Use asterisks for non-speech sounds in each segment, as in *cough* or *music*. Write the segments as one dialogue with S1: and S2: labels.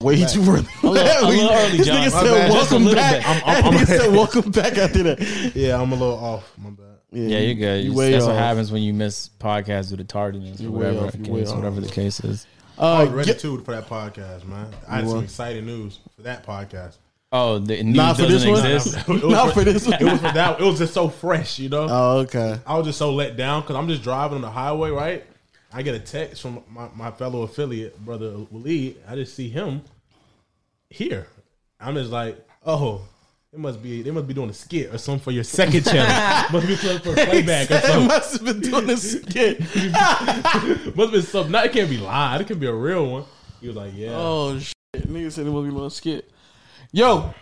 S1: Way too early. *laughs*
S2: A little- *laughs* a little early,
S1: this
S2: John.
S1: nigga
S2: My
S1: said,
S2: bad.
S1: "Welcome
S2: Just a little
S1: back."
S2: bit. I'm- I'm-
S1: That
S2: I'm-
S1: nigga said, "Welcome back." After that,
S3: Yeah, I'm a little off. My bad.
S2: *laughs* Yeah, you're good.
S1: You way
S2: That's
S1: off.
S2: what happens when you miss podcasts due to tardiness or
S1: You way
S2: whatever,
S1: off, you
S2: case,
S1: way
S2: whatever
S1: off.
S2: the case is.
S1: Uh,
S3: I was ready
S1: get-
S3: too for that podcast, man. I had
S1: You
S3: some
S1: were?
S3: exciting news for that podcast.
S2: Oh, the news
S1: not for this
S2: doesn't
S1: one.
S3: *laughs*
S2: exist. *laughs*
S3: It was
S1: Not for this
S3: It was
S1: one.
S3: for that. It was just so fresh, you know.
S1: Oh, okay.
S3: I was just so let down because I'm just driving on the highway, right? I get a text from my, my fellow affiliate, brother Waleed. I just see him here. I'm just like, oh, it must be they must be doing a skit or something for
S1: *laughs*
S3: your second channel. must be for, for playback or
S1: I
S3: something.
S1: must have been doing a skit.
S3: Must be something. Not it can't be live. It can be a real one. He was like, yeah.
S1: Oh shit! Nigga said it was gonna be a skit. Yo,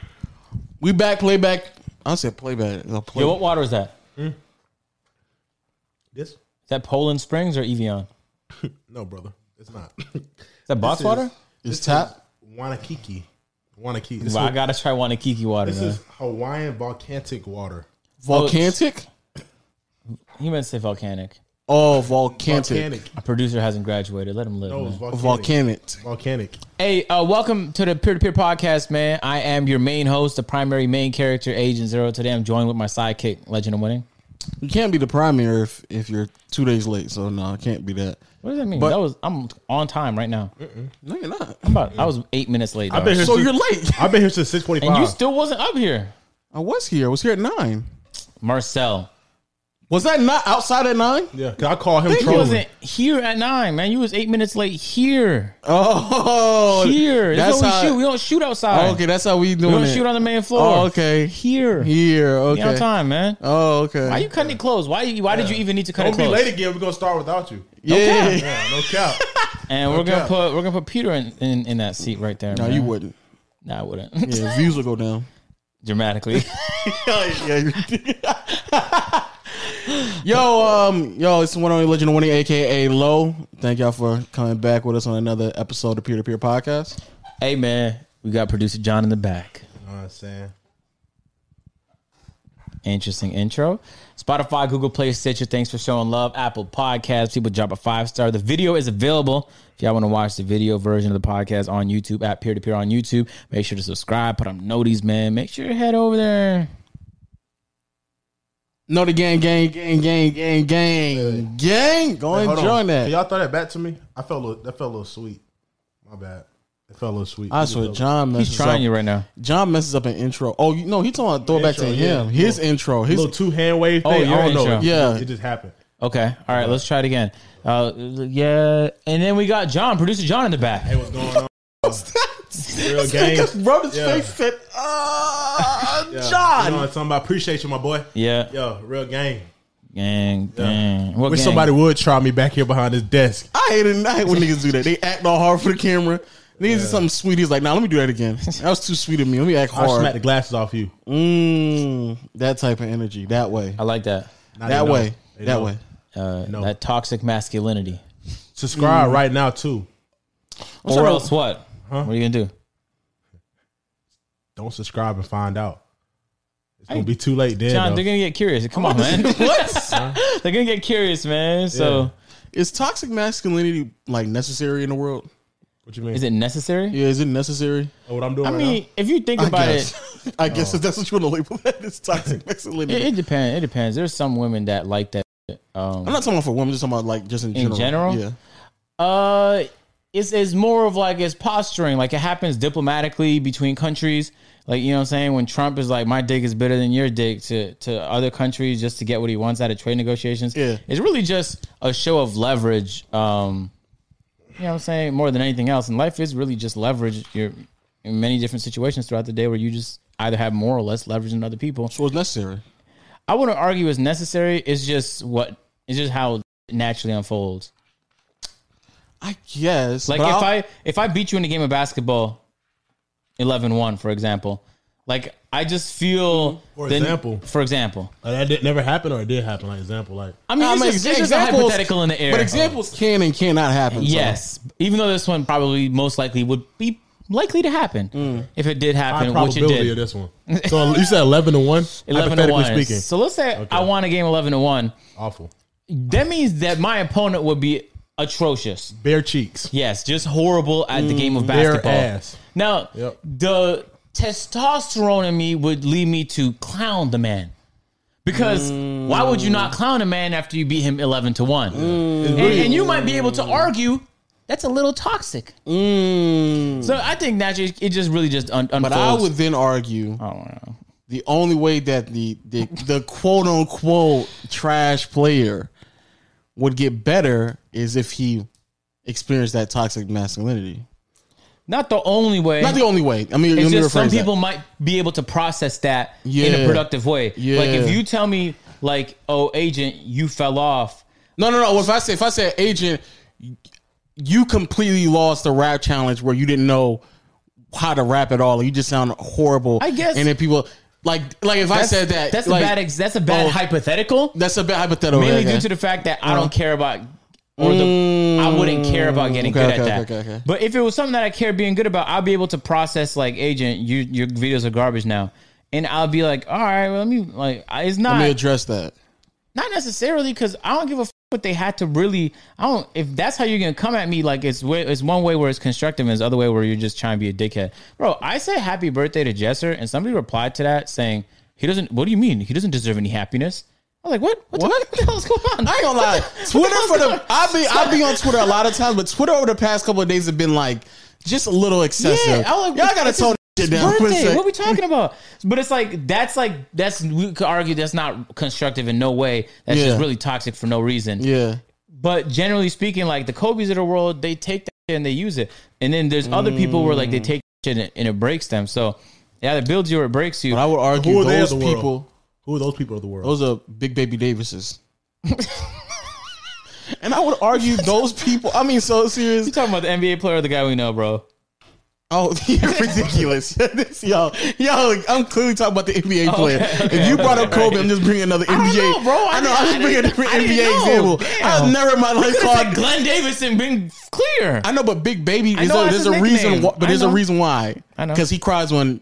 S1: we back playback. I said playback. No, play.
S2: Yo, what water is that?
S3: This
S2: Is that Poland Springs or Evian?
S3: no, brother, it's not.
S2: Is that box
S3: *laughs* This is-
S2: water?
S1: It's
S3: This
S1: tap.
S3: is Wanakiki. Wanakiki. This,
S2: Well, I
S3: is,
S2: gotta try Wanakiki water.
S3: this
S2: man.
S3: is Hawaiian volcanic water.
S1: Volcantic?
S2: He meant to say volcanic.
S1: Oh, volcantic.
S3: Volcanic.
S2: A producer hasn't graduated. Let him live.
S3: No, it's
S2: man.
S3: volcanic.
S1: Mm-hmm. Volcanic.
S3: Volcanic.
S2: Hey, uh, welcome to the Peer to Peer Podcast, man. I am your main host, the primary main character, Agent Zero. Today, I'm joined with my sidekick, Legend of Winning.
S1: You can't be the primary if, if you're two days late. So no, it can't be that.
S2: What does that mean?
S1: But-
S2: that was I'm on time right now.
S1: No, you're not.
S2: I'm about, I was eight minutes late. dog.
S3: been here
S1: So
S3: since-
S1: you're late. *laughs*
S3: I've been here since six forty-five.
S2: and you still wasn't up here,
S1: I was here. I was here at nine.
S2: Marcel.
S1: Was that not outside at nine?
S3: Yeah, cause I call him
S2: You
S3: trolling.
S2: wasn't here at nine, man. You was eight minutes late here.
S1: Oh,
S2: Here, that's,
S1: That's
S2: how we shoot.
S1: how.
S2: We don't shoot outside.
S1: Oh, okay, that's how we
S2: we
S1: doing
S2: don't
S1: it.
S2: shoot on the main floor.
S1: oh, okay.
S2: Here,
S1: Here.
S2: be on
S1: Okay.
S2: time, man.
S1: Oh, okay.
S2: Why you cutting it close? Why? You, why did you even need to cut
S3: Don't
S2: it
S3: be
S2: close?
S3: late again. We're gonna start without you.
S1: yeah.
S3: Yeah, no cap.
S2: And we're gonna
S3: cap.
S2: put we're gonna put Peter in, in, in that seat right there.
S1: *laughs* No,
S2: man.
S1: you wouldn't.
S2: Nah, I wouldn't.
S1: Yeah, views will go down.
S2: *laughs*
S1: *laughs*
S2: Dramatically.
S1: yeah. yo, um, yo, it's one only legend of winning, aka Low. Thank y'all for coming back with us on another episode of Peer to Peer Podcast.
S2: hey man, we got producer John in the back.
S3: You know what I'm saying?
S2: Interesting intro. Spotify, Google Play, Stitcher. Thanks for showing love. Apple Podcasts. People drop a five star. The video is available. If y'all want to watch the video version of the podcast on YouTube at peer to peer on YouTube, make sure to subscribe. Put on noties, man. Make sure to head over there.
S1: No, the gang, gang, gang, gang, gang, gang, gang. Go
S3: Hey,
S1: and
S3: hold
S1: join
S3: on. Can
S1: that.
S3: y'all throw that back to me? I felt a little, that felt a little sweet. My bad. It felt a little sweet.
S1: I swear, John messes
S2: He's trying
S1: up.
S2: you right now.
S1: John messes up an intro. Oh, you know, he talking about throw it back to
S3: Intro, yeah.
S1: him. His intro.
S3: A
S1: His
S3: little two hand wave thing.
S2: your
S3: I don't know.
S2: intro.
S3: It-
S1: Yeah.
S3: it just happened.
S2: Okay. All right. Let's try it again. Uh, yeah. And then we got John, producer John in the back.
S3: Hey, what's going on? *laughs* Real games.
S1: Nigga rubbed his
S3: Yeah.
S1: face and said, "Ah,
S3: Yeah. You know
S1: John.
S3: what I'm talking about? Appreciate you, my boy.
S2: Yeah.
S3: Yo, real game.
S2: Gang. Gang. What
S3: Wish
S2: gang?
S3: somebody would try me back here behind this desk.
S1: I hate it. I hate when niggas do that. They act all hard for the camera. Niggas do
S3: Yeah.
S1: something sweet. He's like, nah, let me do that again. That was too sweet of me. Let me act
S3: I'll smack
S1: hard.
S3: the glasses off you.
S1: Mm, that type of energy. That way.
S2: I like that.
S3: Now they
S1: that
S3: know.
S1: way.
S3: They
S1: That
S3: know.
S1: way.
S2: Uh,
S3: No.
S2: That toxic masculinity.
S3: Subscribe
S2: Mm.
S3: right now too.
S1: I'm
S2: or
S1: sorry.
S2: else what? What are you gonna do?
S3: Don't subscribe and find out. It's gonna be too late then.
S2: John,
S3: though.
S2: they're gonna get curious. Come on, *laughs* man.
S1: What?
S2: they're gonna get curious, man. So
S1: is toxic masculinity like necessary in the world?
S3: what you mean?
S2: is it necessary?
S1: Yeah, is it necessary?
S3: Oh, what I'm doing?
S2: I
S3: right
S2: mean, if you think about it,
S1: guess. *laughs* I guess if that's what you want to label that, it's toxic masculinity.
S2: it, it depends. It depends. There's some women that like that. shit.
S1: I'm
S2: Um,
S1: not talking about for women, just talking about like just in general.
S2: general?
S1: Yeah.
S2: uh, it's it's more of like it's posturing. Like it happens diplomatically between countries. Like you know what I'm saying? When Trump is like, my dick is better than your dick to to other countries just to get what he wants out of trade negotiations.
S1: Yeah.
S2: it's really just a show of leverage. Um, you know what I'm saying? More than anything else. And life is really just leverage. You're in many different situations throughout the day where you just either have more or less leverage than other people.
S1: So it's necessary.
S2: I wouldn't argue it's necessary. It's just what it's just how it naturally unfolds.
S1: I guess.
S2: Like
S1: but
S2: if
S1: I'll-
S2: I if I beat you in a game of basketball 11-1 for example, like I just feel
S3: For
S2: the-
S3: example.
S2: For example.
S3: Like, that did, never happened, or it did happen. Like example, like
S2: I mean,
S1: I
S2: it's
S1: mean,
S2: just, it's just a
S1: examples-
S2: hypothetical in the air.
S1: But examples can and cannot happen. so-
S2: Yes, even though this one probably most likely would be likely to happen if it did
S3: high
S2: happen, which it
S3: probability
S2: did.
S3: of this one.
S2: *laughs*
S3: So you said eleven to one.
S2: 11 to
S3: hypothetically
S2: 1.
S3: speaking,
S2: So let's say I won a game 11 to 1.
S3: awful.
S2: That means that my opponent would be atrocious.
S3: Bare cheeks.
S2: Yes, just horrible at the
S1: Mm,
S2: game of
S3: Bare
S2: basketball.
S3: ass.
S2: Now,
S3: Yep.
S2: the testosterone in me would lead me to clown the man. Because
S1: Mm.
S2: why would you not clown a man after you beat him 11 to 1?
S1: Mm.
S2: And, and you might be able to argue that's a little toxic. So I think naturally it just really just un- unfolds.
S1: Mm. But I would then argue
S2: I don't know.
S1: the only way that the the, the quote unquote trash player would get better is if he experienced that toxic masculinity.
S2: Not the only way.
S1: Not the only way. I mean,
S2: It's
S1: let me
S2: just some
S1: rephrase that.
S2: people might be able to process that in a
S1: Yeah.
S2: productive way. Like
S1: Yeah.
S2: if you tell me, like, oh, agent, you fell off.
S1: No, no, no. If I say if I say agent, you completely lost the rap challenge where you didn't know how to rap at all. You just sound horrible.
S2: I guess-
S1: And then people like like if I said that
S2: That's
S1: like,
S2: a bad. Ex- that's a bad
S1: oh,
S2: hypothetical.
S1: That's a bad hypothetical.
S2: Mainly
S1: okay. Uh-huh.
S2: due to the fact that I don't care about, or the I wouldn't care about getting
S1: Mm, okay,
S2: good at
S1: okay,
S2: that.
S1: okay, okay, okay.
S2: But if it was something that I care being good about, I'll be able to process like, agent, you your videos are garbage now, and I'll be like, all right, well, let me like, I- it's not
S1: let me address that.
S2: not necessarily because I don't give a f- what they had to really. I don't. If that's how you're gonna come at me, like it's way, it's one way where it's constructive, and it's the other way where you're just trying to be a dickhead, bro. I said happy birthday to Jesser, and somebody replied to that saying he doesn't. What do you mean he doesn't deserve any happiness? I was like, what? What,
S1: What?
S2: The, what the hell's going on?
S1: I ain't gonna
S2: *laughs*
S1: lie. Twitter for *laughs* the I be I be on Twitter a lot of times, but Twitter over the past couple of days have been like just a little excessive.
S2: Yeah, I like,
S1: Y'all gotta
S2: it's
S1: tone
S2: his
S1: this shit down. for a
S2: Birthday.
S1: sec.
S2: What are we talking about? But it's like that's like that's we could argue that's not constructive in no way. That's
S1: Yeah.
S2: just really toxic for no reason.
S1: yeah.
S2: But generally speaking, like the Kobe's of the world, they take that shit and they use it. And then there's other people where
S1: Mm.
S2: like they take shit and, and it breaks them. So it either builds you or it breaks you.
S1: But I would argue
S3: Who are they
S1: those
S3: of the world?
S1: people
S3: Who are those people of the world?
S1: Those are big baby Davises. and I would argue those people. I mean, so serious.
S2: you talking about the NBA player or the guy we know, bro?
S3: *laughs*
S1: Oh, you're ridiculous. *laughs* This- yo, yo, I'm clearly talking about the NBA player.
S2: okay,
S1: if you brought up
S2: okay,
S1: Kobe, I'm just bringing another
S2: don't
S1: NBA.
S2: know, bro. I
S1: I know.
S2: didn't-
S1: I'm
S2: I
S1: just bringing a
S2: didn't-
S1: different
S2: I didn't
S1: NBA
S2: know.
S1: example. I've
S2: Damn.
S1: never in my life
S2: Like
S1: called.
S2: Glenn Davidson being clear.
S1: I know, but Big Baby is
S2: know
S1: a,
S2: that's
S1: there's
S2: his
S1: a reason.
S2: nickname.
S1: Why, but
S2: I
S1: there's a
S2: know.
S1: reason why.
S2: I know.
S1: because he cries when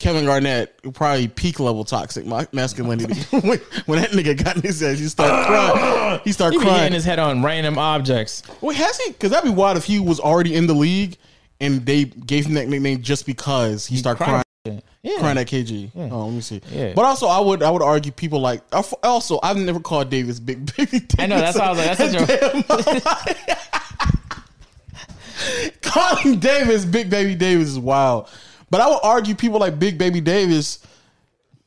S1: Kevin Garnett probably peak level toxic ma- masculinity. *laughs* when, when that nigga got in his ass, he started crying. He started
S2: He be
S1: crying.
S2: hitting his head on random objects.
S1: Wait, has he? Because that'd be wild if he was already in the league and they gave him that nickname just because he, started crying,
S2: Yeah. Yeah.
S1: crying at KG. Oh, let me see.
S2: Yeah.
S1: But also, I would I would argue people like I f- also I've never called Davis big big.
S2: I know, that's why I was like, that's such *laughs*
S1: Calling Davis Big Baby Davis is wild, but I would argue people like Big Baby Davis,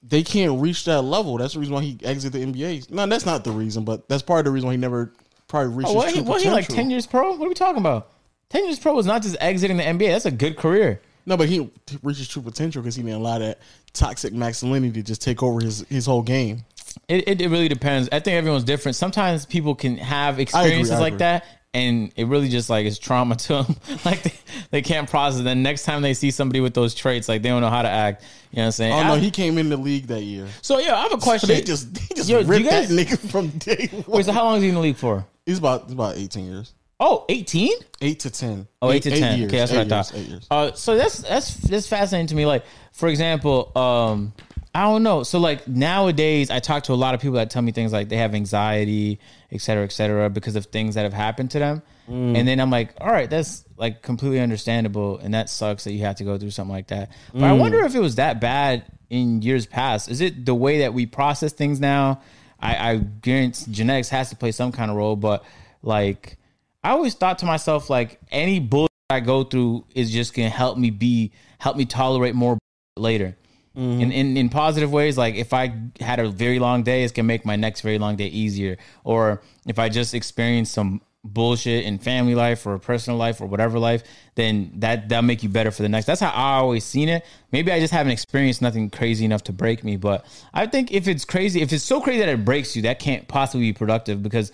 S1: they can't reach that level. That's the reason why he exited the NBA. No, that's not the reason, but that's part of the reason why he never probably reached
S2: Oh,
S1: his
S2: what
S1: true
S2: he, what he like
S1: potential.
S2: ten years pro? What are we talking about? Ten years pro is not just exiting the NBA. That's a good career.
S1: No, but he reached his true potential because he didn't allow that toxic masculinity to just take over his, his whole game.
S2: It, it, it really depends. I think everyone's different. Sometimes people can have experiences
S1: I
S2: like
S1: agree.
S2: that, and it really just like is trauma to them. *laughs* like they, they can't process. it. Then next time they see somebody with those traits, like they don't know how to act. You know what I'm saying?
S1: Oh no,
S2: I-
S1: he came in the league that year.
S2: so yeah, I have a question.
S1: *laughs* They just they just
S2: Yo, do
S1: ripped
S2: you guys-
S1: that nigga from day one.
S2: Wait, so how long is he in the league for?
S1: He's about he's about eighteen years,
S2: Oh, 18?
S1: eight to ten.
S2: Oh, 8 to 10.
S1: years,
S2: okay, that's what
S1: eight
S2: I thought.
S1: years, eight years.
S2: Uh, so that's that's that's fascinating to me. Like, for example, um, I don't know. So like nowadays, I talk to a lot of people that tell me things like they have anxiety, et cetera, et cetera, because of things that have happened to them. And then I'm like, all right, that's like completely understandable, and that sucks that you have to go through something like that. But I wonder if it was that bad in years past. Is it the way that we process things now? I, I guarantee genetics has to play some kind of role, but like I always thought to myself, like any bull I go through is just gonna help me be help me tolerate more later. In, in in positive ways, like if I had a very long day, it's gonna make my next very long day easier. Or if I just experienced some bullshit in family life or personal life or whatever life, then that that'll make you better for the next. That's how I always seen it. Maybe I just haven't experienced nothing crazy enough to break me, but I think if it's crazy, if it's so crazy that it breaks you, that can't possibly be productive because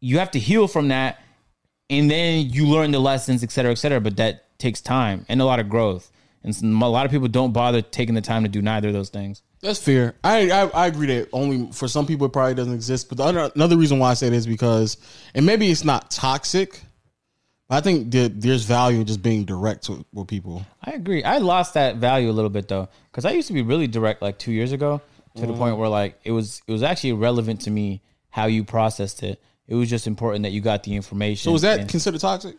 S2: you have to heal from that and then you learn the lessons, et cetera, et cetera. But that takes time and a lot of growth. And some, a lot of people don't bother taking the time to do neither of those things.
S1: That's fair. I, I I agree that only for some people it probably doesn't exist. But the other, another reason why I say this is because, and maybe it's not toxic. But I think that there's value in just being direct with, with people.
S2: I agree. I lost that value a little bit though, because I used to be really direct like
S1: Mm.
S2: two years ago to the point where like it was it was actually relevant to me how you processed it. It was just important that you got the information.
S1: So is that
S2: and-
S1: considered toxic?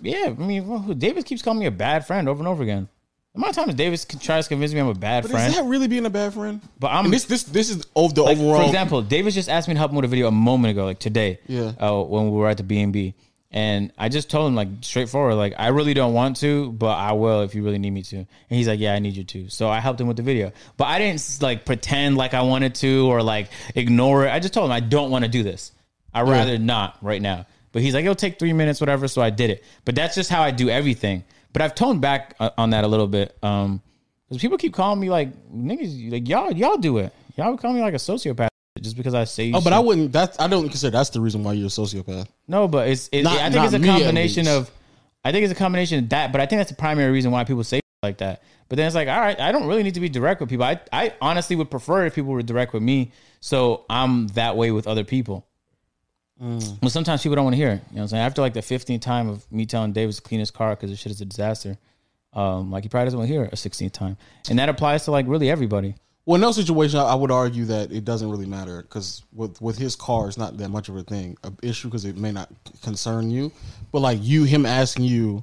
S2: yeah, I mean, well, who- Davis keeps calling me a bad friend over and over again. The amount of times Davis c- tries to convince me I'm a bad
S1: But
S2: friend.
S1: is that really being a bad friend?
S2: But I'm-
S1: And this this this is of the
S2: Like,
S1: overall.
S2: For example, Davis just asked me to help him with a video a moment ago, like today.
S1: Yeah.
S2: Uh, when we were at the B and B, and I just told him like straightforward, like I really don't want to, but I will if you really need me to. And he's like, Yeah, I need you to. So I helped him with the video, but I didn't like pretend like I wanted to or like ignore it. I just told him I don't want to do this. I would rather not right now. But he's like, It'll take three minutes, whatever. So I did it. But that's just how I do everything. But I've toned back uh, on that a little bit. Um, because people keep calling me like niggas, like y'all, y'all do it. Y'all would call me like a sociopath just because I say.
S1: oh,
S2: shit.
S1: but I wouldn't. That's I don't consider that's the reason why you're a sociopath.
S2: no, but it's. It,
S1: Not-
S2: I think
S1: not
S2: it's a
S1: me, at
S2: combination
S1: least.
S2: of. I think it's a combination of that, but I think that's the primary reason why people say like that. But then it's like, all right, I don't really need to be direct with people. I, I honestly would prefer if people were direct with me, so I'm that way with other people.
S1: Mm.
S2: But sometimes people don't want to hear it. You know what I'm saying? After like the 15th time of me telling Davis to clean his car because this shit is a disaster, um, like he probably doesn't want to hear it a 16th time, and that applies to like really everybody.
S1: Well, in those situations, I I would argue that it doesn't really matter because with with his car, it's not that much of a thing, a issue because it may not concern you. But like you, him asking you,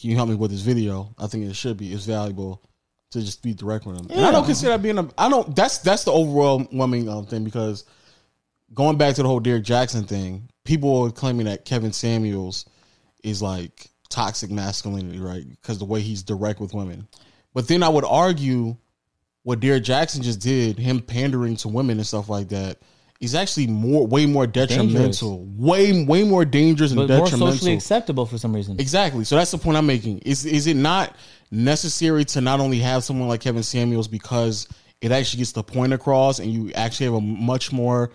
S1: "Can you help me with this video?" I think it should be it's valuable to just be direct with him. And I don't consider that being a. I don't. That's that's the overwhelming um, thing because going back to the whole Derek Jackson thing, people are claiming that Kevin Samuels is like toxic masculinity, right? Because the way he's direct with women. But then I would argue what Derek Jackson just did, him pandering to women and stuff like that, is actually more way more detrimental. Way way more dangerous and
S2: but more
S1: detrimental.
S2: socially acceptable for some reason.
S1: Exactly. So that's the point I'm making. Is is it not necessary to not only have someone like Kevin Samuels because it actually gets the point across and you actually have a much more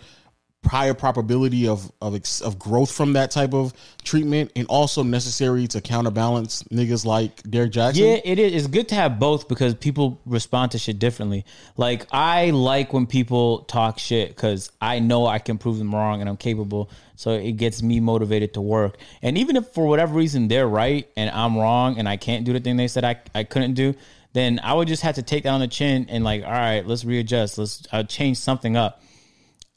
S1: prior probability of of ex- of growth from that type of treatment and also necessary to counterbalance niggas like Derek Jackson?
S2: Yeah, it is. It's good to have both because people respond to shit differently. Like I like when people talk shit because I know I can prove them wrong and I'm capable. So it gets me motivated to work. And even if for whatever reason they're right and I'm wrong and I can't do the thing they said I, I couldn't do, then I would just have to take that on the chin and like, all right, let's readjust. Let's uh, change something up.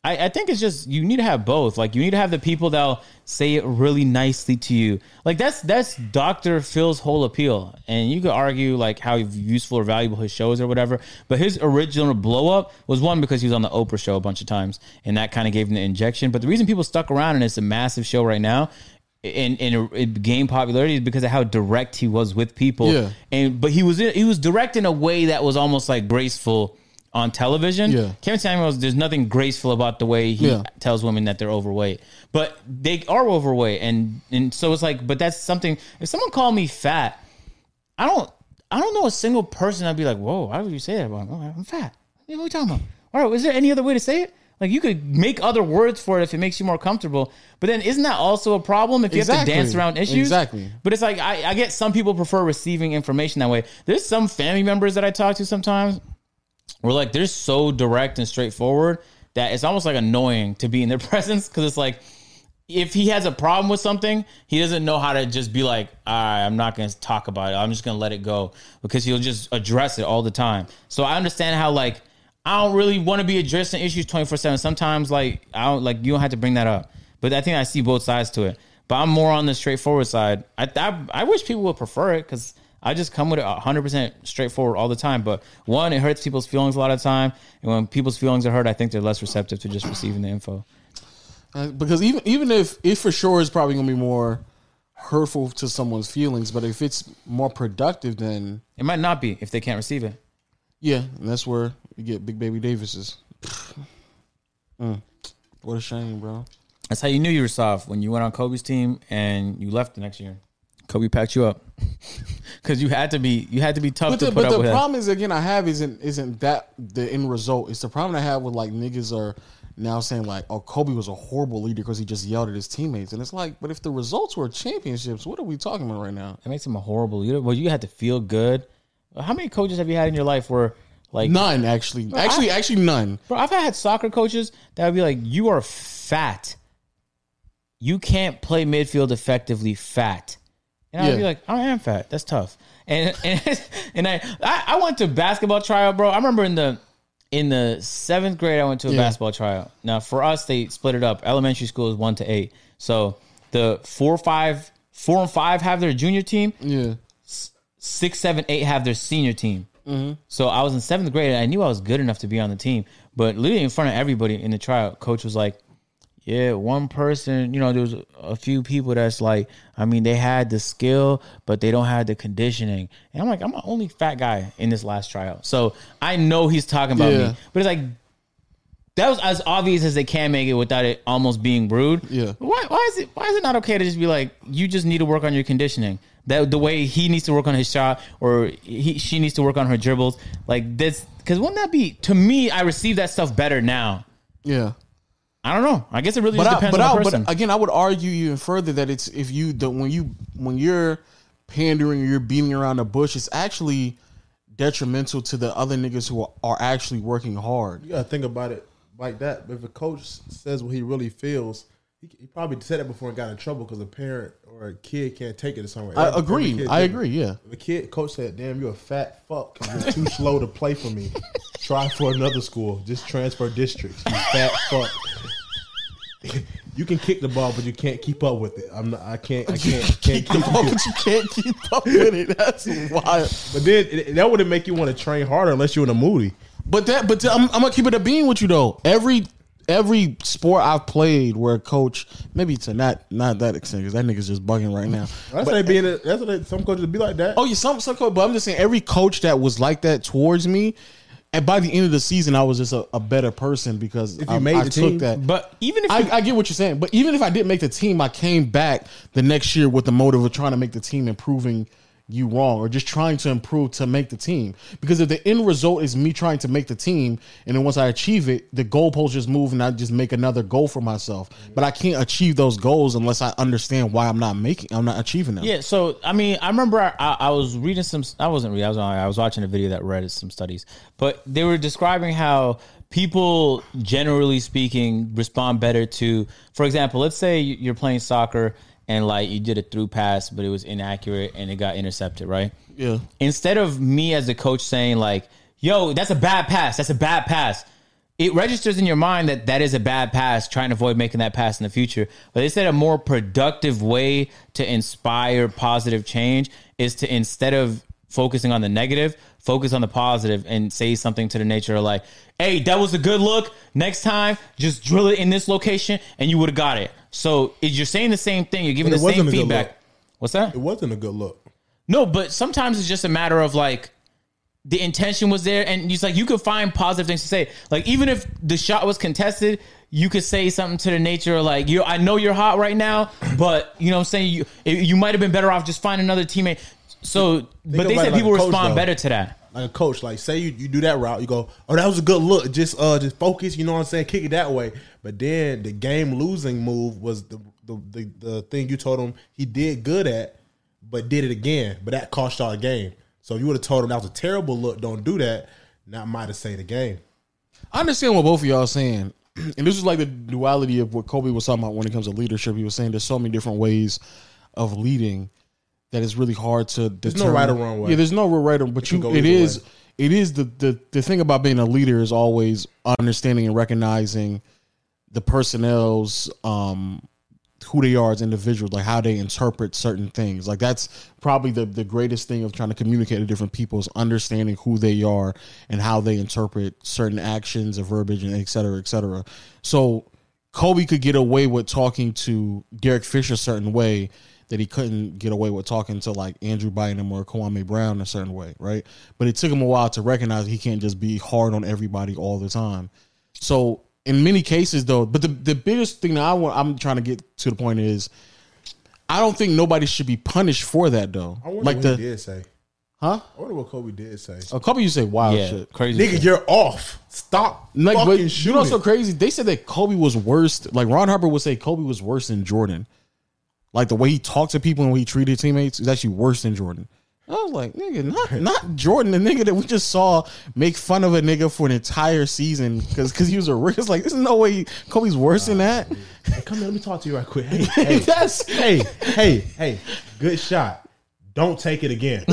S2: I, I think it's just you need to have both. Like you need to have the people that'll say it really nicely to you. Like that's that's Dr. Phil's whole appeal. And you could argue like how useful or valuable his show is or whatever. But his original blow up was one because he was on the Oprah show a bunch of times and that kind of gave him the injection. But the reason people stuck around and it's a massive show right now and, and it gained popularity is because of how direct he was with people.
S1: Yeah.
S2: And but he was in, he was direct in a way that was almost like graceful on television.
S1: Yeah.
S2: Kevin Samuels, there's nothing graceful about the way he
S1: Yeah.
S2: tells women that they're overweight, but they are overweight, and and so it's like, but that's something. If someone called me fat, I don't, I don't know a single person. I'd be like, whoa, why would you say that about? me? Oh, I'm fat. What are we talking about? All right, is there any other way to say it? Like you could make other words for it if it makes you more comfortable. But then isn't that also a problem if you have to
S1: Exactly.
S2: dance around issues?
S1: Exactly.
S2: But it's like I, I get some people prefer receiving information that way. There's some family members that I talk to sometimes where like they're so direct and straightforward that it's almost like annoying to be in their *laughs* presence because it's like if he has a problem with something, he doesn't know how to just be like, all right, I'm not going to talk about it. I'm just going to let it go because he'll just address it all the time. So I understand how like I don't really want to be addressing issues 24 seven. Sometimes like I don't like you don't have to bring that up, but I think I see both sides to it. But I'm more on the straightforward side. I I, I wish people would prefer it because I just come with it 100% straightforward all the time. But one, it hurts people's feelings a lot of the time, and when people's feelings are hurt, I think they're less receptive to just receiving the info.
S1: Uh, because even even if it for sure is probably going to be more hurtful to someone's feelings, but if it's more productive then
S2: It might not be if they can't receive it.
S1: yeah, and that's where you get Big Baby Davis's. Mm. What a shame, bro.
S2: That's how you knew you were soft when you went on Kobe's team and you left the next year. Kobe packed you up *laughs* because you had to be you had to be tough
S1: But
S2: to
S1: the,
S2: put
S1: but
S2: up
S1: the
S2: with. that.
S1: problem is again I have isn't isn't that the end result. It's the problem I have with like niggas are now saying like, oh, Kobe was a horrible leader because he just yelled at his teammates, and it's like, but if the results were championships, what are we talking about right now?
S2: That makes him a horrible leader. Well, you had to feel good. How many coaches have you had in your life where like
S1: None actually, actually, actually none.
S2: Bro, I've had soccer coaches that would be like, "You are fat. You can't play midfield effectively, fat." And I'd
S1: Yeah.
S2: be like, "I am fat. *laughs* That's tough." And and and I, I I went to basketball trial, bro. I remember in the in the seventh grade, I went to a
S1: Yeah.
S2: basketball tryout. Now, for us, they split it up. Elementary school is one to eight. So the four, five, four and five have their junior team.
S1: Yeah.
S2: Six, seven, eight have their senior team. So I was in seventh grade, and I knew I was good enough to be on the team. But literally in front of everybody in the tryout, coach was like, "Yeah, one person. You know, there was a few people that's like, I mean, they had the skill, but they don't have the conditioning." And I'm like, I'm the only fat guy in this last tryout, so I know he's talking about
S1: Yeah.
S2: me. But it's like that was as obvious as they can make it without it almost being rude.
S1: Yeah.
S2: Why, why is it why is it not okay to just be like, you just need to work on your conditioning? That the way he needs to work on his shot or he, she needs to work on her dribbles. Like this cause wouldn't that be to me, I receive that stuff better now.
S1: Yeah.
S2: I don't know. I guess it really
S1: But
S2: just
S1: I,
S2: depends
S1: but,
S2: on
S1: I,
S2: the person.
S1: but again, I would argue even further that it's if you don't when you when you're pandering or you're beating around the bush, it's actually detrimental to the other niggas who are, are actually working hard.
S3: You gotta think about it like that. But if a coach says what he really feels, he, he probably said that before and got in trouble because a parent or a kid can't take it. It's somewhere.
S1: I agree. I agree. Yeah.
S3: If a kid coach said, "Damn, you're a fat fuck. 'cause You're too slow to play for me. Try for another school. Just transfer districts. You fat fuck." You can kick the ball, but you can't keep up with it. I'm not. I
S1: *laughs*
S3: can't. I can't. can't
S1: Keep
S3: keep
S1: up,
S3: you.
S1: but you can't keep up with it. That's wild.
S3: But then it- that wouldn't make you want to train harder unless you're in a moody.
S1: But that, but I'm, I'm gonna keep it a bean with you though. Every every sport I've played where a coach, maybe to not not that extent, because that nigga's just bugging right now.
S3: That's what they being. That's what they, some coaches be like that.
S1: Oh yeah, some some coach, but I'm just saying every coach that was like that towards me, and by the end of the season, I was just a, a better person because
S3: you
S1: I,
S3: made
S1: I
S3: the
S1: took
S3: team,
S1: that.
S2: But even if
S1: I,
S2: you-
S1: I get what you're saying, but even if I did make the team, I came back the next year with the motive of trying to make the team and proving you wrong or just trying to improve to make the team. Because if the end result is me trying to make the team, and then once I achieve it, the goalposts just move and I just make another goal for myself. But I can't achieve those goals unless I understand why I'm not making, I'm not achieving them.
S2: Yeah, so I mean, I remember I, I, I was reading some. I wasn't reading. I was on, I was watching a video that read some studies, but they were describing how people, generally speaking, respond better to. For example, let's say you- you're playing soccer and like you did a through pass, but it was inaccurate and it got intercepted, right?
S1: Yeah.
S2: Instead of me as a coach saying like, "Yo, that's a bad pass. That's a bad pass." It registers in your mind that that is a bad pass. Trying to avoid making that pass in the future. But they said a more productive way to inspire positive change is to instead of focusing on the negative, focus on the positive and say something to the nature of like, "Hey, that was a good look. Next time, just drill it in this location, and you would have got it." So if you're saying the same thing. You're giving
S3: But
S2: the
S3: it wasn't
S2: same
S3: a good
S2: feedback.
S3: look.
S2: What's that?
S3: It wasn't a good look.
S2: No, but sometimes it's just a matter of like the intention was there, and it's like you could find positive things to say. Like even if the shot was contested, you could say something to the nature of like, "You, I know you're hot
S1: *clears throat*
S2: right now, but you know what I'm saying you you might have been better off just find another teammate." So, but they
S3: about
S2: said
S3: it like
S2: people
S3: a coach,
S2: respond
S3: though.
S2: better to that.
S3: like a coach, like say you, you do that route, you go, oh that was a good look, just uh just focus, you know what I'm saying, kick it that way. But then the game losing move was the the, the, the thing you told him he did good at, but did it again, but that cost y'all a game. So if you would have told him that was a terrible look, don't do that, that might have saved the game.
S1: I understand what both of y'all are saying. *clears throat* And this is like the duality of what Kobe was talking about when it comes to leadership. He was saying there's so many different ways of leading that it's really hard to There's
S3: no right or wrong way.
S1: Yeah, there's no real right or but you
S3: go
S1: it
S3: either
S1: is
S3: way.
S1: it is the, the the thing about being a leader is always understanding and recognizing the personnel's um who they are as individuals, like how they interpret certain things. Like that's probably the the greatest thing of trying to communicate to different people is understanding who they are and how they interpret certain actions or verbiage and et cetera, et cetera. So Kobe could get away with talking to Derek Fisher a certain way that he couldn't get away with talking to like Andrew Bynum or Kwame Brown a certain way, right? But it took him a while to recognize he can't just be hard on everybody all the time. So in many cases, though, but the, the biggest thing that I want, I'm trying to get to the point is, I don't think nobody should be punished for that though.
S3: I wonder
S1: Like
S3: what
S1: the
S3: he did say.
S1: huh?
S3: I wonder what Kobe did say.
S1: A couple you say wild
S2: Yeah,
S1: Oh, shit.
S2: crazy.
S3: Nigga, you're off. Stop
S1: Like,
S3: fucking
S1: but you
S3: shooting.
S1: know what's so crazy? They said that Kobe was worse. Like Ron Harper would say, Kobe was worse than Jordan. Like the way he talked to people and the way he treated teammates is actually worse than Jordan. I was like, nigga,
S3: *laughs*
S1: not not Jordan, the nigga that we just saw make fun of a nigga for an entire season because because he was a risk. It's like, there's no way he- Kobe's worse than that.
S3: Hey, come here, let me talk to you right *laughs* quick. Hey,
S1: *laughs*
S3: hey,
S1: That's
S3: hey, hey, hey, good shot. Don't
S1: *laughs*
S3: take it again.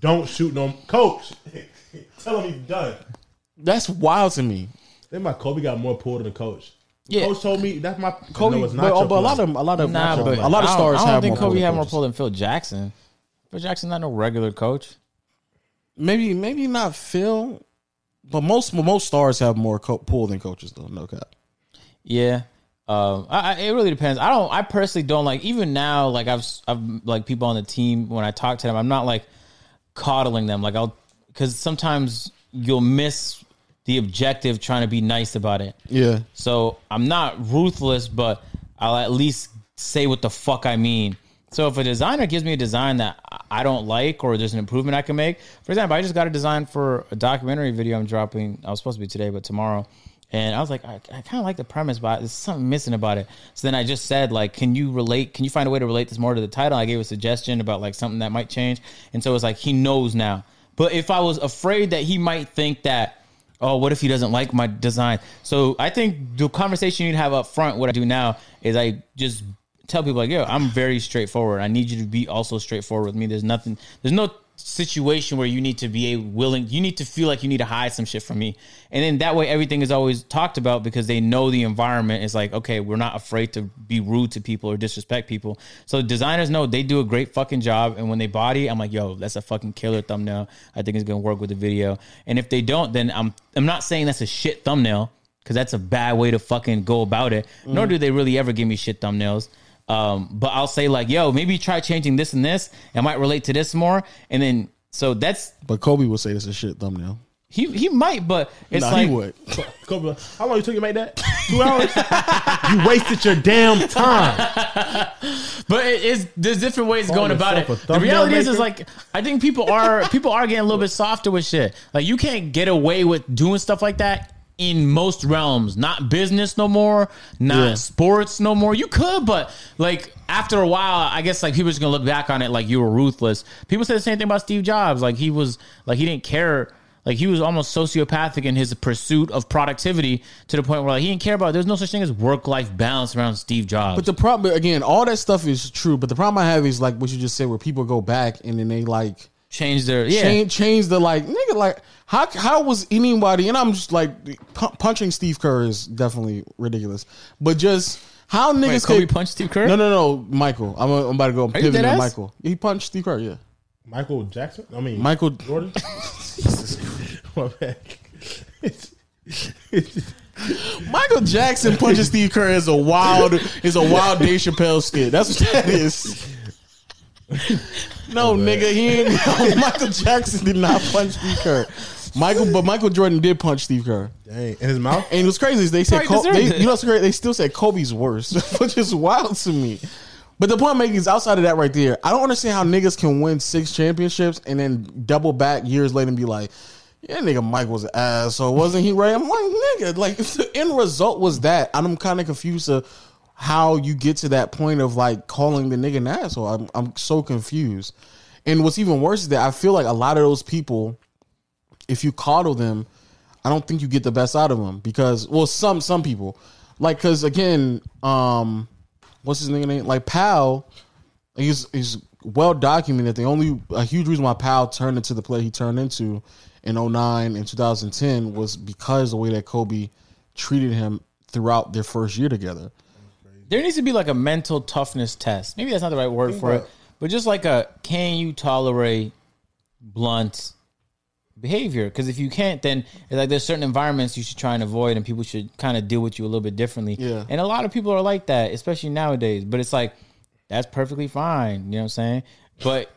S3: Don't shoot no coach. Tell him he's done.
S1: That's wild to me.
S3: Then my Kobe got more pull than the coach. The
S2: Yeah.
S3: Coach told me that's my
S1: Kobe,
S3: No, it's not
S1: but,
S3: your
S1: but a lot
S3: play.
S1: of them- a lot of
S2: Nah, but
S1: a lot of
S2: I don't-
S1: stars
S2: I don't
S1: have
S2: think
S1: more
S2: Kobe had
S1: coaches.
S2: more pull than Phil Jackson. Phil Jackson's not no regular coach.
S1: Maybe maybe not Phil, but most most stars have more co- pull than coaches though. No cap.
S2: Yeah. Um, I, I, it really depends. I don't. I personally don't like. Even now, like I've, s- I've like people on the team. When I talk to them, I'm not like coddling them. Like I'll, because sometimes you'll miss the objective trying to be nice about it.
S1: Yeah,
S2: So I'm not ruthless, but I'll at least say what the fuck I mean. So if a designer gives me a design that I- I don't like or there's an improvement I can make, for example, I just got a design for a documentary video I'm dropping. I was supposed to be today, but tomorrow. And I was like, I, I kind of like the premise, but there's something missing about it. So then I just said, like, can you relate? Can you find a way to relate this more to the title? I gave a suggestion about like something that might change. And so it's like he knows now. But if I was afraid that he might think that oh, what if he doesn't like my design? So I think the conversation you'd have up front, what I do now is I just tell people like, yo, I'm very straightforward. I need you to be also straightforward with me. There's nothing, there's no situation where you need to be a willing, you need to feel like you need to hide some shit from me. And then that way everything is always talked about because they know the environment is like, okay, we're not afraid to be rude to people or disrespect people. So designers know they do a great fucking job. And when they body, I'm like, yo, that's a fucking killer thumbnail. I think it's gonna work with the video. And if they don't, then I'm I'm not saying that's a shit thumbnail because that's a bad way to fucking go about it.
S1: Mm.
S2: Nor do they really ever give me shit thumbnails. Um, but I'll say like, yo, maybe try changing this and this. It might relate to this more. And then so that's
S1: but Kobe would say that's a shit thumbnail.
S2: he he might, but it's
S1: Nah,
S2: like
S1: he would.
S3: Kobe, how long you took you to make that? Two hours. *laughs* you wasted your damn time.
S2: But it is there's different ways
S3: Calling
S2: going about it.
S3: yourself a
S2: The reality is, is
S3: thumbnail
S2: like I think
S1: *laughs*
S2: people are people are getting a little bit softer with shit. Like you can't get away with doing stuff like that in most realms. Not business no more. Not
S1: Yeah.
S2: sports no more. You could, but like after a while, I guess like people just gonna look back on it like you were ruthless. People say the same thing about Steve Jobs. Like he was like he didn't care. Like he was almost sociopathic in his pursuit of productivity to the point where like he didn't care about. There's no such thing as work life balance around Steve Jobs.
S1: *laughs* But the problem again, all that stuff is true. But the problem I have is like what you just said, where people go back and then they like
S2: change their yeah.
S1: change, change the like nigga like how how was anybody and I'm just like pu- punching Steve Kerr is definitely ridiculous, but just how niggas
S2: Wait, Kobe
S1: could-
S2: punched Steve Kerr?
S1: No, no, no, Michael. I'm, I'm about to go
S2: you
S1: pivot
S2: deadass?
S1: on Michael. He punched Steve Kerr. Yeah,
S3: Michael Jackson. I mean,
S1: Michael. *laughs*
S3: Jordan. Jesus Christ. *laughs* My bad.
S1: Michael Jackson punching Steve Kerr is a wild is a wild Dave Chappelle skit. That's what that is. *laughs* No, nigga, he ain't. no, Michael Jackson did not punch Steve Kerr. Michael, but Michael Jordan did punch Steve Kerr.
S3: Dang. In his mouth.
S1: And what's crazy is they said
S2: Uh-huh. Probably
S1: Col- they,
S2: deserved it.
S1: you know what's great? They still said Kobe's worse, *laughs* which is wild to me. But the point I'm making is outside of that right there, I don't understand how niggas can win six championships and then double back years later and be like, yeah, nigga, Mike was an asshole, wasn't he right? I'm like, nigga, like *laughs* if the end result was that, and I'm kind of confused of how you get to that point of like calling the nigga an asshole. I'm, I'm so confused. And what's even worse is that I feel like a lot of those people if you coddle them, I don't think you get the best out of them because well, some some people like because again, um, what's his nigga name? Like Powell, he's he's well documented. The only a huge reason why Powell turned into the player he turned into in 09 and 2010 was because the way that Kobe treated him throughout their first year together.
S2: *laughs* There needs to be like a mental toughness test. Maybe that's not the right word for it,
S3: about-
S2: but just like a can you tolerate blunt behavior? Because if you can't, then like there's certain environments you should try and avoid, and people should kind of deal with you a little bit differently.
S1: Yeah.
S2: And a lot of people are like that, especially nowadays. But it's like that's perfectly fine. You know what I'm saying? But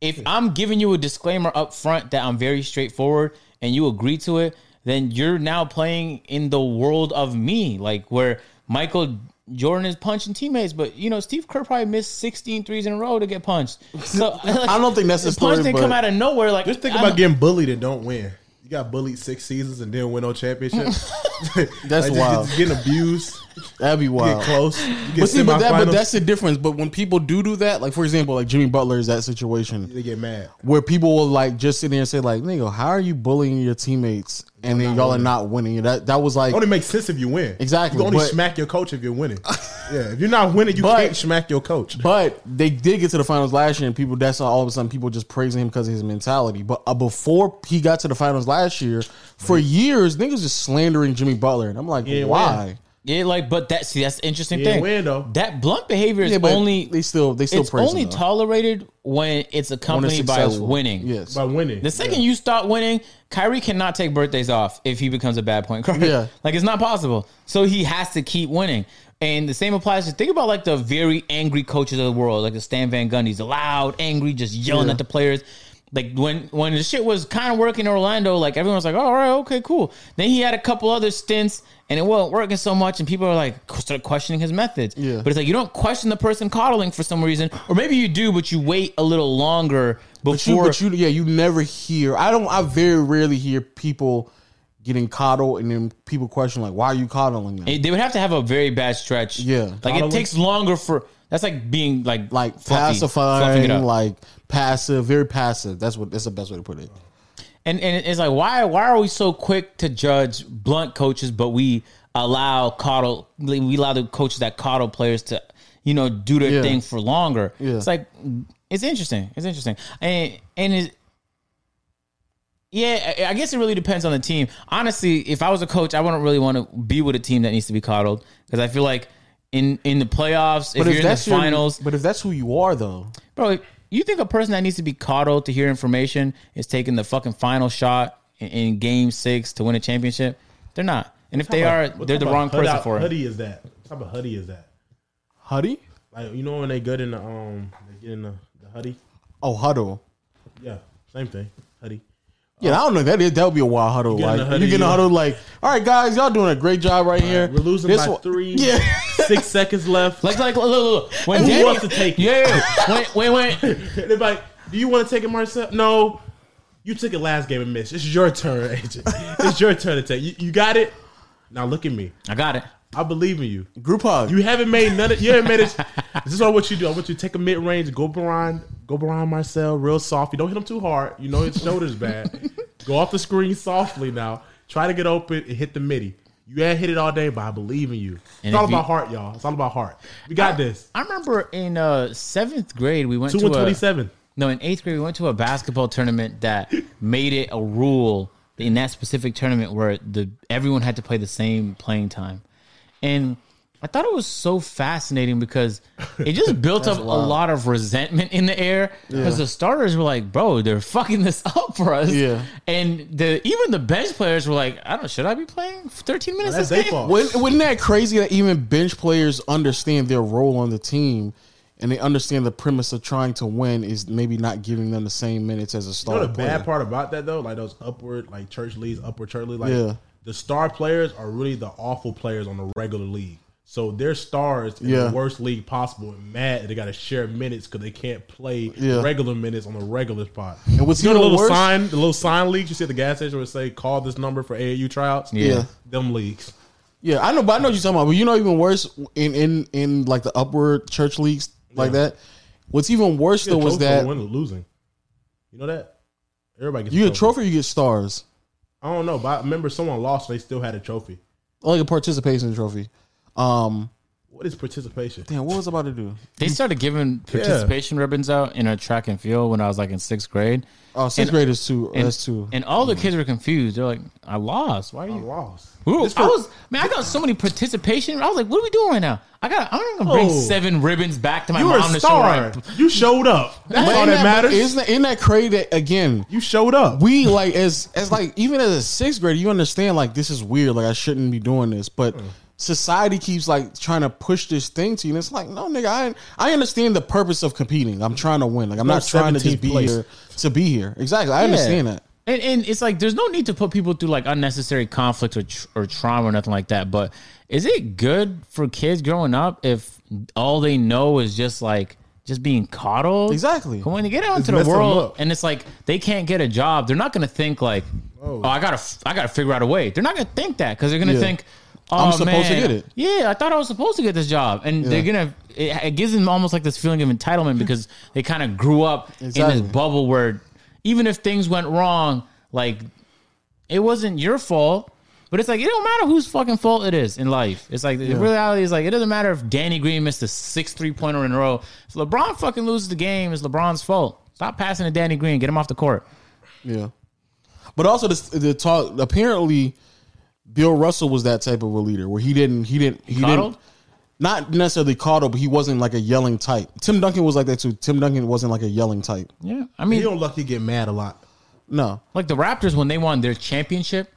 S2: if I'm giving you a disclaimer up front that I'm very straightforward and you agree to it, then you're now playing in the world of me, like where Michael Jordan is punching teammates, but you know Steve Kerr probably missed 16 threes in a row to get punched. So
S1: *laughs* I don't think that's the
S2: the *laughs* punch
S1: story,
S2: didn't
S1: but-
S2: come out of nowhere. Like
S3: Just think
S2: I
S3: about
S2: don't-
S3: getting bullied and don't win. You got bullied six seasons and didn't win no championship.
S1: *laughs* That's
S3: Like,
S1: wild.
S3: Just, just getting abused.
S1: That'd be
S3: Get
S1: wild.
S3: close. You get
S1: But see, but, that, but
S3: semifinals,
S1: that's the difference. But when people do do that, like for example, like Jimmy Butler is that situation
S3: they get mad.
S1: where people will like just sit there and say like, "Nigga, how are you bullying your teammates?" And then y'all are not winning. That that was like
S3: It only makes sense if you win.
S1: Exactly,
S3: You can only
S1: but-
S3: smack your coach if you're winning. yeah. If you're not winning, you
S1: But-
S3: can't smack your coach.
S1: But they did get to the finals last year, and people that's all of a sudden people just praising him because of his mentality. But uh, before he got to the finals last year, for years niggas just slandering Jimmy Butler, and I'm like,
S3: Yeah,
S1: why?
S2: Yeah, like, but that see, that's the interesting
S3: Yeah,
S2: thing.
S3: win, though.
S2: That blunt behavior is
S1: Yeah, but
S2: only
S1: they still they still
S2: it's
S1: praise
S2: only
S1: him, though.
S2: tolerated when it's
S1: When they're
S2: accompanied by
S1: successful.
S2: winning.
S1: Yes,
S3: By winning.
S2: The second you start winning, Kyrie cannot take birthdays off if he becomes a bad point guard.
S1: Yeah.
S2: *laughs* Like it's not possible. So he has to keep winning. And the same applies to think about like the very angry coaches of the world, like the Stan Van Gundy's the loud, angry, just yelling
S1: Yeah.
S2: at the players. Like when when the shit was kind of working in Orlando, like everyone was like, "Oh, all right, okay, cool. Then he had a couple other stints and it wasn't working so much, and people are like started questioning his methods.
S1: Yeah.
S2: But it's like you don't question the person coddling for some reason, or maybe you do, but you wait a little longer
S1: But you,
S2: before
S1: but you, yeah, you never hear. I don't. I very rarely hear people getting coddled, and then people question like, "Why are you coddling them?"
S2: It- they would have to have a very bad stretch.
S1: Yeah.
S2: like it
S3: Probably.
S2: takes longer for. That's like being like
S1: like
S2: fluffy, fluffing
S1: pacifying,
S2: it up.
S1: like passive, very passive. That's what. That's the best way to put it.
S2: and and it's like why why are we so quick to judge blunt coaches, but we allow coddle we allow the coaches that coddle players to you know do their
S1: Yeah.
S2: thing for longer.
S1: Yeah.
S2: It's like it's interesting. It's interesting, and and it, yeah, I- I guess it really depends on the team. Honestly, if I was a coach, I wouldn't really want to be with a team that needs to be coddled because I feel like. In, in the playoffs, if, you're in the
S1: your-
S2: finals,
S1: but if that's who you are, though,
S2: Bro, you think a person that needs to be coddled to hear information is taking the fucking final shot in, in game six to win a championship? They're not. And if they are,
S3: What
S2: they're
S3: type
S2: the
S3: of
S2: wrong
S3: hood-
S2: person for it.
S3: Hoodie is that? What type of hoodie is that?
S1: Huddy.
S3: Like you know when they good in the um they get in the, the hoodie?
S1: Oh, huddle.
S3: Yeah, same thing. Hoodie.
S1: Yeah, I don't know. That is that would be a wild huddle.
S3: You get in
S1: like
S3: a huddle,
S1: you get in a
S3: yeah.
S1: huddle, like, all right, guys, y'all doing a great job right here.
S3: We're losing
S1: This
S3: by
S1: one-
S3: three.
S1: *laughs* Yeah,
S3: Six *laughs* seconds left.
S2: Like, like, look, look, look.
S3: *laughs*
S2: When
S3: Who
S2: Danny,
S3: wants to take it?
S2: yeah, yeah, yeah. when, when, when,
S3: *laughs* They're like, do you want to take it, Marcel? No. You took it last game and missed. It's your turn, *laughs* agent. It's your turn to take. You, you got it. Now look at me.
S2: I got it.
S3: I believe in you.
S1: group hug.
S3: You haven't made none of. You haven't made it. *laughs* This is all what you do. I want you to take a mid range, go behind, go behind Marcel, real soft. You don't hit him too hard. You know his
S2: *laughs*
S3: shoulders bad. Go off the screen softly now. Try to get open and hit the midi. You ain't hit it all day, but I believe in you.
S2: And
S3: it's all
S2: if you-
S3: about heart, y'all. It's all about heart. We got *laughs* this.
S2: I remember in uh, seventh grade, we went
S3: Two
S2: to
S3: and
S2: a,
S3: twenty seven.
S2: No, in eighth grade, we went to a basketball tournament that made it a rule in that specific tournament where the everyone had to play the same playing time, and I thought it was so fascinating because it
S3: *laughs*
S2: just built up a lot of resentment in the air because the starters were like, "Bro, they're fucking this *laughs* up for us,"
S1: Yeah.
S2: and the even the bench players were like, "I don't, should I be playing thirteen minutes?"
S3: That's
S2: this
S3: their
S2: game?
S3: fault.
S1: Wouldn't, wouldn't that crazy that even bench players understand their role on the team and they understand the premise of trying to win is maybe not giving them the same minutes as a
S3: You
S1: star
S3: know the
S1: player.
S3: bad part about that though, like those upward, like church leagues, upward church leagues, like
S1: Yeah.
S3: the star players are really the awful players on the regular league. So they're stars in
S1: Yeah.
S3: the worst league possible, and mad that they got to share minutes because they can't play
S1: Yeah.
S3: regular minutes on the regular spot.
S1: And what's
S3: you know
S1: even
S3: the little
S1: worse-
S3: sign, the little sign leagues you see at the gas station where it say call this number for AAU tryouts.
S1: Yeah.
S3: them leagues.
S1: Yeah, I know, but I know what you're talking about. But you know, even worse in in in like the upward church leagues like that. What's even worse
S3: You
S1: though
S3: get a
S1: was
S3: trophy for
S1: that
S3: winning or losing. You know that everybody gets
S1: you get a trophy, or you get stars,
S3: I don't know, but I remember someone lost. and They still had a trophy.
S1: like a participation trophy. Um,
S3: What is participation?
S1: damn, what was I about to do?
S2: They started giving participation ribbons out in a track and field when I was like in sixth grade,
S1: Oh, sixth grade is two. That's two.
S2: and all
S3: Hmm.
S2: the kids were confused. They're like, "I lost. Why are you?"
S3: Lost.
S2: Ooh,
S3: Oh. This for-
S2: I was man, I got so many participation. I was like, what are we doing right now? I got I'm gonna bring
S3: Oh.
S2: seven ribbons back to my
S3: You were a
S2: mom to show her.
S3: star. You showed up. That's
S1: But
S3: all
S1: isn't that- but
S3: that matters.
S1: Isn't that, isn't that crazy that again?
S3: You showed up.
S1: we like as as like even as a sixth grader, you understand like this is weird. Like I shouldn't be doing this, but society keeps like trying to push this thing to you. And it's like, no, nigga, I I understand the purpose of competing. I'm trying to win. Like I'm
S3: No
S1: not trying to just
S3: 17th
S1: be
S3: place.
S1: here to be here. Exactly, I understand that.
S2: And, and it's like there's no need to put people through like unnecessary conflict or tr- or trauma or nothing like that. But is it good for kids growing up if all they know is just like just being coddled?
S1: Exactly.
S2: But when they get out into the
S3: messing them
S2: world
S3: up.
S2: and it's like they can't get a job, they're not gonna think like, oh, I gotta, f- I gotta figure out a way. They're not gonna think that because they're gonna
S1: Yeah.
S2: think, oh,
S1: I'm supposed to
S2: man,
S1: get it.
S2: Yeah, I thought I was supposed to get this job, and they're gonna. It, it gives them almost like this feeling of
S1: *laughs*
S2: entitlement because they kind of grew up in
S1: Exactly.
S2: this bubble where, even if things went wrong, like it wasn't your fault. But it's like it don't matter whose fucking fault it is in life. It's like the reality is like it doesn't matter if Danny Green missed a six three pointer in a row. If LeBron fucking loses the game, it's LeBron's fault. Stop passing to Danny Green. Get him off the court.
S1: Yeah, but also the, the talk. Apparently, Bill Russell was that type of a leader where he didn't he didn't he
S2: Coddled?
S1: didn't not necessarily coddled, but he wasn't like a yelling type. Tim Duncan was like that too. Tim Duncan wasn't like a yelling type.
S2: Yeah, I
S3: He
S2: mean,
S3: don't lucky get mad a lot.
S1: No,
S2: like the Raptors when they won their championship.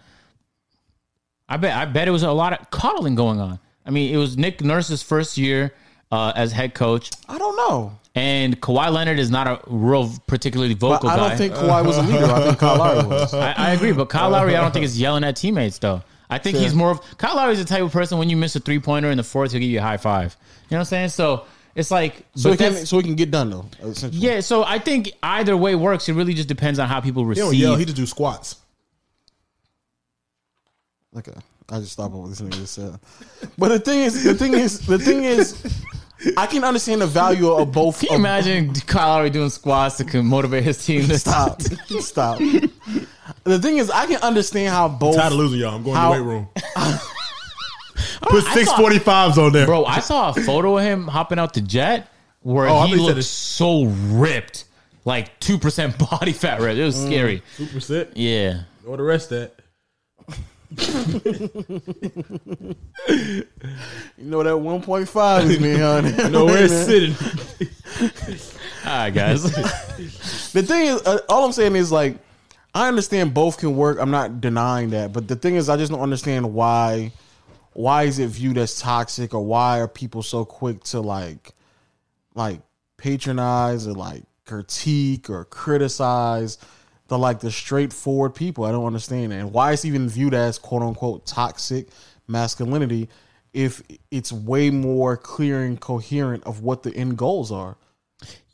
S2: I bet I bet it was a lot of coddling going on. I mean, it was Nick Nurse's first year uh, as head coach,
S1: I don't know.
S2: and Kawhi Leonard is not a real particularly
S1: But
S2: vocal
S1: I
S2: guy.
S1: don't think Kawhi was a leader. I
S2: *laughs*
S1: think Kyle Lowry was.
S2: I, I agree, but Kyle Lowry, I don't
S1: *laughs*
S2: think is yelling at teammates though. I think he's more of Kyle Lowry's the type of person when you miss a three pointer in the fourth, he'll give you a high five. You know what I'm saying? So it's like,
S1: So
S2: but
S1: it can
S2: that's-
S1: so it can get done though. Essentially.
S2: yeah. So I think either way works. It really just depends on how people
S3: He don't
S2: receive.
S3: yell. He just do squats.
S1: Okay. I just stopped what this nigga just said. But the thing is, the thing is, the thing is, I can understand the value of both.
S2: Can you
S1: of-
S2: imagine Kyle Lowry doing squats to co- motivate his team? To stop.
S1: Stop. Stop. The thing is, I can understand how both.
S3: Tired of losing y'all. I'm going
S1: How-
S3: to the weight *laughs* room. Put six forty fives on there.
S2: Bro, I saw a photo of him hopping out the jet where
S3: Oh, I
S2: he
S3: thought you said
S2: looked
S3: it's-
S2: so ripped, like 2% *laughs* body fat ripped. It was
S1: Mm.
S2: scary.
S3: Two percent.
S2: Yeah.
S3: Or the rest that.
S1: You know that 1.5 is
S2: *laughs*
S1: me, honey.
S3: No, where it's sitting.
S2: All right, guys.
S3: *laughs*
S1: The thing is, uh, all I'm saying is like, I understand both can work. I'm not denying that, but the thing is, I just don't understand why. Why is it viewed as toxic, or why are people so quick to like, like patronize or like critique or criticize the like the straightforward people? I don't understand that. And why it's even viewed as quote unquote toxic masculinity if it's way more clear and coherent of what the end goals are.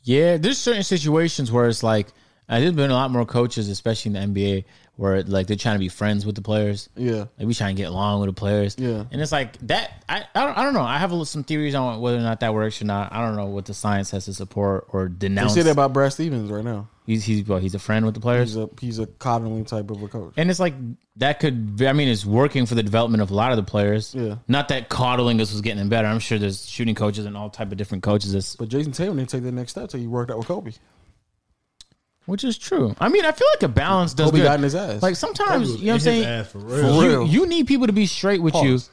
S2: Yeah, there's certain situations where it's like uh, there's been a lot more coaches, especially in the NBA, where like they're trying to be friends with the players.
S1: Yeah.
S2: Like we trying to get along with the players.
S1: Yeah.
S2: and it's like that. I I don't, I don't know. I have a, little- some theories on whether or not that works or not. I don't know what the science has to support or
S1: You
S2: denounce.
S1: say that about Brad Stevens right now.
S2: he's he's well, he's a friend with the players,
S1: He's a he's a coddling type of a coach.
S2: and it's like that could. be- I mean, it's working for the development of a lot of the players.
S1: Yeah.
S2: not that coddling us was getting them better. I'm sure there's shooting coaches and all type of different coaches. That's
S1: But Jason Tatum didn't take that next step till he worked out with Kobe.
S2: Which is true. I mean, I feel like a balance does
S1: Kobe
S2: good.
S1: got in his ass.
S2: Like sometimes, you know what I'm
S3: His
S2: saying?
S3: ass for real.
S1: For
S2: You,
S1: real.
S2: you need people to be straight with you.
S1: Pause.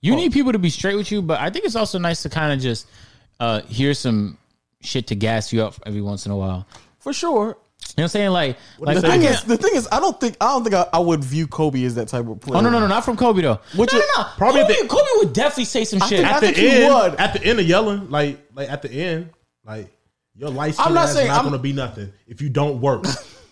S2: You need people to be straight with you, but I think it's also nice to kind of just uh, hear some shit to gas you up every once in a while.
S1: For sure.
S2: You know what I'm saying? Like, like
S1: The
S2: I
S1: thing
S2: get-
S1: is, the thing is, I don't think I don't think I, I would view Kobe as that type of player.
S2: oh no, no, no, not from Kobe though.
S1: Which
S2: no,
S1: is-
S2: no, no.
S3: probably
S2: Kobe,
S3: the-
S2: Kobe would definitely say some shit.
S1: I
S3: At
S1: think
S3: the
S1: he
S3: end,
S1: would.
S3: at the end of yelling, like like at the end, like your life.
S1: I'm
S3: I'm
S1: not
S3: not
S1: saying
S3: not
S1: I'm-
S3: gonna be nothing if you don't *laughs* work.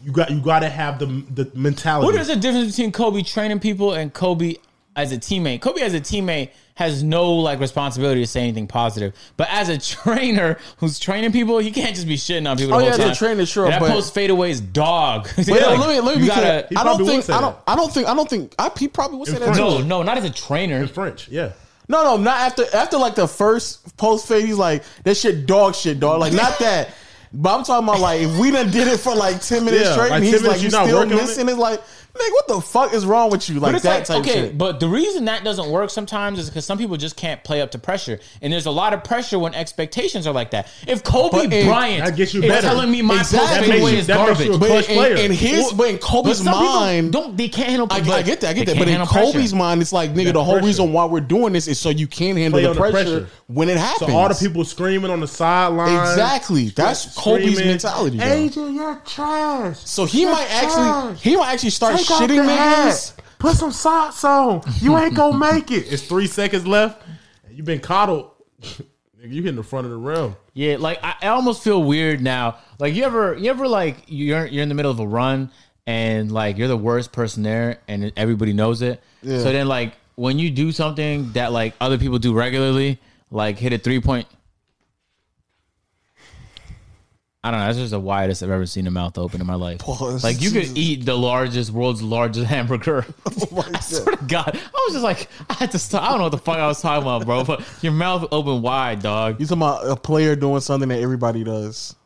S3: you got you got to have the the mentality.
S2: What is the difference between Kobe training people and Kobe as a teammate? Kobe as a teammate has no like responsibility to say anything positive, but as a *laughs* trainer who's training people, he can't just be shitting on people.
S1: Oh,
S2: the
S1: yeah,
S2: whole
S1: as a
S2: time.
S1: trainer, sure,
S2: That
S1: but-
S2: post fadeaway is dog. *laughs*
S1: But
S2: Like,
S1: let me let me
S2: you
S1: be
S2: gotta-
S1: clear. I don't
S3: probably would
S1: think
S3: say
S1: I don't
S3: that.
S1: I don't think I don't think I, he probably would say that.
S3: front.
S1: too.
S2: No, no, not as a trainer.
S3: French? Yeah,
S1: No, no, not after after like the first post fade. He's like that shit, dog shit, dog. Like not that. But I'm talking about like if we done did it for like ten minutes
S3: Yeah,
S1: straight,
S3: like
S1: and
S3: 10
S1: he's like
S3: minutes, you
S1: you
S3: not
S1: still
S3: working on it?
S1: missing. It's like, nigga, what the fuck is wrong with you? Like
S2: But it's
S1: that
S2: like,
S1: type
S2: okay,
S1: shit.
S2: but the reason that doesn't work sometimes is because some people just can't play up to pressure, and there's a lot of pressure when expectations are like that. If Kobe
S1: But it-
S2: Bryant
S3: That gets you
S2: is
S3: better.
S2: telling me my
S1: Exactly.
S2: post
S1: That makes
S2: fadeaway
S1: you-
S2: is
S3: that makes
S2: garbage,
S3: you a
S1: But
S3: clutch
S1: in,
S3: player.
S1: in his,
S2: Well,
S1: but in Kobe's
S2: some people
S1: mind,
S2: don't they can't handle?
S1: I,
S2: but
S1: I get that, I get
S2: they
S1: that. But
S2: can't
S1: in
S2: handle pressure.
S1: Kobe's mind, it's like nigga,
S3: That
S1: the whole
S3: pressure.
S1: reason why we're doing this is so you can handle
S3: Play
S1: the
S3: under
S1: pressure,
S3: pressure.
S1: when it happens.
S3: so all the people screaming on the sideline.
S1: exactly. That's Kobe's
S3: screaming,
S1: mentality. though.
S3: AJ, you're trash.
S1: So he might actually, he might actually start
S3: Take off
S1: shitting
S3: the
S1: niggas.
S3: hat. Put some socks on. You ain't gonna make it. It's three seconds left. and You've been coddled. *laughs* Nigga, you hitting the front of the rim.
S2: Yeah, like I, I almost feel weird now. Like you ever, you ever like you're you're in the middle of a run and like you're the worst person there, and everybody knows it.
S1: Yeah.
S2: So then, like when you do something that like other people do regularly, like hit a three point. I don't know. That's just the widest I've ever seen a mouth open in my life.
S1: Pause.
S2: Like you could
S1: Jesus. Oh
S2: eat the largest, world's largest
S1: *laughs*
S2: *laughs* hamburger.
S1: my
S2: I
S1: God.
S2: swear to God, I was just like, I had to stop. I don't know what the fuck I was talking about, bro. But your mouth open wide, dog.
S1: You talking about a player doing something that everybody does?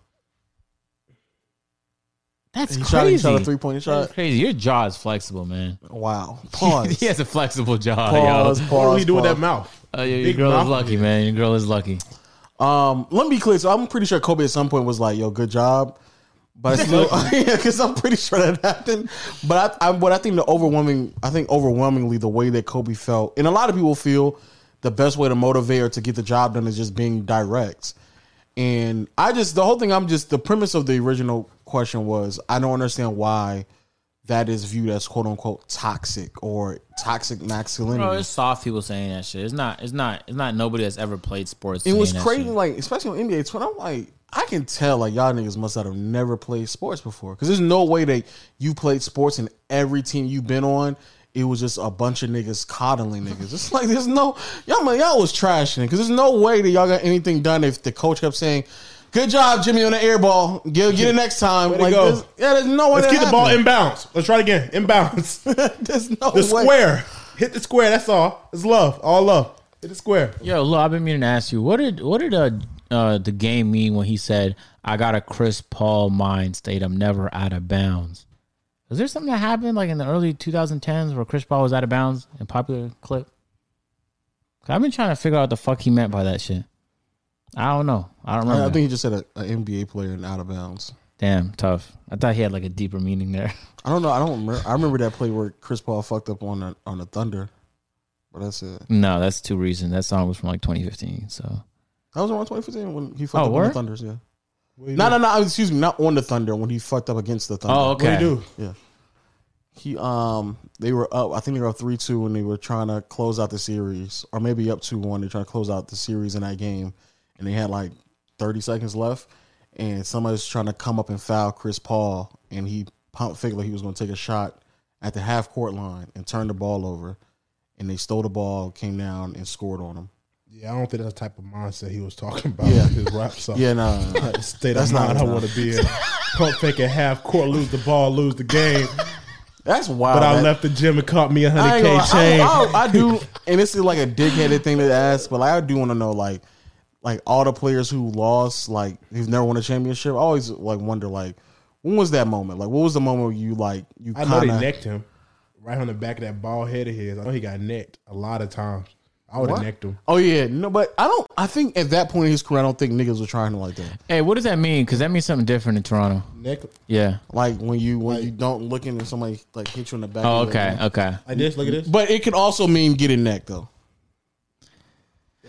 S2: That's
S1: He shot, he
S2: crazy.
S1: shot a three point
S2: That's
S1: shot.
S2: crazy. Your jaw is flexible, man.
S3: *laughs*
S1: Wow. Pause.
S2: *laughs* he has a flexible jaw,
S1: Pause.
S2: yo.
S1: Pause.
S3: What do we do with
S1: pause.
S3: that mouth?
S2: Uh, your, your
S3: Big
S2: girl
S3: mouth.
S2: is lucky, man. Your girl is lucky.
S1: Um, let me be clear. So I'm pretty sure Kobe at some point was like, "Yo, good job," but I
S2: *laughs*
S1: still, *laughs* yeah, because I'm pretty sure that happened. But I, I, but I think the overwhelming, I think overwhelmingly the way that Kobe felt, and a lot of people feel the best way to motivate or to get the job done is just being direct. And I just the whole thing. I'm just the premise of the original question was I don't understand why that is viewed as quote unquote toxic or toxic masculinity.
S2: Bro, it's soft people saying that shit. It's not. It's not. It's not nobody that's ever played sports.
S1: It was
S2: saying that
S1: crazy,
S2: shit.
S1: like especially on NBA Twitter. I'm like, I can tell like y'all niggas must have never played sports before because there's no way that you played sports and every team you've been on. It was just a bunch of niggas coddling niggas. It's like there's no y'all, man, y'all was trashing because there's no way that y'all got anything done if the coach kept saying, "Good job, Jimmy, on the air ball. Get, get it next time."
S3: to
S1: Like,
S3: go.
S1: there's- yeah, there's no way.
S3: Let's
S1: that
S3: get the ball
S1: happened.
S3: inbounds. Let's try it again. Inbounds.
S1: *laughs*
S3: *laughs*
S1: there's no
S3: The
S1: way.
S3: square. Hit the square. That's all. It's love. All love. Hit the square.
S2: Yo, look, I've been meaning to ask you, what did what did uh, uh the game mean when he said, "I got a Chris Paul mind state. I'm never out of bounds." Was there something that happened like in the early 2010s where Chris Paul was out of bounds in popular clip? i I've been trying to figure out what the fuck he meant by that shit. I don't know. I don't
S1: I,
S2: remember.
S1: I think he just said an NBA player and out of bounds.
S2: Damn, tough. I thought he had like a deeper meaning there. *laughs*
S1: I don't know. I don't remember. I remember that play where Chris Paul fucked up on the, on the Thunder, but that's it.
S2: No, that's too recent. That song was from like 2015. So
S1: That was around 2015 when he
S2: Oh,
S1: fucked up on
S2: word?
S1: the Thunders. Yeah. No, no, no. Excuse me. Not on the Thunder when he fucked up against the Thunder.
S2: oh,
S3: What do
S2: okay.
S3: you do?
S1: Yeah. He um they were up. I think they were up three two when they were trying to close out the series, or maybe up two one. They're trying to close out the series in that game, and they had like thirty seconds left, and somebody's trying to come up and foul Chris Paul, and he pump figured like he was going to take a shot at the half court line and turned the ball over, and they stole the ball, came down and scored on
S3: *laughs*
S1: him.
S3: Yeah, I don't think that's the type of mindset he was talking about.
S1: Yeah.
S3: with his rap song.
S1: Yeah, no, no, no. *laughs*
S3: That state
S1: That's
S3: of
S1: not
S3: mind I
S1: enough.
S3: want to be in. *laughs* Pump fake at half court, lose the ball, lose the *laughs* game.
S1: that's wild.
S3: But I
S1: that-
S3: left the gym and caught me a
S1: I,
S3: hundred
S1: ain't
S3: k
S1: gonna-
S3: chain.
S1: I, I- I do, and this is like a dickheaded thing to ask, but like, I do want to know, like, like all the players who lost, like who've never won a championship. I always like wonder, like, when was that moment? Like, what was the moment where you like you
S3: I know
S1: kind
S3: they
S1: of?
S3: necked him right on the back of that bald head of his. I know he got necked a lot of times. I would have
S1: What?
S3: necked him.
S1: Oh yeah, no, but I don't. I think at that point in his career, I don't think niggas were trying to like that.
S2: Hey, what does that mean? Because that means something different in Toronto.
S3: Neck
S2: Yeah.
S1: Like when you when you don't look in and somebody like hit you in the back.
S2: Oh,
S1: of your
S2: okay.
S1: head.
S2: Okay.
S3: like this. Look at this.
S1: But it could also mean getting neck though.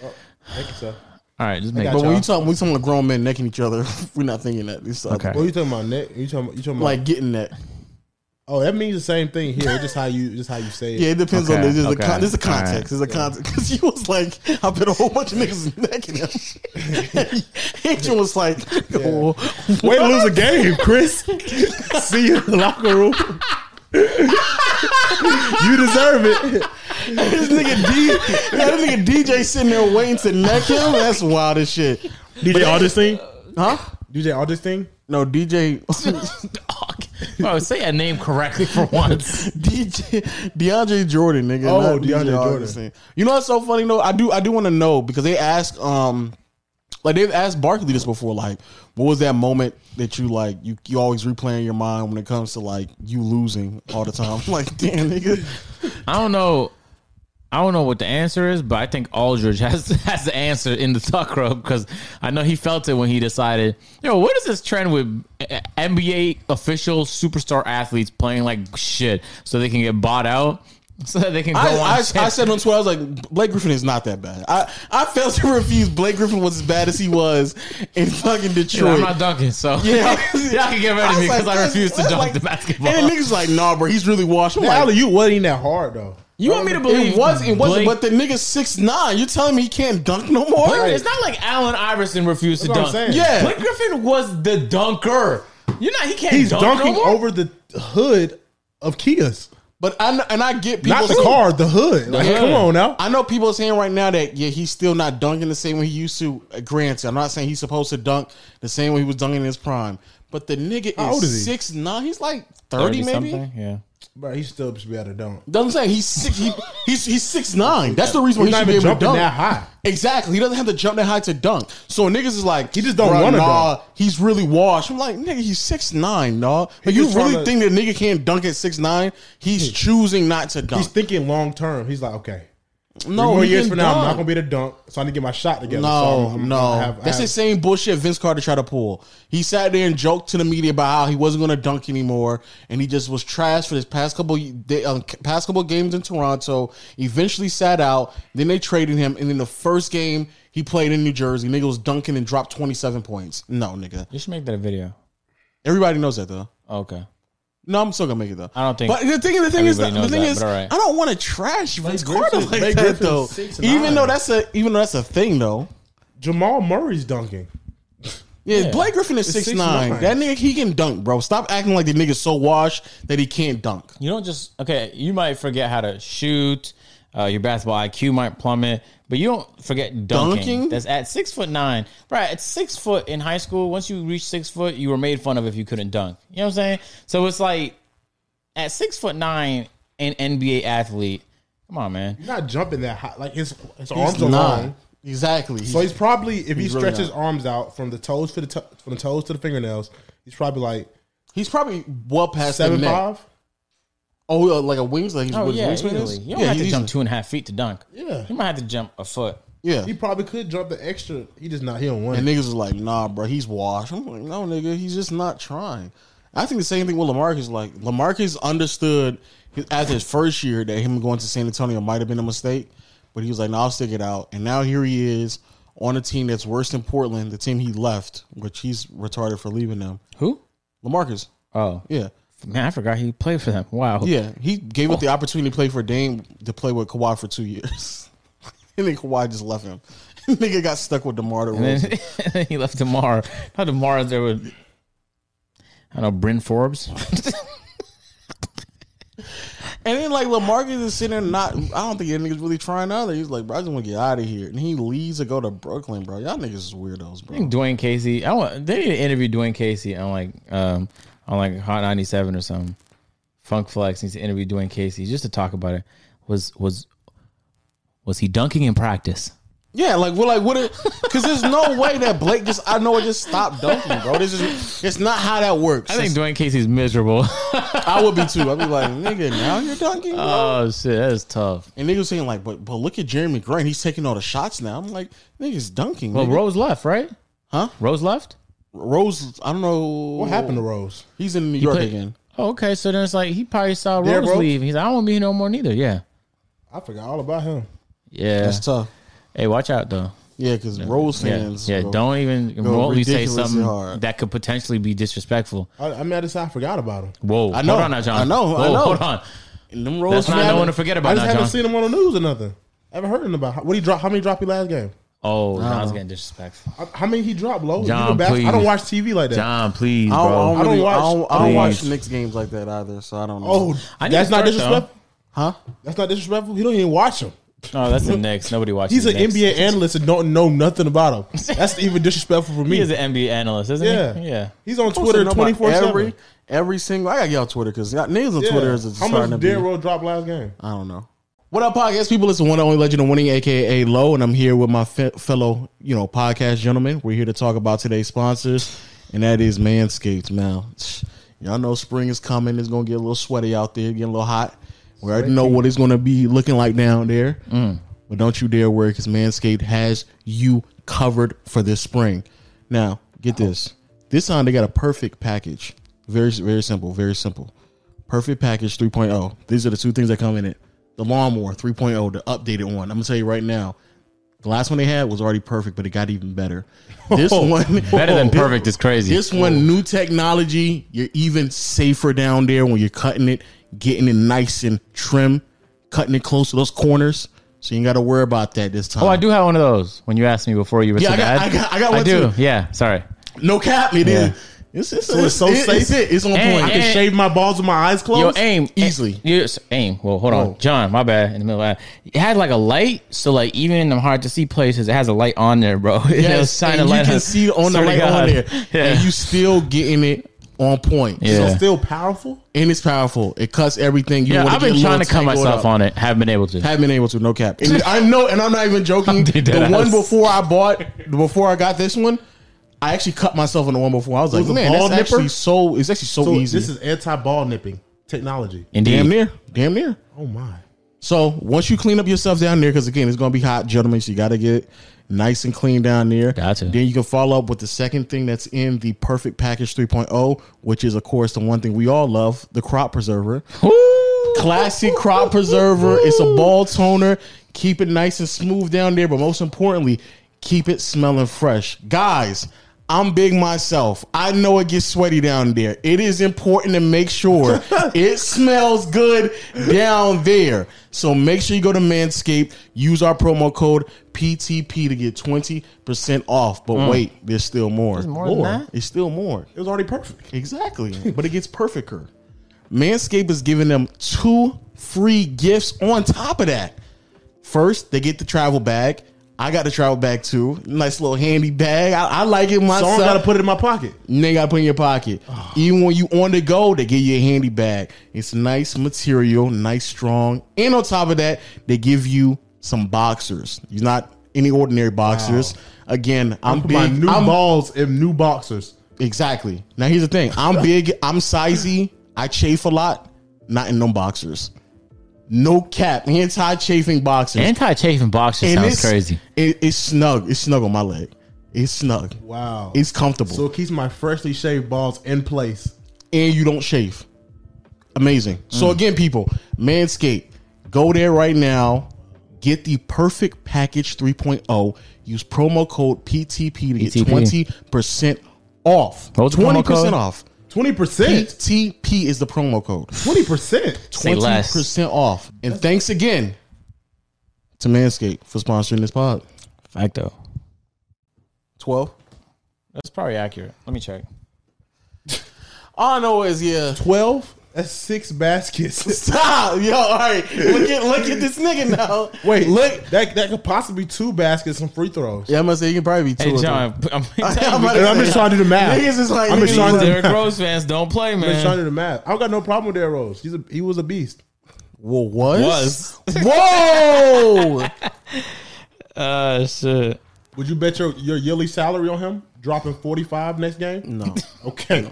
S3: Neck yourself.
S2: All right. Just make
S1: But
S3: Gotcha.
S1: when you talk, when you talking about grown men necking each other, *laughs* we're not thinking that. It's uh,
S2: Okay.
S3: What are you talking about? Neck? You talking? About, you talking about?
S1: like getting neck.
S3: oh, that means the same thing here. It's just how you, just how you say it.
S1: Yeah, it depends on
S2: Okay,
S1: this. There's a
S2: okay,
S1: con- there's a
S2: all right.
S1: context. There's a *laughs* context because you was like, I bet a whole bunch of niggas necking him. *laughs* Adrian was like, oh, *laughs*
S3: Way to lose a game, *laughs* Chris. See you in the locker *laughs* room. you deserve *laughs* it.
S1: this nigga D, that nigga DJ sitting there waiting to neck him. That's wild as shit,
S3: DJ Augustine.
S1: huh?
S3: DJ Augustine.
S1: No, *laughs* DJ,
S2: Bro, say a name correctly for
S1: *laughs*
S2: once.
S1: DJ, DeAndre Jordan, nigga.
S3: Oh,
S1: not
S3: DeAndre Jordan.
S1: Augustine. You know what's so funny though? I do, I do want to know because they ask, um, like they've asked Barkley this before. Like, what was that moment that you like you you always replay in your mind when it comes to like you losing all the time? *laughs* like, damn, nigga.
S2: I don't know. I don't know what the answer is, but I think Aldridge has *laughs* has the answer in the tuck rope because I know he felt it when he decided, yo, what is this trend with uh, NBA official superstar athletes playing like shit so they can get bought out *laughs* so that they can go
S1: I,
S2: on?
S1: I,
S2: shit?
S1: I *laughs* said on Twitter, I was like, Blake Griffin is not that bad. I, I failed *laughs* to refuse Blake Griffin was as bad as he was in fucking Detroit.
S2: I'm not dunking, so
S1: *laughs* Yeah.
S2: *laughs* y'all can get rid of
S1: was
S2: me because
S1: like,
S2: I refuse to
S1: that's
S2: dunk
S1: like-
S2: the basketball.
S1: And the niggas like, nah, bro, he's really washed. I'm like,
S3: Alley, you wasn't that hard though.
S2: you want me to believe
S1: It was. It wasn't.
S2: Blake-
S1: But the nigga's six nine. You telling me he can't dunk no more?
S2: Blake- It's not like Allen Iverson refused to
S3: That's what I'm
S2: dunk.
S3: saying.
S1: Yeah.
S2: Blake Griffin was the dunker. You're not. He can't.
S3: He's
S2: dunk
S3: dunking
S2: no more?
S3: over the hood of Kias.
S1: But I kn- and I get people
S3: Not the
S1: saying-
S3: car, the hood. Like,
S1: Yeah.
S3: come on now.
S1: I know people saying right now that yeah, he's still not dunking the same way he used to. Uh, Granted, I'm not saying he's supposed to dunk the same way he was dunking in his prime. But the nigga
S3: How old
S1: is
S3: is he?
S1: six nine. He's like
S2: 30
S1: thirty, maybe.
S2: something? Yeah.
S3: Bro, he still should be able to dunk.
S1: Doesn't say he's six. He, he's he's six nine. That's the reason why
S3: He's
S1: he
S3: not
S1: should be
S3: even
S1: able to
S3: jumping
S1: dunk.
S3: that high.
S1: Exactly. He doesn't have to jump that high to dunk. So niggas is like,
S3: He just don't
S1: "Bruh,
S3: wanna
S1: Nah, he's really washed. I'm like, nigga, he's six nine, dog. Like, you
S3: just
S1: really
S3: tryna-
S1: think that nigga can't dunk at six nine? He's choosing not to dunk.
S3: He's thinking long term. He's like, okay,
S1: no,
S3: more
S1: he
S3: years
S1: can
S3: from now, I'm not
S1: dunk.
S3: gonna be able to dunk, so I need to get my shot together.
S1: No,
S3: so I'm- I'm-
S1: no.
S3: I have- I
S1: That's
S3: have-
S1: the same bullshit Vince Carter tried to pull. He sat there and joked to the media about how he wasn't going to dunk anymore, and he just was trash for his past couple they, um, past couple games in Toronto. Eventually, sat out. Then they traded him, and then the first game he played in New Jersey, nigga was dunking and dropped twenty seven points. No, nigga.
S2: You should make that a video.
S1: Everybody knows that though.
S2: Okay.
S1: No, I'm still gonna make it though.
S2: I don't think
S1: But the thing, the thing is, the
S2: everybody knows
S1: thing
S2: that,
S1: is,
S2: but all right.
S1: I don't want to trash Vince Carter
S3: Griffin-
S1: like
S3: Blake
S1: that
S3: Griffin's
S1: though.
S3: six and
S1: Even
S3: nine.
S1: though that's a even though that's a thing though.
S3: Jamal Murray's dunking.
S1: Yeah, Blake Griffin is six nine.
S3: 6'9".
S1: That nigga, he can dunk, bro. Stop acting like the nigga's so washed that he can't dunk.
S2: you don't just okay. You might forget how to shoot. Uh, your basketball IQ might plummet, but you don't forget dunking.
S1: Dunking?
S2: That's at six foot nine, right? At six foot in high school, once you reach six foot, you were made fun of if you couldn't dunk. You know what I'm saying? So it's like at six foot nine, an NBA athlete. Come on, man.
S3: He's not jumping that high. Like his his
S1: He's
S3: arms are
S1: nine.
S3: long,
S1: Exactly.
S3: so he's probably if he
S1: He's really
S3: stretches his arms out from the toes to the to- from the toes to the fingernails, he's probably like
S1: he's probably well past seven
S3: seven
S1: the neck.
S3: five.
S1: Oh, yeah, like a wings, like he's
S2: Oh
S1: what his
S2: yeah,
S1: wingspan is?
S2: easily. You don't have
S1: he's
S2: to jump
S1: easy.
S2: two and a half feet to dunk.
S3: Yeah.
S2: you might have to jump a foot.
S1: Yeah,
S3: He probably could jump the extra. He just not. He don't want.
S1: and
S3: it.
S1: niggas is like, nah, bro, he's washed. I'm like, no, nigga, he's just not trying. I think the same thing with Lamarcus. Like Lamarcus understood his, after his first year that him going to San Antonio might have been a mistake, but he was like, no, I'll stick it out. And now here he is on a team that's worse than Portland, the team he left, which he's retarded for leaving them.
S2: Who?
S1: Lamarcus.
S2: Oh
S1: Yeah.
S2: man, I forgot he played for them. Wow.
S1: Yeah. He gave up the opportunity to play for Dame to play with Kawhi for two years. *laughs* and then Kawhi just left him. *laughs* Nigga got stuck with DeMar
S2: And
S1: DeRozan.
S2: then, and then *laughs* he left tomorrow. How tomorrow there would I don't know, Bryn Forbes. *laughs*
S1: And then like LaMarcus is sitting there not I don't think that nigga's really trying either. He's like, bro, I just want to get out of here. And he leaves to go to Brooklyn, bro. Y'all niggas is weirdos,
S2: I
S1: bro.
S2: think Dwayne Casey. I want they need to interview Dwayne Casey on like um on like Hot ninety seven or something. Funk Flex needs to interview Dwayne Casey just to talk about it. Was was was he dunking in practice?
S1: Yeah, like we're like what it cause there's no way that Blake just I know it just stopped dunking, bro. This is it's not how that works.
S2: I think Dwayne Casey's miserable.
S1: I would be too. I'd be like, nigga, now you're dunking? bro?
S2: *laughs* oh shit, that is tough.
S1: And niggas saying like, but but look at Jeremy Grant, he's taking all the shots now. I'm like, niggas dunking.
S2: Well,
S1: nigga.
S2: Rose left, right?
S1: Huh?
S2: Rose left?
S1: Rose, I don't know
S3: What happened to Rose?
S1: He's in New York
S2: played-
S1: again.
S2: Oh, okay. So then it's like he probably saw
S3: Yeah,
S2: Rose
S3: Rose.
S2: leave. He's like, I won't be here no more neither. Yeah.
S3: I forgot all about him.
S2: Yeah.
S1: That's tough.
S2: hey, watch out though.
S1: Yeah, because Rose fans.
S2: Yeah,
S1: bro.
S2: don't even remotely say
S1: ridiculously
S2: something
S1: hard.
S2: that could potentially be disrespectful.
S3: I, I mean, I just I forgot about him.
S2: Whoa,
S1: I know,
S2: hold on, now, John.
S1: I know,
S2: Whoa,
S1: I know.
S2: Hold on,
S1: And them Rose
S2: that's not
S1: fans-
S2: no one to forget
S3: I
S2: about
S3: just
S2: now,
S3: haven't
S2: John.
S3: seen him on the news or nothing. I haven't heard him about. What he dropped? How many dropped he last game?
S2: oh, John's getting disrespectful.
S3: I- How many he dropped? Low. You
S2: John,
S3: know, bas-
S2: please.
S3: I don't watch TV like that.
S2: John, please,
S1: I don't, I
S2: bro.
S1: don't,
S3: I don't
S1: really,
S3: watch-
S1: I don't, I don't
S2: please.
S1: watch Knicks games like that either, so I don't know.
S3: Oh,
S2: I need
S3: that's
S2: to
S3: not
S2: start,
S3: disrespectful.
S1: huh?
S3: That's not disrespectful. He don't even watch him.
S2: No,
S1: *laughs*
S2: that's the Knicks. Nobody watches.
S3: He's
S2: the
S3: an
S2: Knicks.
S3: NBA analyst and don't know nothing about him. That's even disrespectful for me.
S2: He is an NBA analyst, isn't
S3: yeah,
S2: he? Yeah.
S3: He's
S1: Supposed
S3: on
S1: to
S3: Twitter
S1: know about
S3: twenty four seven.
S1: Every every single. I gotta get on Twitter because niggas on Twitter is
S3: How
S1: starting to
S3: much
S1: be.
S3: did Rowe drop last game?
S1: I don't know. What up, podcast people? It's the one and only legend of winning, aka Low, and I'm here with my fe- fellow, you know, podcast gentlemen. We're here to talk about today's sponsors, and that is Manscaped. Now, y'all know spring is coming. It's gonna get a little sweaty out there, getting a little hot. We already know what it's gonna be looking like down there, but don't you dare worry, because Manscaped has you covered for this spring. Now, get this. This time they got a perfect package. Very, very simple. Very simple. Perfect Package 3.0. These are the two things that come in it. The lawnmower 3.0, the updated one. I'm gonna tell you right now, the last one they had was already perfect, but it got even
S3: *laughs*
S1: better. This
S3: Oh.
S1: one
S2: Better
S1: *laughs*
S2: than perfect is crazy.
S1: This one, new technology. You're even safer down there when you're cutting it, getting it nice and trim, cutting it close to those corners. So you ain't gotta worry about that this time.
S2: oh, I do have one of those. When you asked me before, you were
S1: Yeah,
S2: so
S1: I got-
S2: bad.
S1: I got- I got one
S2: do.
S1: too.
S2: Yeah. Sorry.
S1: No cap, it is.
S2: Yeah.
S1: It's, it's,
S3: So it's so
S1: it-
S3: safe?
S1: It's, it. It's on
S2: And-
S1: point.
S3: I can
S2: and-
S3: shave my balls with my eyes
S2: Yo,
S3: closed.
S2: aim
S1: Easily. Oh.
S2: A- yes, Eh, aim. Well, hold on,
S1: Whoa.
S2: John. My bad. In the middle, of it had like a light, so like even in the hard to see places, it has a light on there, bro. *laughs* it was
S1: Yes,
S2: shining
S1: and you
S2: light
S1: can
S2: up.
S1: see on the
S2: Swear to
S1: light on
S2: God. *laughs*
S1: there,
S2: Yeah.
S1: and you still getting it on point.
S2: Yeah.
S3: So still powerful.
S1: and it's powerful. It cuts everything. You
S2: yeah,
S1: wanna
S2: I've been
S1: get a
S2: trying to
S1: little
S2: cut
S1: tangled
S2: myself
S1: up.
S2: on it. Haven't been able to.
S1: Haven't been able to. No
S2: *laughs*
S1: cap. And I know, and I'm not even joking.
S2: I'm dead
S1: The
S2: ass.
S1: one before I bought, before I got this one, I actually cut myself on the one before. I was like,
S3: Was it
S1: man,
S3: ball
S1: that's actually
S3: nipper?
S1: so. It's actually so,
S3: So
S1: easy.
S3: this is anti-ball nipping technology.
S2: Indeed.
S1: damn near, damn near.
S3: Oh my!
S1: So once you clean up yourself down there, because again, it's gonna be hot, gentlemen. So you gotta get it nice and clean down there.
S2: Gotcha.
S1: Then you can follow up with the second thing that's in the Perfect Package 3.0, which is of course the one thing we all love, the crop preserver.
S2: Woo!
S1: Classic crop preserver. It's a ball toner. Keep it nice and smooth down there, but most importantly, keep it smelling fresh. Guys, I'm big myself. I know it gets sweaty down there. It is important to make sure it smells good down there. So make sure you go to Manscaped, use our promo code PTP to get 20% off. But wait, there's still more. There's
S2: Mm. more than that?
S1: It's still more.
S3: It was already perfect.
S1: Exactly. But it gets perfecter. Manscaped is giving them two free gifts on top of that. First, they get the travel bag. I got the travel bag too. Nice little handy bag. I, I like it
S3: So I
S1: myself.
S3: don't gotta put Ah. it in my pocket.
S1: And they gotta put it in your pocket. Even when you on the go, they give you a handy bag. It's nice material, nice strong. And on top of that, they give you some boxers. You're not any ordinary boxers. Again, I'm,
S3: I'm put
S1: big.
S3: my new
S1: I'm
S3: balls in new boxers.
S1: Exactly. Now here's the thing. I'm big. I'm sizey. I chafe a lot. Not in them boxers. No cap. Anti chafing boxers.
S2: Anti chafing boxer
S1: And
S2: sounds
S1: it's-
S2: crazy.
S1: It, it's snug. It's snug on my leg. It's snug.
S3: Wow!
S1: It's comfortable.
S3: so it keeps my freshly shaved balls in place.
S1: and you don't shave. Amazing. So again, people, Manscaped, go there right now. Get the perfect package 3.0. Use promo code PTP to get
S2: PTP.
S1: 20% off.
S2: What's the
S1: 20%
S2: promo code?
S1: off.
S3: Twenty percent.
S1: PTP is the promo code.
S3: Twenty percent.
S2: Say less.
S1: 20% off. And thanks again to Manscaped for sponsoring this pod.
S2: Facto.
S1: 12.
S2: That's probably accurate. Let me check.
S1: All I know is, yeah.
S3: Twelve. That's six baskets.
S1: *laughs* Stop. Yo, all right. Look at, look at this nigga now.
S3: *laughs* Wait,
S1: Look.
S3: look. That that could possibly be two baskets and free throws.
S1: Yeah, I'm going to say you can probably be two.
S2: Hey,
S1: or
S2: John. I'm, *laughs*
S1: three. *laughs* I'm about to
S3: And I'm
S1: say-
S3: just trying to do the math.
S1: Niggas is like,
S3: I'm
S1: niggas
S3: just
S1: is
S3: trying to-
S1: like-
S2: Derrick Rose fans don't play,
S3: Been trying to
S2: man.
S3: do the math. I don't got no problem with Derrick Rose. He's a, he was a beast.
S1: Well, was?
S2: Was.
S1: *laughs* Whoa.
S2: Uh, shit.
S3: Would you bet your, your yearly salary on him dropping forty five next game?
S1: no.
S3: Okay.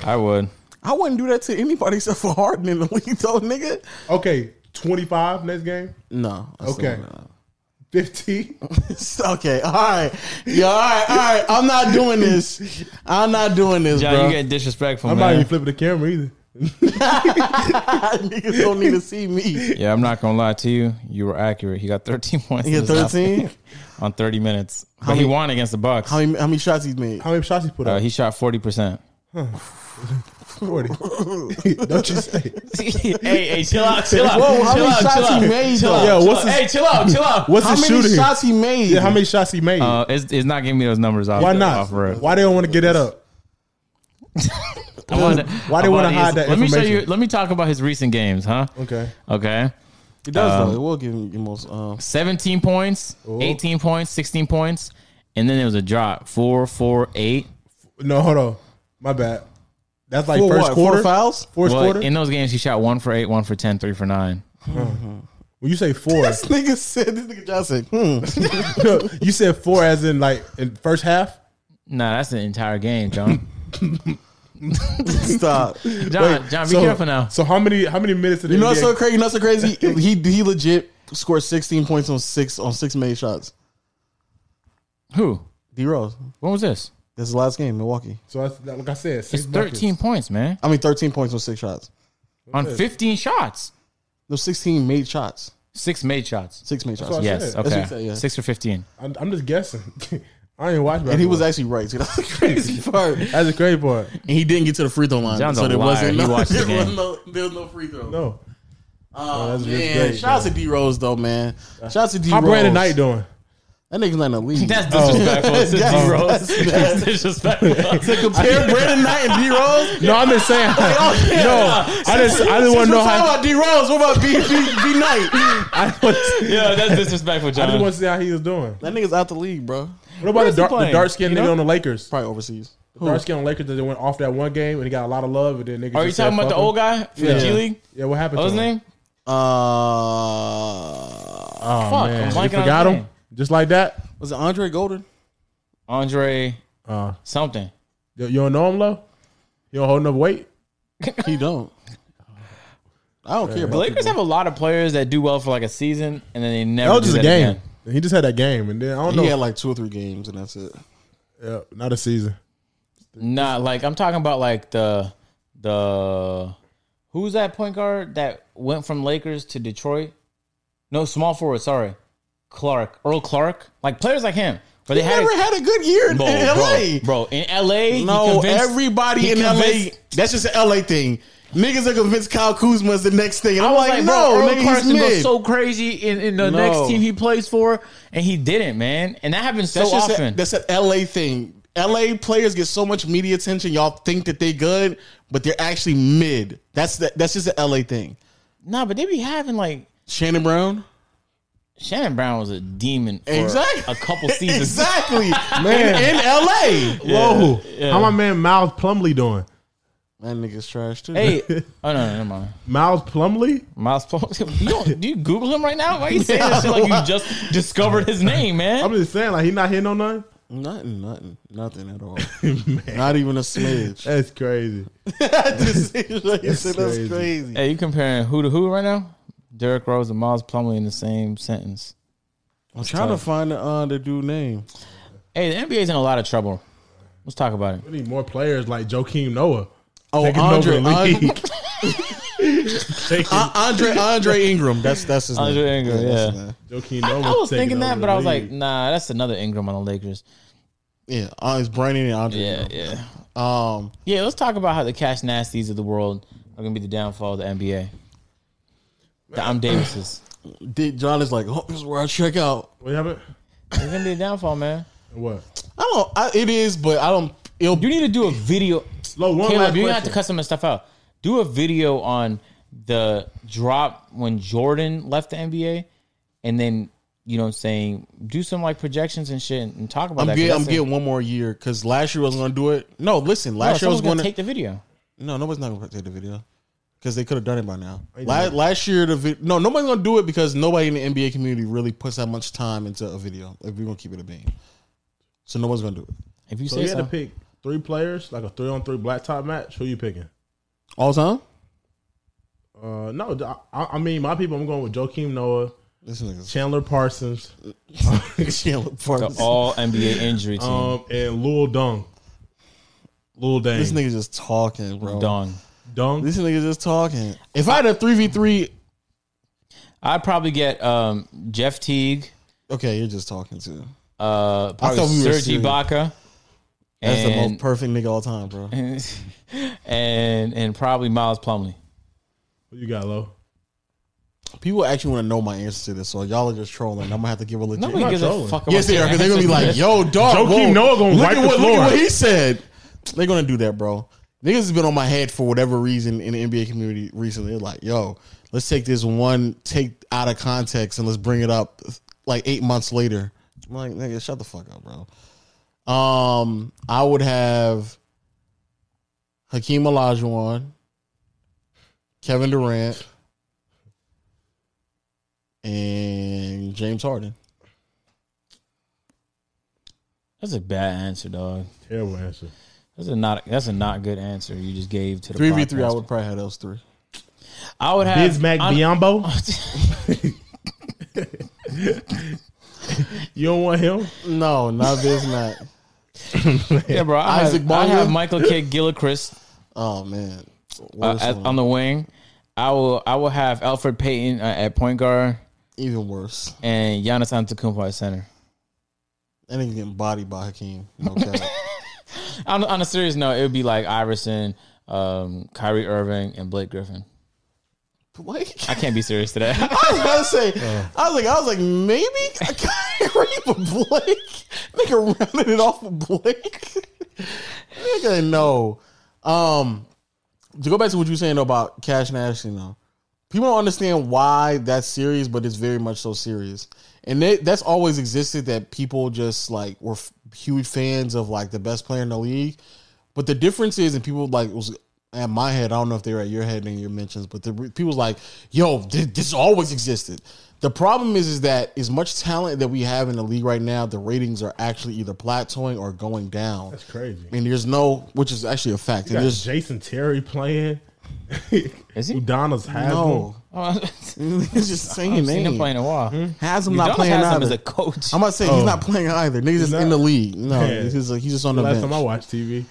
S2: I would.
S1: I wouldn't do that to anybody except for Harden *laughs* in the league, though, nigga.
S3: Okay. Twenty five next game.
S1: No. I still
S3: Okay.
S1: wouldn't.
S3: Fifty.
S1: Okay, all right, yeah, all right, all right. I'm not doing this. I'm not doing this,
S2: John,
S1: bro.
S2: you getting disrespectful,
S3: I'm
S2: man.
S3: not even flipping the camera either.
S1: *laughs* Niggas don't need to see
S3: *laughs*
S1: me.
S2: yeah, I'm not gonna lie to you. You were accurate. He got 13 *laughs* points.
S1: He
S2: in
S1: had
S2: his last
S1: 13?
S2: on 30 minutes. But he
S1: many-
S2: won against the Bucks.
S1: How many, how many shots he's made?
S3: How many shots he put
S2: Uh,
S3: up?
S2: he shot 40 percent.
S3: *laughs*
S1: *laughs*
S3: Forty. Don't you say?
S2: *laughs* hey, hey, chill out, chill out,
S1: Whoa, how
S2: chill
S1: many
S2: out,
S1: shots
S2: chill
S1: he
S2: out,
S1: made,
S2: chill
S1: though?
S2: out,
S1: Yo,
S2: chill
S3: what's
S2: out.
S3: his-
S2: Hey, chill out, chill out.
S3: What's
S1: How
S3: the
S1: many
S3: shooting?
S1: shots he made?
S3: Yeah, how many shots he made?
S2: Uh, it's, it's not giving me those numbers off.
S3: Why
S2: Off
S3: not?
S2: rip.
S3: Why they don't want to get that up?
S2: I wanna-
S3: why they
S2: I
S3: wanna
S2: wanna-
S3: hide that
S2: Let me show you.
S3: information?
S2: Let me talk about his recent games, huh?
S3: Okay.
S2: Okay.
S1: It does
S3: Um,
S1: though. It will give him the most. Um,
S2: 17 points, 18 points, 16 points, and then there was a drop. Four, four, eight.
S3: No, hold on. My bad. That's like
S1: four,
S3: first
S1: what,
S3: quarter.
S1: four
S3: *laughs*
S1: fouls.
S3: First
S2: Well,
S3: quarter.
S2: in those games, he shot one for eight, one for 10, three for nine.
S3: when
S1: *laughs*
S3: you say four, *laughs*
S1: This nigga said. This nigga John said. Hmm. *laughs*
S3: you said four as in like in first half.
S2: Nah, that's the entire game, John.
S1: Stop. You
S2: John, John, be
S3: so,
S2: careful now.
S3: So how many how many minutes did you
S1: know what's so crazy? You know what's so crazy? He he legit scored 16 points on six on six made shots.
S2: Who?
S1: D Rose.
S2: When was this?
S1: That's the last game. Milwaukee.
S3: So that's, that- like I said, six
S2: It's 13
S3: buckets.
S2: points, man,
S1: I mean, 13 points on six shots.
S2: on 15 shots.
S1: No, 16 made shots.
S2: Six made shots.
S1: Six made shots.
S3: what I
S2: Yes,
S3: said.
S1: That's what
S2: okay.
S1: you said, yeah.
S2: Six for 15.
S3: I'm, I'm just guessing. *laughs* I ain't watching.
S1: And he was actually right. too. that's the *laughs* crazy part. And
S3: that's a crazy part.
S1: he didn't get to the free throw line,
S2: John's
S1: so
S2: a
S1: there
S2: liar.
S1: wasn't.
S2: He watched the
S1: *laughs* there
S2: game.
S1: was no, there was no free throw.
S3: No,
S1: Oh,
S3: that's just
S1: man.
S3: great,
S1: Shout out to D Rose though, man. Shout out to D Rose.
S3: how Brandon Knight doing?
S1: That nigga's not in the league. *laughs*
S2: That's disrespectful. to
S1: That's-
S2: D Rose. That's
S1: to
S2: disrespectful.
S1: compare Brandon Knight and D Rose.
S4: No, I'm just saying.
S1: *laughs*
S3: *laughs*
S1: Oh yeah.
S4: No, I just I just want to know
S1: talking
S4: how.
S1: about D Rose. What about B B, B Knight?
S4: I was-
S2: yeah, that's disrespectful,
S3: I just
S2: John.
S3: want to see how he was doing.
S1: That nigga's out the league, bro.
S3: What
S2: Where's
S3: about the
S2: Uh, he
S3: dark, the
S2: playing?
S3: dark skinned
S2: You
S3: nigga
S2: know?
S3: on the Lakers?
S1: Probably overseas.
S3: Dark skinned on the Lakers that they went off that one game and he got a lot of love and then niggas.
S2: Are you
S3: just said,
S2: talking about the
S3: "Fuck him."
S2: old guy from the G
S3: Yeah.
S2: League?
S3: Yeah, what happened?
S2: What was
S3: to
S2: his name?
S1: Uh,
S3: Oh,
S2: Fuck, I'm
S3: man.
S2: blanking
S3: you
S2: on
S3: forgot
S2: his
S3: him
S2: name.
S3: just like that.
S1: was it Andre Golden?
S2: Andre
S3: Uh,
S2: something.
S3: you, you don't know him, low. You don't hold enough weight.
S1: He don't. I don't care
S2: The
S1: about
S2: Lakers
S1: people.
S2: have a lot of players that do well for like a season and then they never.
S3: That was
S2: do
S3: just a
S2: that
S3: game.
S2: again.
S3: He just had that game, and then I don't
S1: He
S3: know.
S1: had like two or three games, and that's it.
S3: yeah, not a season.
S2: Nah, like I'm talking about like the the who's that point guard that went from Lakers to Detroit? No, small forward. Sorry, Clark Earl Clark. Like players like him, but they
S1: He
S2: had.
S1: never had a good year in,
S2: Bro,
S1: in LA.
S2: bro, bro, in LA, he
S1: No,
S2: convinced-
S1: everybody
S2: he
S1: in LA.
S2: convinced-
S1: That's just an LA thing. Niggas are convinced Kyle Kuzma is the next thing. And
S2: I
S1: I'm
S2: was
S1: like,
S2: like,
S1: no,
S2: bro, Earl
S1: nigga, he's
S2: Clarkson goes
S1: mid.
S2: so crazy in, in the
S1: No.
S2: next team he plays for, and he didn't, man. And that happens so
S1: that's just
S2: often.
S1: A, that's an LA thing. LA players get so much media attention. Y'all think that they good, but they're actually mid. That's the, that's just an LA thing.
S2: nah, but they be having like
S1: Shannon Brown,
S2: Shannon Brown was a demon for
S1: exactly.
S2: a couple seasons. *laughs*
S3: *laughs*
S1: exactly,
S3: Man.
S1: man. In, LA,
S3: Whoa, how my man Miles Plumley doing?
S1: that nigga's trash too.
S2: Hey, oh no, no, never mind.
S3: Miles Plumley?
S2: Miles Plumlee. *laughs* You don't, do you Google him right now? Why are you saying this shit like
S3: *laughs*
S2: you just discovered his name,
S3: I'm
S2: man?
S3: just saying, like he not hitting on nothing.
S1: nothing, nothing, nothing at *laughs* all. Not even a *laughs* smidge.
S3: That's crazy.
S1: This is like- that's,
S3: crazy.
S1: crazy.
S2: Hey, you comparing who to who right now? Derrick Rose and Miles Plumlee in the same sentence.
S1: I'm trying to find the uh, the dude name.
S2: Hey, the NBA's in a lot of trouble. Let's talk about it.
S3: We need more players like Joakim Noah.
S1: Oh,
S3: Taking
S1: Andre,
S3: over the
S1: An- *laughs*
S3: league. Taking
S1: Uh, Andre, Andre Ingram. That's that's his
S2: Andre
S1: name.
S2: Ingram,
S1: that's
S2: yeah.
S1: his name.
S3: Joakim
S2: I,
S3: Noah.
S2: I was
S3: taking
S2: thinking that,
S3: over
S2: but
S3: the
S2: I was like,
S3: league.
S2: nah, that's another Ingram on the Lakers.
S1: yeah. Uh, it's Brandon and Andre.
S2: Yeah,
S1: Ingram.
S2: yeah.
S1: Um,
S2: Yeah, let's talk about how the cash nasties of the world are going to be the downfall of the NBA. The I'm Davises.
S1: Dick John is like, oh, this is where I check out.
S3: what happened?
S2: It's going to be the downfall, man.
S3: What?
S1: I don't. I, it is, but I don't. It'll.
S2: You need to do a video.
S3: Low one
S2: Caleb,
S3: last
S2: you have
S3: question.
S2: to cut some of the stuff out. Do a video on the drop when Jordan left the NBA, and then you know what I'm saying do some like projections and shit and talk about
S1: I'm
S2: that. 'cause
S1: getting. I'm
S2: that's a-
S1: getting one more year because last year I was gonna do it. No, listen.
S2: No,
S1: Last year I was
S2: someone's gonna,
S1: gonna.
S2: take the video.
S1: no, nobody's not gonna take the video because they could have done it by now. Last, last year the vid- no nobody's gonna do it because nobody in the NBA community really puts that much time into a video. If we're gonna keep it a beam, so no one's gonna do it
S2: If you
S3: So
S2: say
S3: you had to
S2: so.
S3: pick three players, like a three on three blacktop match. Who you picking?
S1: all the time.
S3: Uh, no, I, I- I mean my people. I'm going with Joakim Noah,
S1: This nigga's
S3: Chandler Parsons,
S1: Chandler
S2: the
S1: Parsons.
S2: All NBA injury team.
S1: Oh,
S3: um, and Lil Dung. Lil Dang.
S1: This nigga just talking, bro.
S2: Dong.
S3: Dung.
S1: This nigga just talking. If I had a three v three,
S2: I'd probably get um, Jeff Teague,
S1: okay, you're just talking too.
S2: uh, probably
S1: thought we were
S2: Serge
S1: serious.
S2: Ibaka,
S1: That's the
S2: and,
S1: most perfect nigga all time, bro.
S2: *laughs* and and probably Miles Plumlee.
S3: Who you got, Low?
S1: People actually want to know my answer to this, so y'all are just trolling. I'm gonna have to give a legit.
S2: Nobody
S3: not
S2: gives a
S3: trolling.
S2: fuck. About
S1: yes, they
S2: your
S1: are. Because they're gonna be
S2: answers.
S1: like, "Yo, dog,
S3: Joakim Noah gonna
S1: look
S3: wipe
S1: at
S3: the
S1: what, Look
S3: floor.
S1: at what he said." They're gonna do that, bro. Niggas has been on my head for whatever reason in the NBA community recently. They're like, "Yo, let's take this one take out of context and let's bring it up like eight months later." I'm like, "Nigga, shut the fuck up, bro." Um, I would have Hakeem Olajuwon, Kevin Durant, and James Harden.
S2: That's a bad answer, dog.
S3: Terrible answer.
S2: That's a not. That's a not good answer you just gave to the
S1: Three v three, I
S2: podcast.
S1: would probably have those three.
S2: I would have
S3: Bismack
S2: I'm-
S3: Biombo.
S2: *laughs*
S3: You don't want him?
S1: No, not this not.
S2: yeah, bro. I
S1: Isaac
S2: have, I
S1: Bonga?
S2: have Michael
S1: *laughs*
S2: Kidd Gilchrist
S1: Oh man,
S2: uh,
S1: worse
S2: at-
S1: one.
S2: on the wing. I will. I will have Alfred Payton uh, at point guard
S1: even worse.
S2: and Giannis Antetokounmpo at center.
S1: That nigga getting bodied by Hakeem. *laughs* No cap.
S2: On, on a serious note, it would be like Iverson, um, Kyrie Irving, and Blake Griffin.
S1: Blake.
S2: I can't be
S1: *laughs*
S2: serious today. *laughs*
S1: I was about to say, I was like, I was like, maybe *laughs* I can't read with Blake. Nigga rounded it off with Blake. Nigga, no. Um, to go back to what you were saying though about Cash and Ashley now, people don't understand why that's serious, but it's very much so serious. And they, that's always existed that people just like were f- huge fans of like the best player in the league. But the difference is, and people like was at my head. I don't know if they were at your head in your mentions, but the re- people was like, "Yo, thi- this always existed." The problem is, is that as much talent that we have in the league right now, the ratings are actually either plateauing or going down.
S3: That's crazy.
S1: And there's no, which is actually a fact.
S3: You
S1: And
S3: got
S1: there's
S3: Jason Terry playing. *laughs*
S2: Is he?
S3: Udonis has
S1: no. *laughs*
S3: him.
S2: Oh,
S1: He's just saying
S2: I've seen him
S1: name.
S2: play in a while.
S1: Has him
S2: Udonis
S1: Hmm? not playing
S2: has him
S1: either.
S2: as a coach.
S1: I'm about to say he's not playing either. Niggas just in the
S3: Oh. not.
S1: league. No,
S3: Yeah.
S1: he's just, he's just on
S3: The
S1: the
S3: last
S1: bench.
S3: time I watched TV,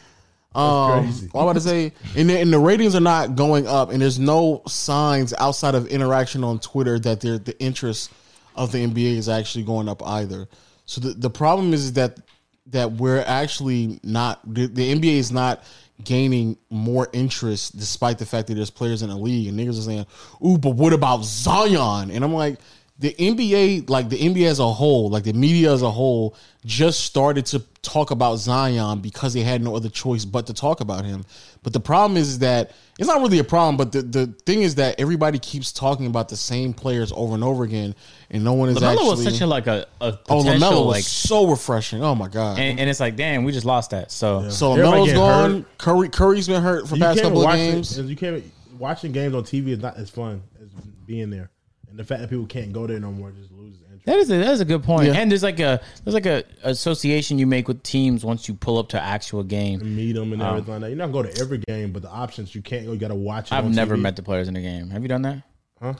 S1: Um,
S3: crazy.
S1: well, I'm about to say, and the, and the ratings are not going up, and there's no signs outside of interaction on Twitter that they're, the interest of the NBA is actually going up either. So the, the problem is that that we're actually not the, the NBA is not gaining more interest despite the fact that there's players in the league and niggas are saying, "Ooh, but what about Zion?" And I'm like, the NBA, like the NBA as a whole, like the media as a whole, just started to talk about Zion because they had no other choice but to talk about him. But the problem is that it's not really a problem, but the, the thing is that everybody keeps talking about the same players over and over again, and no one is
S2: LaMelo
S1: actually.
S2: was such a like a, a
S1: oh,
S2: potential
S1: Lamelo was
S2: like,
S1: so refreshing. Oh my god.
S2: and, and it's like, damn, we just lost that. So
S1: so
S3: Everybody
S1: Lamelo's
S3: get
S1: gone. Curry Curry's been hurt for the
S3: you
S1: past
S3: can't
S1: couple of
S3: watch
S1: games.
S3: It, you can't watching games on TV is not as fun as being there, and the fact that people can't go there no more just loses interest.
S2: That is a, that is a good point.
S1: Yeah.
S2: And there's like a there's like a association you make with teams once you pull up to actual game.
S3: Meet them and everything. like that. You're not going to every game, but the options you can't go. You got to watch. It
S2: I've
S3: on
S2: never
S3: TV.
S2: met the players in a game. Have you done that?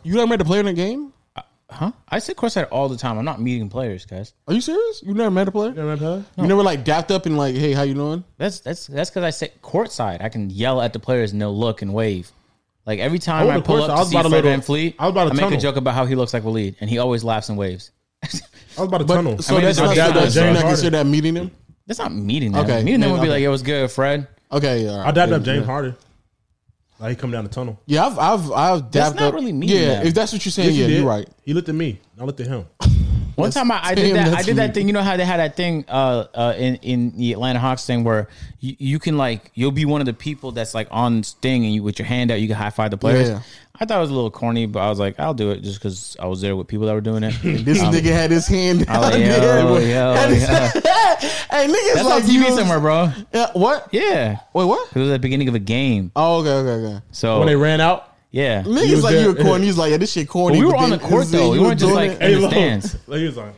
S1: You never met a player in a game?
S2: Huh? I sit courtside all the time. I'm not meeting players, guys.
S1: Are you serious? You never met a player?
S3: You never met the player?
S1: You never like dapped up and like, hey, how you doing?
S2: That's that's that's because I sit courtside. I can yell at the players and they'll look and wave. Like every time
S3: went
S2: I
S3: to
S2: pull
S3: courtside,
S2: up
S3: I
S2: to
S3: was
S2: see
S3: about a
S2: Fred
S3: little-
S2: VanVleet,
S3: I was about a
S2: I make a
S3: tunnel.
S2: joke about how he looks like Waleed, and he always laughs and waves.
S3: I was about to tunnel.
S1: So
S2: I mean,
S1: that's
S2: I
S1: not,
S2: dapped
S1: that's
S2: up
S1: not
S3: James
S1: consider that meeting him.
S2: That's not meeting them.
S1: Okay.
S2: Meeting them would be
S1: Okay.
S2: like, "Yo, what's good, Fred?"
S1: Okay, yeah, all right.
S3: I dabbed up James Harden. Like he come down the tunnel.
S1: Yeah, I've I've I've dapped
S2: That's not
S1: up.
S2: really meeting
S1: yeah,
S2: them.
S1: if that's what you're saying,
S3: Yes, he
S1: yeah,
S3: did.
S1: you're right.
S3: He looked at me. and I looked at him.
S2: One time I, I did
S1: Damn, *laughs*
S2: that. I
S1: that's
S2: did
S1: weird.
S2: that thing. You know how they had that thing uh, uh, in in the Atlanta Hawks thing where you, you can like you'll be one of the people that's like on sting and you with your hand out you can high five the players.
S1: Yeah.
S2: I thought it was a little corny, but I was like, I'll do it just because I was there with people that were
S1: *laughs*
S2: doing it.
S3: Oh.
S1: This nigga had his hand
S2: I was
S1: out
S2: like,
S1: there.
S2: yo, yo,
S1: Had his-
S2: Oh, yeah.
S1: *laughs* hey, niggas
S2: That's
S1: like
S2: on TV
S1: you know-
S2: somewhere, bro.
S1: Yeah, what?
S2: Yeah,
S1: Wait, what?
S2: it was at the beginning of a game.
S1: Oh, okay, okay, okay.
S3: When they
S2: So
S3: ran out,
S2: yeah,
S1: Niggas
S3: was
S1: like
S3: there.
S1: you were corny. He's like, yeah, this shit corny.
S2: But we
S1: but
S2: were on
S1: then-
S2: the court,
S1: is-
S2: though. We
S1: you
S2: weren't just,
S1: doing
S2: like,
S1: it.
S2: in the
S3: look.
S2: stands.
S3: *laughs* Like he was like,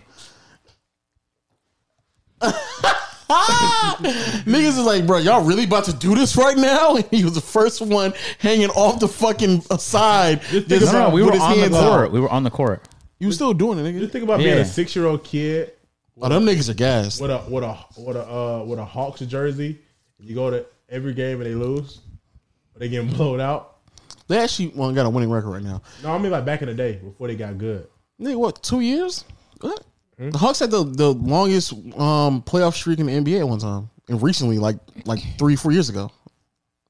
S1: Ah! niggas is like, bro, y'all really about to do this right now? *laughs* And he was the first one hanging off the fucking side.
S3: Just think
S1: Just
S2: no, no, we
S1: with
S2: were
S1: his
S2: on the
S1: hands
S2: court.
S1: out.
S2: We were on the court.
S1: You still doing it,
S3: just
S1: nigga?
S3: think about being
S2: Yeah.
S3: a six year old kid
S1: Oh, them niggas are gassed.
S3: with a with a with a uh, with a Hawks jersey. You go to every game and they lose, but they getting *laughs* blown out.
S1: They actually well, got a winning record right now.
S3: No, I mean like back in the day before they got good.
S1: Nigga, what two years? What? The Hawks had the, the longest um, playoff streak in the NBA at one time, and recently, like like three four years ago,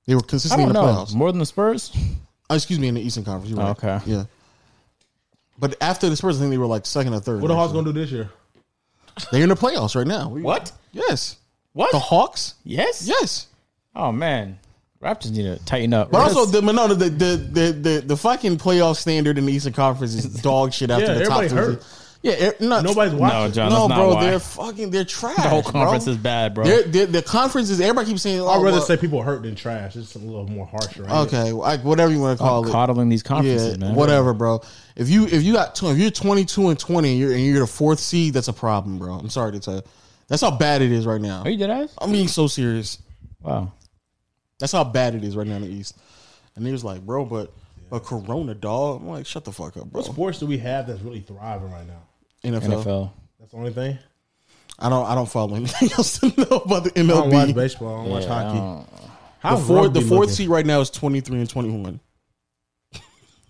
S1: they were
S2: I
S1: consistently
S2: don't
S1: in the
S2: know
S1: playoffs.
S2: more than the Spurs.
S1: Oh, excuse me, in the Eastern Conference. You're right.
S2: Okay.
S1: yeah. But after the Spurs, I think they were like second or third.
S3: What the Hawks
S1: actually.
S3: gonna do this year?
S1: They're in the playoffs right now.
S2: What?
S1: Yes,
S2: What?
S1: the Hawks.
S2: yes.
S1: Yes,
S2: Oh man, Raptors need to tighten up.
S1: but also the no, the, the the the the fucking playoff standard in the Eastern Conference is dog shit after
S3: Yeah,
S1: the top.
S3: everybody
S1: three.
S3: hurt.
S1: Yeah, er, no,
S3: Nobody's
S2: no,
S3: watching.
S2: John,
S1: no,
S2: that's not
S1: bro,
S2: why.
S1: they're fucking they're trash.
S2: *laughs* The whole conference
S1: bro.
S2: is bad, bro.
S1: They're, they're, the conferences, everybody keeps saying, oh,
S3: I'd rather
S1: well,
S3: say people hurt than trash. It's a little more harsher. Right
S1: okay, like whatever you want to call it.
S2: coddling these
S1: Yeah,
S2: conferences, man.
S1: whatever, bro. If you if you got tw- if you're 22 and 20 and you're and you're the fourth seed, that's a problem, bro. I'm sorry to tell you. That's how bad it is right now.
S2: Are Oh, you dead ass?
S1: I'm being so serious.
S2: Wow.
S1: That's how bad it is right now in the East. And he was like, bro, but but Corona, dog. I'm like, shut the fuck up, bro.
S3: What sports do we have that's really thriving right now?
S1: NFL.
S2: NFL.
S3: That's the only thing.
S1: I don't I don't follow *laughs* anything else to know about the MLB.
S3: I don't watch baseball. I don't watch hockey. How
S1: the fourth, the
S3: rugby
S1: fourth
S3: looking?
S1: seed right now is 23 and 21.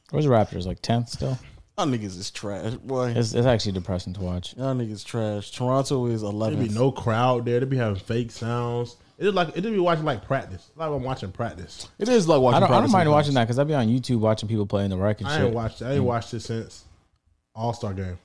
S2: Where's the Raptors? Like 10th still?
S1: Y'all niggas is trash, boy.
S2: It's, it's actually depressing to watch.
S1: Y'all niggas trash. Toronto is
S3: There'd be
S1: 11.
S3: no crowd there. They'd be having fake sounds. It's like it just be watching like practice. Like I'm watching practice.
S1: It is like watching.
S2: I don't, I don't
S1: practice
S2: mind
S1: sometimes.
S2: watching that because I'd be on YouTube watching people playing the wreck and
S3: I
S2: shit.
S3: ain't watched.
S1: Mm.
S3: I ain't watched it since All Star game.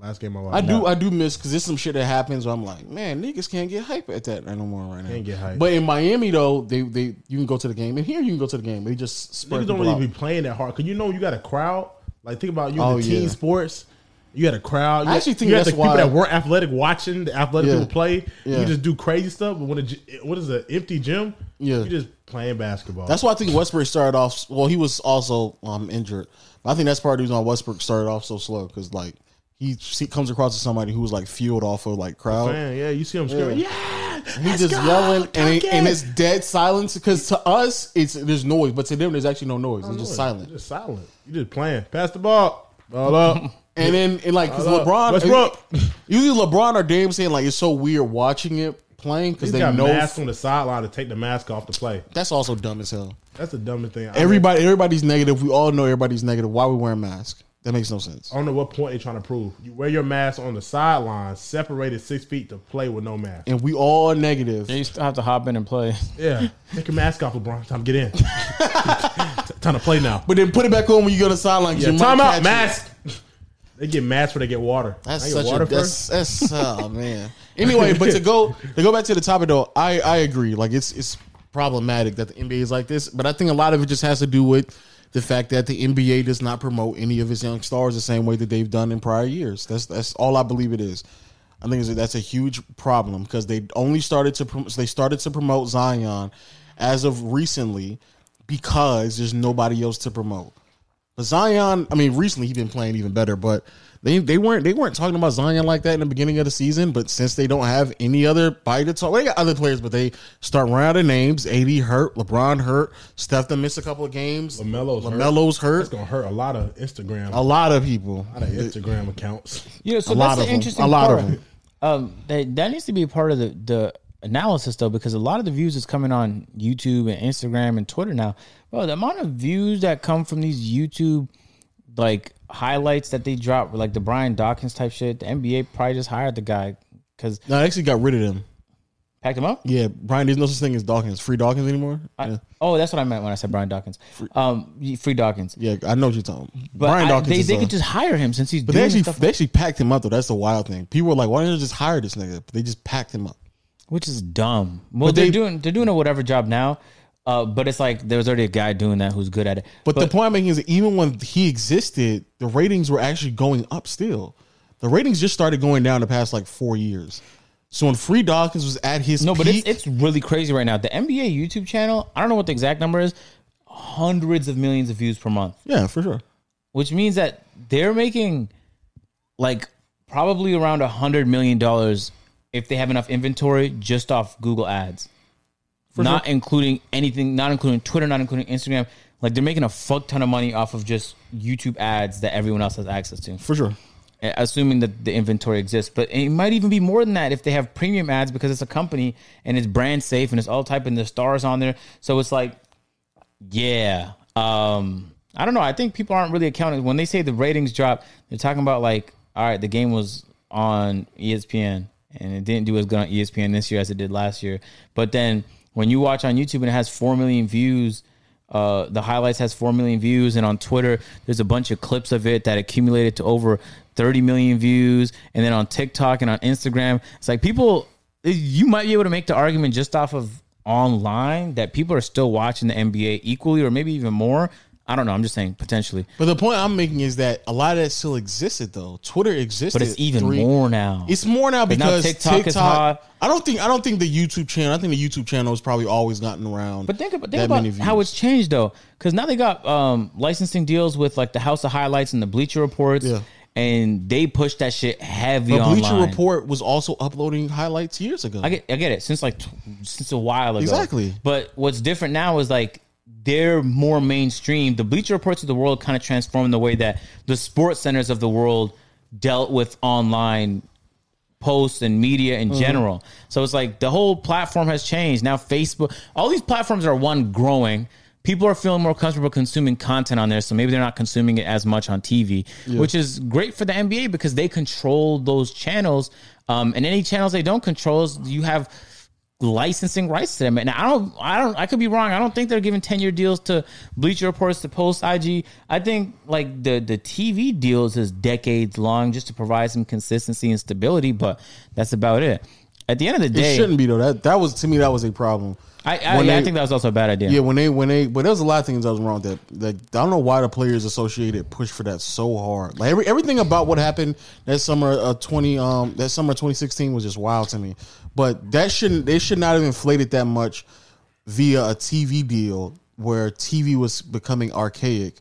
S3: Last game I watched.
S1: I do, I do miss because there's some shit that happens where I'm like, man, niggas can't get hype at that anymore right now.
S3: Can't get hype.
S1: But in Miami though, they they you can go to the game, and here you can go to the game. They just spread
S3: Niggas don't
S1: people
S3: really
S1: out.
S3: be playing that hard because you know you got a crowd. Like think about you in
S1: Oh,
S3: the team
S1: yeah.
S3: sports. You had a crowd. You
S1: I
S3: had-
S1: actually think
S3: you had
S1: that's
S3: the people
S1: why-
S3: that weren't athletic watching the athletic
S1: Yeah.
S3: people play.
S1: Yeah.
S3: You just do crazy stuff. But when a, gy- what is an empty gym?
S1: Yeah.
S3: you just playing basketball.
S1: That's why I think Westbrook started off. Well, he was also um, injured. But I think that's part of the reason why Westbrook started off so slow because like he se- comes across as somebody who was like fueled off of like crowd.
S3: man. Yeah, you see him screaming. Yeah,
S1: He just yelling and, it, and it's dead silence because to us it's there's noise, but to them there's actually no noise. It's just silent.
S3: You just silent. You just playing. Pass the ball. Ball up.
S1: And then and like 'cause
S3: Hold up.
S1: LeBron, uh,
S3: Westbrook.
S1: *laughs* usually LeBron or Dame saying like it's so weird watching it playing because *laughs*
S3: He's
S1: they
S3: got
S1: know
S3: masks on the sideline to take the mask off to play.
S1: that's also dumb as hell.
S3: That's the dumbest thing. I
S1: Everybody, everybody's negative. We all know everybody's negative. Why we wearing masks? That makes no sense.
S3: I don't know what point they're trying to prove. You wear your mask on the sideline, separated six feet to play with no mask.
S1: And we all negative.
S2: Yeah, you still have to hop in and play. *laughs*
S3: Yeah, take your mask off, LeBron. Time to
S1: *laughs*
S3: get in. Time to play now.
S1: But then put it back on when you go to the sideline. 'cause
S3: Yeah,
S1: you might
S3: time
S1: catch
S3: out,
S1: it.
S3: mask. They get masks when they get water.
S1: That's
S3: I get
S1: such
S3: water
S1: a
S3: first.
S1: that's, that's oh man. Anyway, but to
S3: *laughs*
S1: go to go back to the topic though, I I agree. Like it's it's problematic that the NBA is like this, but I think a lot of it just has to do with the fact that the NBA does not promote any of its young stars the same way that they've done in prior years. That's that's all I believe it is. I think it's- that's a huge problem because they only started to prom- they started to promote Zion as of recently because there's nobody else to promote. But Zion, I mean, recently he's been playing even better, but they, they weren't they weren't talking about Zion like that in the beginning of the season. But since they don't have any other body to talk, well, they got other players, but they start running out of names. AD hurt, LeBron hurt, Steph done missed a couple of games.
S3: LaMelo's hurt.
S1: LaMelo's
S3: That's
S1: hurt.
S3: gonna hurt a lot of Instagram,
S1: A
S3: a
S1: lot of people.
S3: lot of Instagram accounts.
S2: You know, so
S1: A
S2: that's
S1: lot
S2: the
S1: of 'em.
S2: interesting
S1: A lot of
S2: part.
S1: 'em.
S2: Um, that that needs to be part of the the analysis though, because a lot of the views that's coming on YouTube and Instagram and Twitter now, bro, the amount of views that come from these YouTube like highlights that they drop, like the Brian Dawkins type shit, the NBA probably just hired the guy because
S1: No, I actually got rid of them.
S2: packed him up.
S1: Yeah, Brian, there's no such thing as Dawkins, free Dawkins anymore. yeah.
S2: Oh, that's what I meant when I said Brian Dawkins. Um, free Dawkins.
S1: yeah, I know what you're talking. About.
S2: But
S1: Brian
S2: I-
S1: Dawkins.
S2: they,
S1: is
S2: they
S1: a-
S2: could just hire him since he's
S1: but
S2: doing
S1: they
S2: this
S1: actually
S2: stuff,
S1: they actually packed him up though. That's the wild thing. People were like, why didn't they just hire this nigga? But they just packed him up.
S2: which is dumb. Well, they're
S1: they-
S2: doing they're doing a whatever job now, uh, but it's like there was already a guy doing that who's good at it.
S1: But, the point I'm making is that even when he existed, the ratings were actually going up still. The ratings just started going down the past like four years. So when Free Dawkins was at his
S2: No, but
S1: peak,
S2: it's, it's really crazy right now. The NBA YouTube channel, I don't know what the exact number is, hundreds of millions of views per month,
S1: yeah, for sure.
S2: which means that they're making like probably around a hundred million dollars if they have enough inventory just off Google Ads, not including anything, not including Twitter, not including Instagram. Like they're making a fuck ton of money off of just YouTube ads that everyone else has access to
S1: For sure.
S2: assuming that the inventory exists. But it might even be more than that if they have premium ads because it's a company and it's brand safe and it's all type and the stars on there. So it's like, yeah. Um, I don't know. I think people aren't really accounting when they say the ratings drop. They're talking about like, all right, the game was on E ESPN and it didn't do as good on E ESPN this year as it did last year. But then when you watch on YouTube and it has four million views. Uh, the highlights has 4 million views and on twitter there's a bunch of clips of it that accumulated to over 30 million views and then on tiktok and on instagram it's like people you might be able to make the argument just off of online that people are still watching the nba equally or maybe even more i don't know i'm just saying potentially
S1: But the point I'm making is that a lot of that still existed though. Twitter existed,
S2: but it's even
S1: three-
S2: more now
S1: It's more now
S2: now
S1: because
S2: TikTok is
S1: TikTok.
S2: hot.
S1: I don't think I don't think the YouTube channel. I think the YouTube channel has probably always gotten around.
S2: But think about,
S1: that
S2: think about
S1: many
S2: how
S1: views.
S2: it's changed though, because now they got um, licensing deals with like the House of Highlights and the Bleacher Reports,
S1: Yeah.
S2: and they push that shit heavy
S1: But Bleacher
S2: online.
S1: Report was also uploading highlights years ago.
S2: I get, I get it since like t- since a while ago.
S1: Exactly.
S2: But what's different now is like they're more mainstream. The Bleacher Reports of the world kind of transformed the way that the sports centers of the world dealt with online posts and media in general. So it's like the whole platform has changed. Now Facebook, all these platforms are one growing. People are feeling more comfortable consuming content on there, so maybe they're not consuming it as much on TV, which is great for the NBA because they control those channels. Um, and any channels they don't control, you have licensing rights to them. And I don't, I don't, I could be wrong. I don't think they're giving ten year deals to Bleacher Reports to Post IG. I think like the the TV deals is decades long just to provide some consistency and stability. But that's about it. At the end of the
S1: It
S2: day,
S1: shouldn't be though. That that was to me that was a problem.
S2: I I,
S1: When
S2: yeah, I
S1: they-
S2: think that was also a bad idea.
S1: Yeah, when they when they but there was a lot of things that was wrong with that like I don't know why the players associated pushed for that so hard. Like every everything about what happened that summer of twenty um that summer twenty sixteen was just wild to me. But that shouldn't they should not have inflated that much via a TV deal where TV was becoming archaic.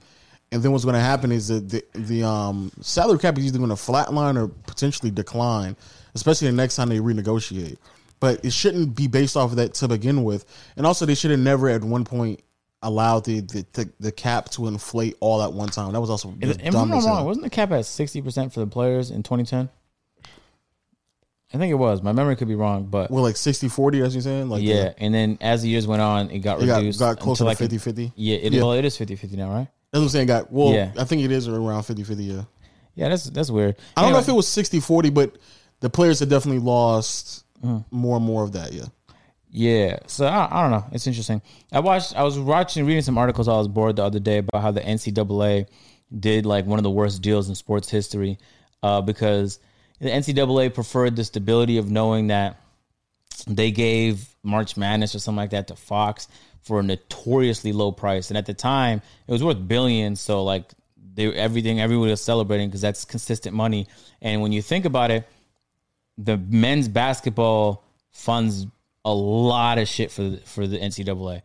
S1: And then what's going to happen is that the the um, salary cap is either going to flatline or potentially decline, especially the next time they renegotiate. But it shouldn't be based off of that to begin with. And also, they should have never at one point allowed the the, the, the cap to inflate all at one time. That was also just
S2: And if I'm
S1: dumb
S2: not
S1: as
S2: wrong,
S1: hell.
S2: wasn't the cap at sixty percent for the players in 2010? I think it was. My memory could be wrong, but
S1: Well, like 60 40, that's what you're saying? Like,
S2: yeah. And then as the years went on, it got
S1: It got,
S2: reduced.
S1: got closer
S2: until
S1: to
S2: like a-
S1: 50 50.
S2: Yeah, it,
S1: Yeah.
S2: well, it is 50-50 now, right?
S1: That's what I'm saying. Got, well,
S2: Yeah.
S1: I think it is around 50 50, yeah.
S2: Yeah, that's that's weird.
S1: I don't know
S2: Anyway,
S1: if it was 60 40, but the players have definitely lost
S2: Hmm.
S1: more and more of that, yeah.
S2: Yeah, so I, I don't know. It's interesting. I watched. I was watching, reading some articles. I was bored the other day about how the NCAA did like one of the worst deals in sports history uh, because the NCAA preferred the stability of knowing that they gave March Madness or something like that to Fox for a notoriously low price, and at the time it was worth billions. So like they everything everyone was celebrating because that's consistent money. And when you think about it, the men's basketball funds a lot of shit for the, for the NCAA,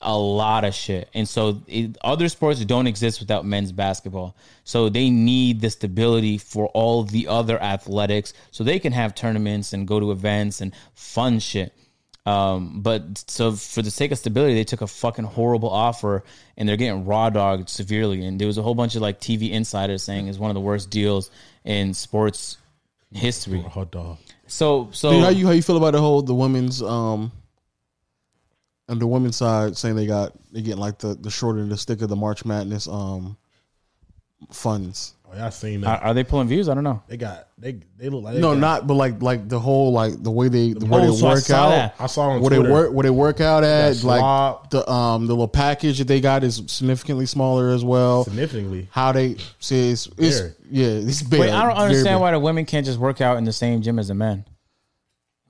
S2: a lot of shit, and so it, other sports don't exist without men's basketball. So they need the stability for all the other athletics, so they can have tournaments and go to events and fun shit. Um, but so for the sake of stability, they took a fucking horrible offer and they're getting raw dogged severely. And there was a whole bunch of like TV insiders saying it's one of the worst deals in sports history.
S3: Hot dog.
S2: So so
S1: Dude, how you how you feel about the whole the women's um and the women's side saying they got they getting like the the short end of the stick of the March Madness um funds?
S3: Oh, y'all seen
S2: are,
S3: that?
S2: are they pulling views? I don't know.
S3: They got they they look like they
S1: No,
S3: got-
S1: not but like like the whole like the way they the way
S2: Oh,
S1: they
S2: so I
S1: work
S2: saw
S1: out.
S2: that.
S3: I saw on
S1: Where they
S3: Twitter.
S1: work, where they work out at,
S3: got
S1: like
S3: slop.
S1: the um the little package that they got is significantly smaller as well.
S3: significantly.
S1: How they see it's, it's
S3: Bare.
S1: yeah, it's big.
S2: Wait, I don't understand why the women can't just work out in the same gym as the men.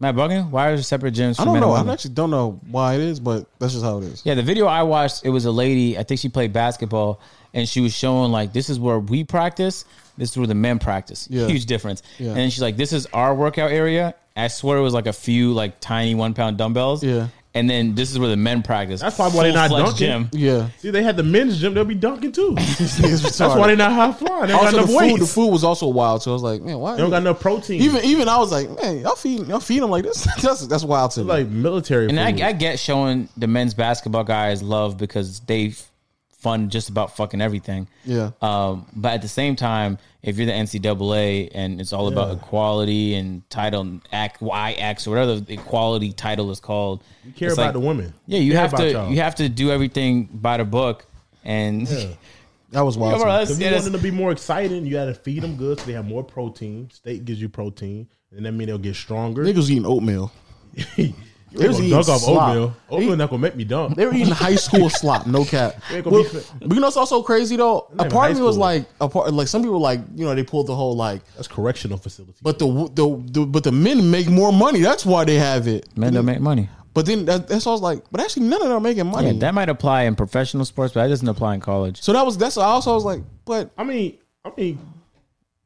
S2: Am I bugging? Why are there separate gyms for
S1: I don't
S2: men
S1: know.
S2: and
S1: I
S2: women?
S1: actually don't know why it is, but that's just how it is.
S2: Yeah, the video I watched, it was a lady. I think she played basketball, and she was showing like, "This is where we practice. This is where the men practice.
S1: Yeah.
S2: Huge difference."
S1: Yeah.
S2: And then she's like, "This is our workout area." I swear it was like a few like tiny one pound dumbbells.
S1: Yeah.
S2: And then this is where the men practice.
S3: That's probably why they're not
S2: Full-fledged
S3: dunking.
S1: *laughs* Yeah,
S3: See, they had the men's gym. They'll be dunking
S1: *laughs*
S3: too. That's
S1: that's
S3: why they're not high flying. They don't got
S1: Also, the
S3: enough weight.
S1: food, the
S3: They
S1: food was also wild. So I was like, man, why?
S3: don't got enough protein.
S1: even even I was like, man, y'all feed y'all feed them like this. *laughs* that's that's wild to me.
S3: like military.
S2: And
S3: food.
S2: I, I get showing the men's basketball guys love because they f- fund just about fucking everything.
S1: yeah,
S2: Um, but at the same time, if you're the NCAA and it's all about equality and title act YX or whatever the equality title is called, you
S3: care about the women.
S2: Yeah, you
S3: Care
S2: have
S3: about
S2: to
S3: y'all.
S2: you have to do everything by the book. And
S1: that was wild.
S2: *laughs* Come on,
S1: to me.
S2: let's-
S3: If you
S2: yeah,
S3: want
S2: that's-
S3: them to be more exciting, you got to feed them good so they have more protein. Steak gives you protein, and that means they'll get stronger.
S1: Niggas was eating oatmeal.
S3: you
S1: They was
S3: gonna
S1: eating
S3: dunk off
S1: slop.
S3: oatmeal. Oatmeal not gonna make me dunk.
S1: They were eating high school *laughs* slop, no cap.
S3: ain't gonna
S1: Well,
S3: be fit.
S1: but you know what's also crazy though? A
S3: even
S1: part of
S3: high
S1: me was
S3: school.
S1: like, a part like some people like you know they pulled the whole like,
S3: That's correctional facility.
S1: but the the, the but the men make more money. That's why they have it.
S2: men don't make money.
S1: But then that, that's what I was like, but actually none of them are making money.
S2: Yeah, that might apply in professional sports, but that doesn't apply in college.
S1: so that was that's I also was like, but
S3: I mean, I mean,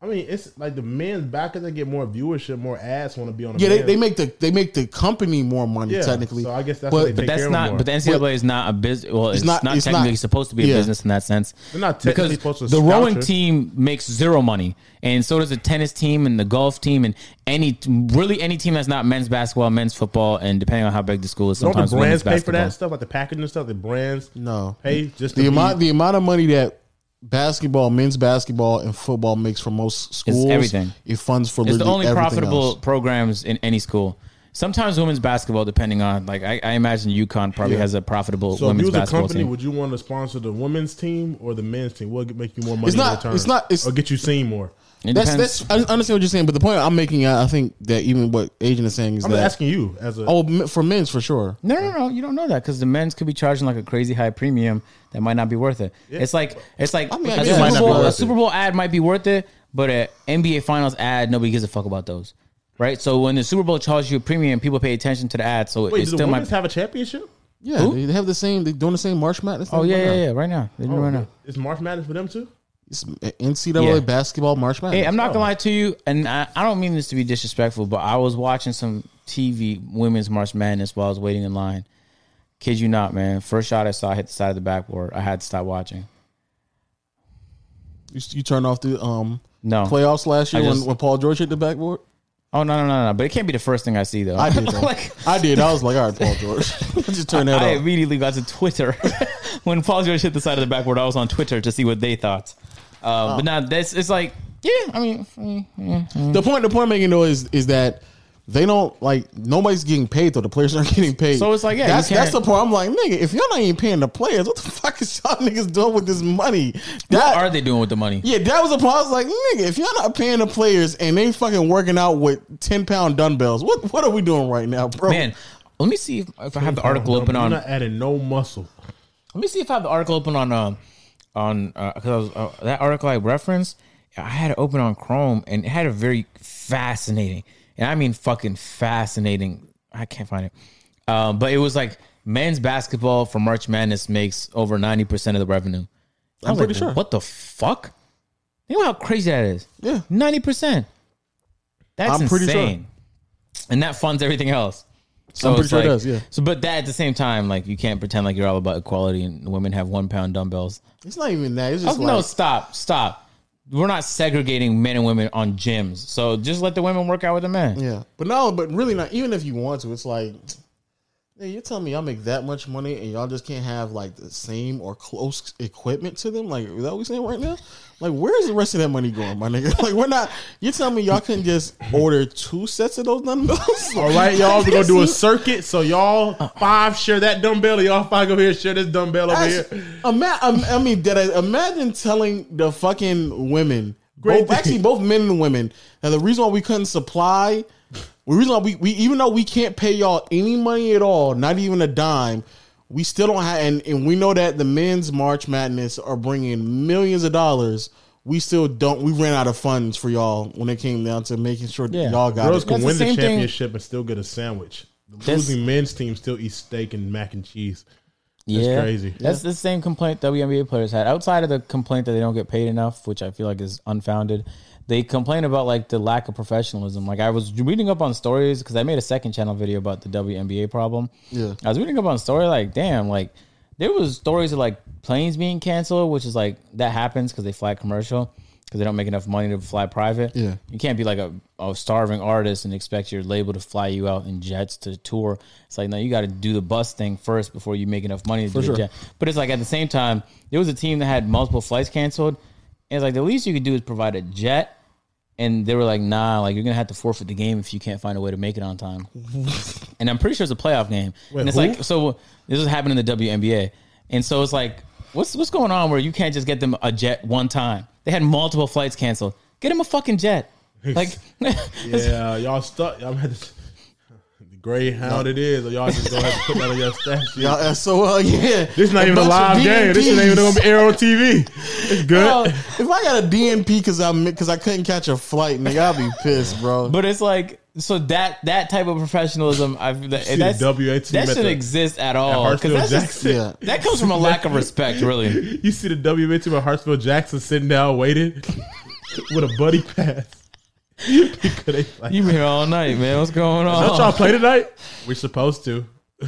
S3: I mean, it's like the men's back they get more viewership, more ads want to be on. The
S1: yeah, they,
S3: men's.
S1: they make the they make the company more money
S3: Yeah,
S1: technically.
S3: So I guess that's
S1: But-
S3: what they
S1: but
S3: take care
S2: That's
S3: of
S2: not,
S3: more.
S2: but the NCAA is not a business. Well, it's,
S1: not-
S2: not,
S1: it's not-
S2: technically supposed to be a
S1: yeah.
S2: business in that sense.
S3: They're not technically
S2: because
S3: supposed to
S2: the
S3: scout
S2: rowing
S3: you.
S2: team makes zero money, and so does the tennis team and the golf team and any really any team that's not men's basketball, men's football, and depending on how big the school is,
S3: don't
S2: sometimes
S3: the
S2: women's
S3: brands pay for
S2: basketball.
S3: that stuff, like the packaging and stuff? The brands
S1: No.
S3: pay just
S1: the
S3: to
S1: amount
S3: be,
S1: the amount of money that basketball, men's basketball, and football makes for most schools.
S2: everything.
S1: It funds for
S2: It's
S1: literally
S2: the only
S1: everything
S2: profitable
S1: else.
S2: programs in any school. Sometimes women's basketball, depending on like I, I imagine UConn probably
S3: Yeah.
S2: has a profitable
S3: So if you
S2: women's
S3: was a
S2: basketball
S3: company,
S2: team.
S3: would you want to sponsor the women's team or the men's team? What would make you more money
S1: It's not-
S3: in return?
S1: it's not- it's-
S3: or get you seen more.
S2: It
S1: That's
S2: depends.
S1: that's I understand what you're saying, but the point I'm making, I I think that even what Agent is saying is
S3: I'm
S1: that
S3: asking you as a.
S1: oh, men- for men's for sure.
S2: No, no, no. You don't know that because the men's could be charging like a crazy high premium that might not be worth it. It's like it's like
S1: mean, I
S2: a,
S1: guess it might not
S2: Super Bowl,
S1: be
S2: a
S1: worth it.
S2: Super Bowl ad might be worth it, but a NBA Finals ad nobody gives a fuck about those, right? So when the Super Bowl charges you a premium, people pay attention to the ad, so
S3: wait,
S2: it
S3: do the
S2: still might.
S3: women's have a championship?
S1: Yeah, they have the same. They're doing the same March Madness.
S2: oh yeah, yeah, yeah. Right now, They're
S1: Oh,
S2: doing it right now.
S3: Is March Madness for them too?
S1: It's NCAA
S2: Yeah.
S1: basketball March Madness.
S2: Hey, I'm not gonna lie to you, and I, I don't mean this to be disrespectful, but I was watching some TV women's March Madness while I was waiting in line. Kid you not, man. First shot I saw hit the side of the backboard. I had to stop watching.
S1: you, you turn off the um
S2: No.
S1: playoffs last year
S2: I
S1: when,
S2: just-
S1: when Paul George hit the
S2: *laughs*
S1: backboard.
S2: Oh no no no no! But it can't be the first thing I see though.
S1: I
S2: *laughs*
S1: did. though.
S2: like
S1: I did. I was like, all right, Paul George, *laughs* just turn that
S2: I
S1: off.
S2: immediately got to Twitter *laughs* when Paul George hit the side of the backboard. I was on Twitter to see what they thought. Uh, But now that's it's like yeah. I mean, mm, mm.
S1: The point the point I'm making though is is that they don't like nobody's getting paid though. The players aren't *laughs* getting paid.
S2: So it's like, yeah, you
S1: that's that's the
S2: can't-
S1: point. I'm like, nigga, if y'all not even paying the players, what the *laughs* fuck is y'all niggas doing with this money? That
S2: are they doing with the money?
S1: yeah, that was a point. I was like, nigga, if y'all not paying the players and they fucking working out with ten pound dumbbells, what what are we doing right now, bro?
S2: Man, let me see if, if I have the article open
S3: I'm
S2: on.
S3: not adding no muscle.
S2: Let me see if I have the article open on um on because I was uh, that article I referenced. I had it open on Chrome and it had a very fascinating, and I mean fucking fascinating. I can't find it, um, but it was like men's basketball for March Madness makes over ninety percent of the revenue.
S1: I'm
S2: I was
S1: pretty
S2: like,
S1: sure.
S2: What the fuck? Think about how crazy that is.
S1: Yeah.
S2: ninety percent. That's
S1: I'm
S2: insane.
S1: pretty sure.
S2: And that funds everything else. So
S1: I'm pretty
S2: it's
S1: sure it
S2: like-
S1: does, yeah.
S2: So, but that at the same time, like you can't pretend like you're all about equality and women have one pound dumbbells.
S1: It's not even that. It's
S2: Oh,
S1: just like,
S2: no, stop, stop. We're not segregating men and women on gyms. So just let the women work out with the men.
S1: yeah, but no, but really not. Even if you want to, it's like, yeah, you're telling me y'all make that much money and y'all just can't have like the same or close equipment to them. Like, is that what we saying right now? Like, where is the rest of that money going, my nigga? *laughs* Like, we're not. You're telling me y'all couldn't just order two sets of those dumbbells? *laughs*
S3: All right, y'all, we're gonna do a circuit. So y'all five share that dumbbell. and Y'all five over here share this dumbbell over
S1: That's-
S3: here.
S1: Ima- um, I mean, that I, imagine telling the fucking women,
S3: Great
S1: both, actually both men and women, that the reason why we couldn't supply, the reason why we, we even though we can't pay y'all any money at all, not even a dime, we still don't have, and, and we know that the men's March Madness are bringing millions of dollars. We still don't. We ran out of funds for y'all when it came down to making sure that
S2: Yeah.
S1: y'all got
S3: Girls
S1: it.
S3: can
S2: That's the
S3: win the,
S2: same thing-
S3: championship and still get a sandwich. The
S2: That's-
S3: losing men's team still eats steak and mac and cheese.
S2: That's
S3: crazy.
S2: That's the same complaint WNBA players had. Outside of the complaint that they don't get paid enough, which I feel like is unfounded, they complain about like the lack of professionalism. Like I was reading up on stories because I made a second channel video about the WNBA problem.
S1: Yeah.
S2: I was reading up on story like, damn, like there was stories of like planes being canceled, which is like that happens because they fly commercial because they don't make enough money to fly private.
S1: Yeah.
S2: you can't be like a, a starving artist and expect your label to fly you out in jets to tour. It's like no, you got to do the bus thing first before you make enough money to do
S1: sure.
S2: a jet. But it's like at the same time, there was a team that had multiple flights canceled. And it's like the least you could do is provide a jet. And they were like, nah, like you're gonna have to forfeit the game if you can't find a way to make it
S1: *laughs*
S2: on time and I'm pretty sure it's a playoff game. and it's
S3: who?
S2: like so this is happening in the WNBA, and so it's like what's what's going on where you can't just get them a jet one time? They had multiple flights canceled. Get them a fucking
S3: *laughs*
S2: jet. Like *laughs*
S3: Yeah, y'all stuck. Y'all had to, *laughs* the Greyhound it is. Or y'all just gonna have to put that *laughs* on your stat sheet.
S1: Y'all, *laughs* so uh, yeah,
S3: This not even a
S1: bunch of
S3: live game. This shit ain't even
S1: DNPs.
S3: gonna be air on TV. It's good.
S1: Bro, if I got a DNP because I because I couldn't catch a flight, nigga, I'd be pissed, bro.
S2: But it's like so that that type of professionalism, I've that,
S3: the
S2: that's,
S3: WA team
S2: that
S3: at
S2: shouldn't
S3: the-
S2: exist at all. 'cause
S3: Hartsfield
S2: that's just-
S3: Jackson.
S1: yeah,
S2: that comes from a lack of respect, really.
S3: *laughs* You see the WNBA team at Hartsfield Jackson sitting down waiting *laughs* with a buddy pass. because they like,
S2: You been here all night, man. What's going
S3: Don't y'all
S2: on?
S3: play tonight? We're supposed to.
S1: Uh,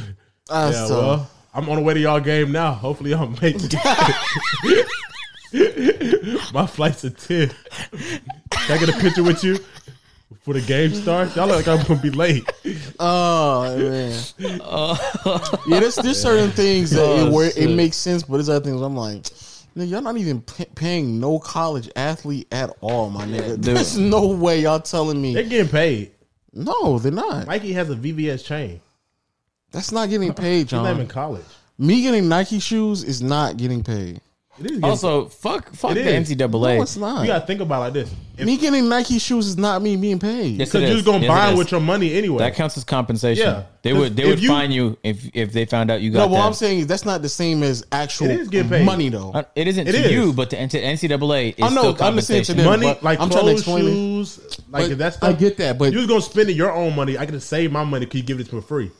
S3: Yeah,
S1: so-
S3: well, I'm on the way to y'all game now. Hopefully, y'all make it. *laughs* My flight's at 10. Can I get a picture with you before the game starts? Y'all look like I'm going to be late.
S1: oh man, yeah, there's there's certain things that it, where it
S2: shit.
S1: makes sense, but there's other things I'm like, nigga, y'all not even p- paying no college athlete at all, my nigga. There's no way y'all telling
S3: They're
S1: me.
S3: getting paid.
S1: No, they're not.
S3: Mikey has a VVS chain.
S1: That's not getting paid,
S3: He's not even in
S1: John.
S3: college.
S1: Me getting Nike shoes is not getting paid.
S3: It is getting-
S2: Also, fuck, fuck
S3: It
S2: the
S3: is.
S2: NCAA.
S1: No, it's not.
S3: you gotta think about it like this. If,
S1: me getting Nike shoes is not me being paid.
S2: Yes,
S3: Cause
S2: it
S3: you're
S2: is.
S3: just gonna
S2: Yes, it
S3: buy
S2: is.
S3: with your money anyway.
S2: That counts as compensation.
S3: Yeah.
S2: They would they
S3: If
S2: would
S3: you-
S2: find you if if they found out you
S1: No,
S2: got
S1: what I'm
S2: that.
S1: saying is that's not the same as actual
S3: It is getting paid.
S1: money, though.
S2: Uh, It isn't
S3: It
S2: to
S3: is.
S2: you, but to N- to NCAA is
S1: I know,
S2: still
S1: I understand to
S2: compensation.
S1: them.
S3: money,
S1: but
S3: like
S1: I'm trying to
S3: clothes,
S1: explain it.
S3: shoes, like
S1: But
S3: if that's
S1: I get that, but-
S3: you're just gonna spend it your own money. I could save my money. Could you give it to me for free?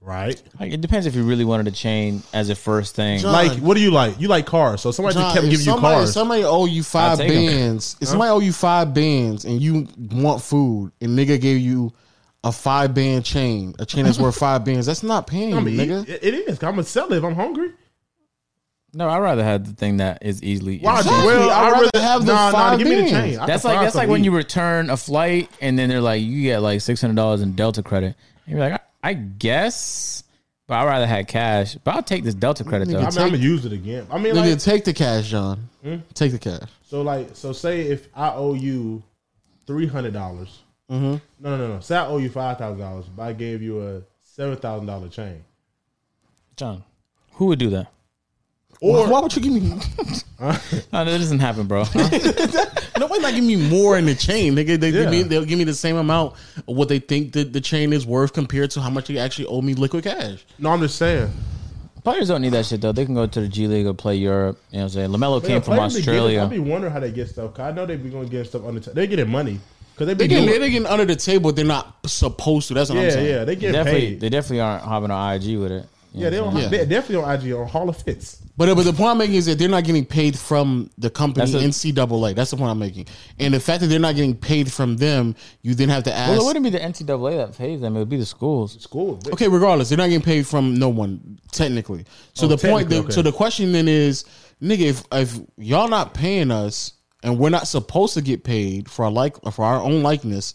S3: Right.
S2: Like, It depends if you really wanted to chain as a first thing.
S1: John,
S3: Like, what do you like? You like cars, so somebody
S1: John,
S3: just kept
S1: if
S3: giving you
S1: somebody, if
S3: cars.
S1: somebody owe you five
S2: take 'em.
S1: bands, if somebody owe you five bands and you want food, and nigga gave you a five band chain, a chain that's worth five bands, that's not paying you,
S3: I'm gonna eat-
S1: nigga.
S3: it- it is. I'm gonna sell it if I'm hungry.
S2: No, I'd rather have the thing that is easily.
S3: Why?
S1: Exactly.
S3: Well,
S1: I'd
S3: I'd
S1: rather
S3: rather
S1: have the
S3: nah, nah,
S1: five
S3: give me the
S1: beans.
S3: chain. I
S2: That's
S3: can
S2: like
S3: find
S2: that's like
S3: something
S2: when
S3: to
S2: you
S3: eat.
S2: return a flight and then they're like you get like six hundred dollars in Delta credit. And you're like, I, I guess, but I'd rather have cash. But I'll take this Delta credit though.
S3: I mean, I'm gonna use it again. I mean,
S1: Nigga,
S3: like, Hmm?
S1: take the cash, John. Take the cash.
S3: so like, so say if I owe you three hundred dollars.
S1: Mm-hmm.
S3: No, no, no, no. Say I owe you five thousand dollars, but I gave you a seven thousand dollar chain.
S2: John, who would do that?
S1: Or why would you give me?
S2: No, that doesn't happen,
S3: *laughs*
S2: bro.
S1: Nobody not giving me more in the chain, nigga. They give
S3: Yeah.
S1: me, they'll give me the same amount of what they think that the chain is worth compared to how much they actually owe me liquid cash.
S3: No, I'm just saying.
S2: Players don't need that shit though. They can go to the G League or play Europe. You know what I'm saying? Lamelo came from
S3: I
S2: Australia.
S3: be wondering how they get stuff. 'cause I know they be going to get stuff under. T- they getting money because they be
S1: They getting,
S3: doing-
S1: they getting under the table. They're not supposed to. That's what I'm
S3: Yeah,
S1: saying.
S3: yeah, they
S2: They
S3: get
S2: definitely,
S3: paid.
S2: they definitely aren't having an IG with it. You
S3: yeah,
S2: know
S3: they
S2: what
S3: don't.
S2: I'm
S1: Yeah.
S3: Have, they definitely on IG on Hall of Fits.
S1: But but the point I'm making is that they're not getting paid from the company
S2: That's a-
S1: NCAA. That's the point I'm making. And the fact that they're not getting paid from them, you then have to
S2: saying?
S1: ask.
S2: well, it wouldn't be the NCAA that pays them. It would be the schools.
S3: School. They-
S1: okay, regardless, they're not getting paid from no one technically. So the point,
S3: Oh, technically,
S1: the,
S3: okay.
S1: so the question then is, nigga, if if y'all not paying us and we're not supposed to get paid for our like for our own likeness.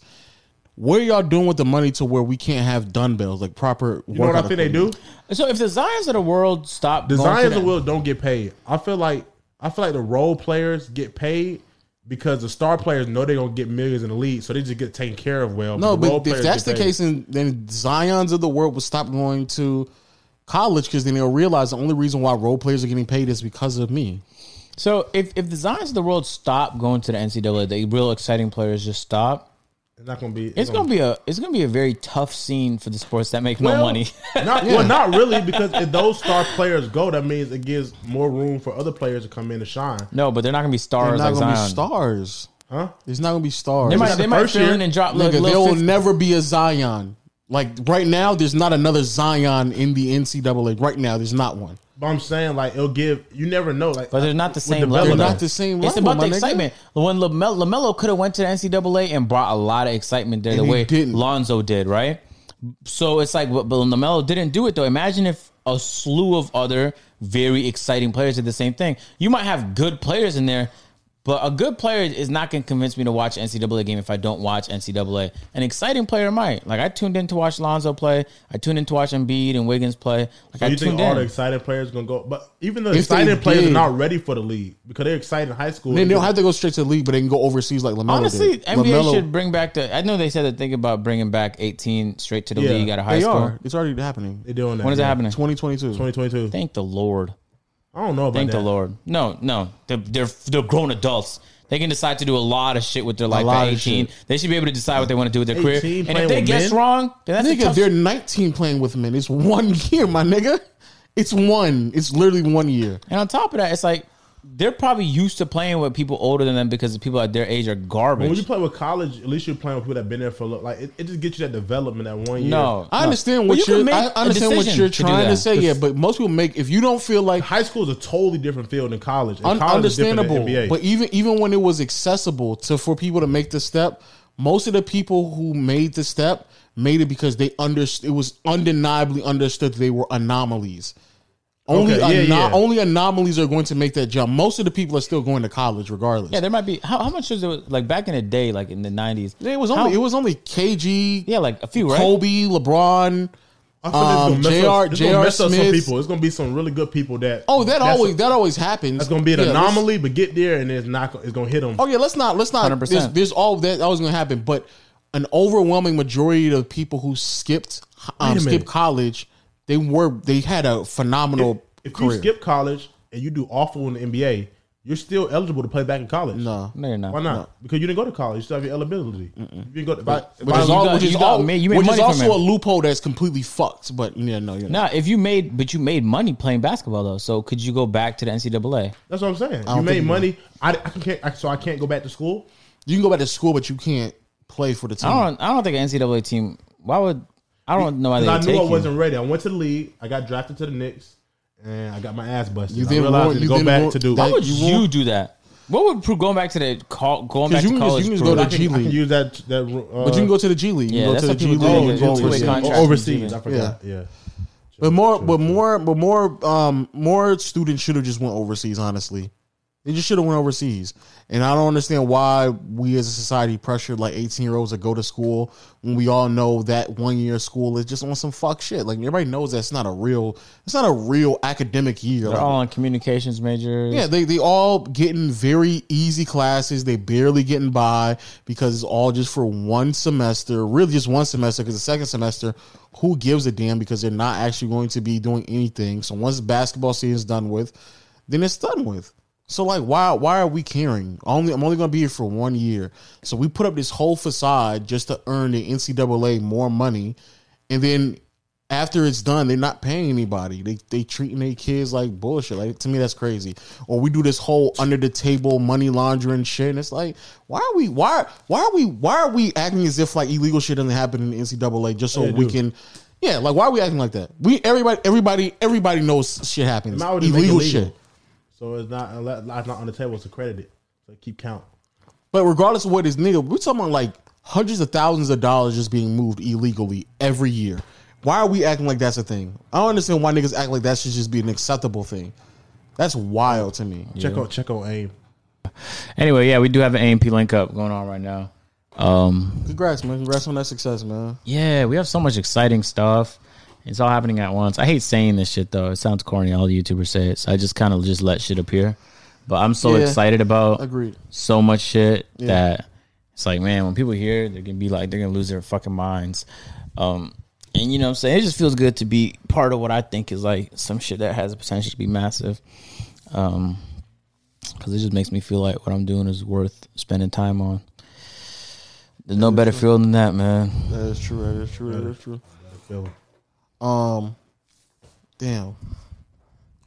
S1: What are y'all doing with the money to where we can't have dumbbells like proper?
S3: You know what I think they do?
S2: So if the Zions of the world stop,
S3: The
S2: going to
S3: Zions of the
S2: that-
S3: world don't get paid. I feel like I feel like the role players get paid because the star players know they're gonna get millions in the league, so they just get taken care of well.
S1: No,
S3: the role
S1: but if
S3: players
S1: that's the
S3: get paid.
S1: case, then, then Zion's of the world will stop going to college because then they'll realize the only reason why role players are getting paid is because of me.
S2: So if if the Zions of the world stop going to the NCAA, the real exciting players just stop.
S3: it's not gonna be.
S2: It's gonna be a it's gonna be a very tough scene for the sports that make no
S3: Well,
S2: money. *laughs*
S3: not well, not really, because if those star players go, that means it gives more room for other players to come in and shine.
S2: no, but they're not gonna be
S1: They're
S2: stars
S1: not
S2: like
S1: gonna
S2: Zion.
S1: be stars.
S3: Huh?
S1: There's not gonna be stars.
S2: They might
S3: that
S2: they
S3: the
S2: might
S3: first
S2: fill
S3: year?
S2: in and drop like
S1: Nigga, there
S2: little
S1: will
S2: 50
S1: never be a Zion. Like right now, there's not another Zion in the NCAA. Right now, there's not one.
S3: But I'm saying like it'll give. You never know. Like,
S2: But they're not the
S3: with
S2: same level.
S1: They're
S3: development.
S2: though.
S1: not the same
S2: It's
S1: level,
S2: about the
S1: my nigga.
S2: excitement. When Lamelo, LaMelo could have went to the NCAA and brought a lot of excitement there, the
S1: he
S2: way
S1: didn't.
S2: Lonzo did, right? So it's like, but, but Lamelo didn't do it though. Imagine if a slew of other very exciting players did the same thing. You might have good players in there, but a good player is not going to convince me to watch an NCAA game if I don't watch NCAA. An exciting player might. Like I tuned in to watch Lonzo play. I tuned in to watch Embiid and Wiggins play. Like I
S3: So you
S2: tuned
S3: think all
S2: in.
S3: the excited players gonna go? But even the
S1: If they
S3: excited players
S1: did-
S3: are not ready for the league because they're excited in high school.
S1: Then they don't have to go straight to the league, but they can go overseas like Lamelo.
S2: Honestly,
S1: did.
S2: NBA
S1: LaMelo-
S2: should bring back the. I know they said the thing about bringing back 18 straight to the
S3: Yeah,
S2: league out of high
S1: They
S2: school.
S1: are. It's already happening.
S3: They're doing that.
S2: When is that
S3: yeah.
S2: happening?
S1: 2022.
S3: 2022.
S2: Thank the Lord.
S3: I don't know about
S2: Thank
S3: that.
S2: the Lord. No, no, they're, they're they're grown adults. They can decide to do a lot of shit with their life
S1: lot
S2: at
S1: of
S2: 18. They should be able to decide what they want to do with their career.
S3: 18
S2: And if
S3: playing
S2: they
S3: with
S2: guess
S3: men?
S2: wrong, then that's a
S1: Nigga,
S2: tough
S1: they're 19 playing with men. It's one *laughs* year, my nigga. It's one. It's literally one year.
S2: And on top of that, it's like they're probably used to playing with people older than them because the people at their age are
S3: When you
S2: garbage.
S3: play with college, at least you're playing with people that've been there for a little. Like it, it just gets you that development that one year.
S2: No,
S1: I
S2: no.
S1: understand
S2: Well,
S1: what
S2: you can
S1: you are
S2: make
S1: I
S2: a
S1: understand what
S2: decision
S1: you're
S2: do
S1: trying to,
S2: that.
S1: say, yeah, but most people make if you don't feel like
S3: High school is a totally different field than college. And
S1: un-
S3: college is different than
S1: understandable,
S3: NBA.
S1: but even even when it was accessible to for people to make the step, most of the people who made the step made it because they under it was undeniably understood they were anomalies. Only
S3: Okay, yeah,
S1: ano-
S3: yeah.
S1: only anomalies are going to make that jump. Most of the people are still going to college regardless.
S2: Yeah, there might be. How, how much was it? Like back in the day, like in the 90s.
S1: it was only
S2: how-
S1: it was only KG,
S2: Yeah, like a few, right?
S1: Kobe, LeBron.
S3: I feel
S1: um,
S3: it's gonna mess
S1: J.R.
S3: up, it's gonna mess up
S1: Smith.
S3: some people. It's gonna be some really good people that.
S1: Oh, that
S3: that's
S1: always
S3: a-
S1: that always happens.
S3: that's gonna be an
S1: Yeah, let's-
S3: anomaly, but get there and it's not. go- It's gonna hit them.
S1: Oh yeah, let's not let's not.
S2: 100%.
S1: There's, there's all that that was gonna happen, but an overwhelming majority of people who skipped um,
S3: minute.
S1: skipped college, they were they had a phenomenal
S3: If
S1: career.
S3: you skip college and you do awful in the NBA, you're still eligible to play back in college.
S1: no,
S2: No, you're not.
S3: Why not? Because you didn't go to college. You still have your eligibility. You didn't go to, but,
S1: which is
S2: you
S1: all
S2: got-
S1: which
S2: you
S1: is
S2: got
S1: all
S2: ma- you made
S1: which is
S2: money from
S1: also
S2: it.
S1: a loophole that's completely fucked. But yeah, no, you're not.
S2: Nah, if you made, but you made money playing basketball though. So could you go back to the NCAA?
S3: that's what I'm saying. You
S1: don't think
S3: made
S1: you
S3: money. I, I can't. I, so I can't go back to school.
S1: You can go back to school, but you can't play for the team.
S2: I don't. I don't think an NCAA team. Why would? I don't know why they would
S3: Because I knew
S2: take
S3: I
S2: you.
S3: wasn't ready. I went to the league. I got drafted to the Knicks, and I got my ass busted.
S1: You
S3: I
S1: didn't
S3: realized
S1: want-
S3: to
S1: you
S3: go
S1: didn't
S3: back
S1: want
S3: to do.
S1: that-
S2: Why would
S1: You
S2: you,
S1: won't-
S2: do that? What would pro- going back to the call, going back
S1: you
S2: to
S1: can just-
S2: college?
S1: you can just
S2: prove?
S1: go
S3: I
S1: to-
S3: can, I
S1: G
S3: can
S1: League.
S3: use that. That uh, oh,
S1: But you can go to the G League. You
S2: Yeah,
S1: can go
S2: that's
S1: to
S2: what
S1: the G
S2: people
S1: League.
S2: do.
S1: and
S2: They
S1: go
S2: do two-way
S1: overseas.
S2: contracts.
S3: overseas. I forgot. Yeah.
S1: But more, but more, but more, um, more students should have just went overseas. Honestly, they just should have went overseas. And I don't understand why we as a society pressure like eighteen year olds to go to school when we all know that one year of school is just on some fuck shit. Like everybody knows that's not a real, it's not a real academic year.
S2: They're
S1: Like,
S2: all on communications majors.
S1: yeah, they they all getting very easy classes. They barely getting by because it's all just for one semester, really just one semester. Because the second semester, who gives a damn? Because they're not actually going to be doing anything. So once basketball season's done with, then it's done with. So like, why why are we caring? Only I'm only going to be here for one year. So we put up this whole facade just to earn the NCAA more money, and then after it's done, they're not paying anybody. They they treating their kids like bullshit. Like to me, that's crazy. Or we do this whole under the table money laundering shit, and it's like, why are we why why are we why are we acting as if like illegal shit doesn't happen in the NCAA just so
S3: Yeah,
S1: we
S3: dude.
S1: can. Yeah, like why are we acting like that? We everybody everybody everybody knows shit happens.
S3: Now
S1: Illegal,
S3: we just make it legal.
S1: shit.
S3: So it's not unless it's not on the table. It's accredited. So keep count.
S1: But regardless of what is needed, we're talking about like hundreds of thousands of dollars just being moved illegally every year. Why are we acting like that's a thing? I don't understand why niggas act like that should just be an acceptable thing. That's wild to me.
S3: Check on check on aim.
S2: Anyway, yeah, we do have an AMP link up going on right now. Um,
S1: Congrats, man. Congrats on that success, man.
S2: yeah, we have so much exciting stuff. It's all happening at once. I hate saying this shit though. It sounds corny. All the YouTubers say it. So I just kind of just let shit appear. But I'm so
S1: Yeah.
S2: excited about
S1: Agreed.
S2: so much shit that it's like, man, when people hear, it, they're gonna be like, they're gonna lose their fucking minds. Um, and you know what I'm saying? It just feels good to be part of what I think is like some shit that has the potential to be massive. Um, because it just makes me feel like what I'm doing is worth spending time on. There's no better feeling than that, man.
S1: That is true. That is true. That is true.
S3: I feel it.
S1: Um, damn.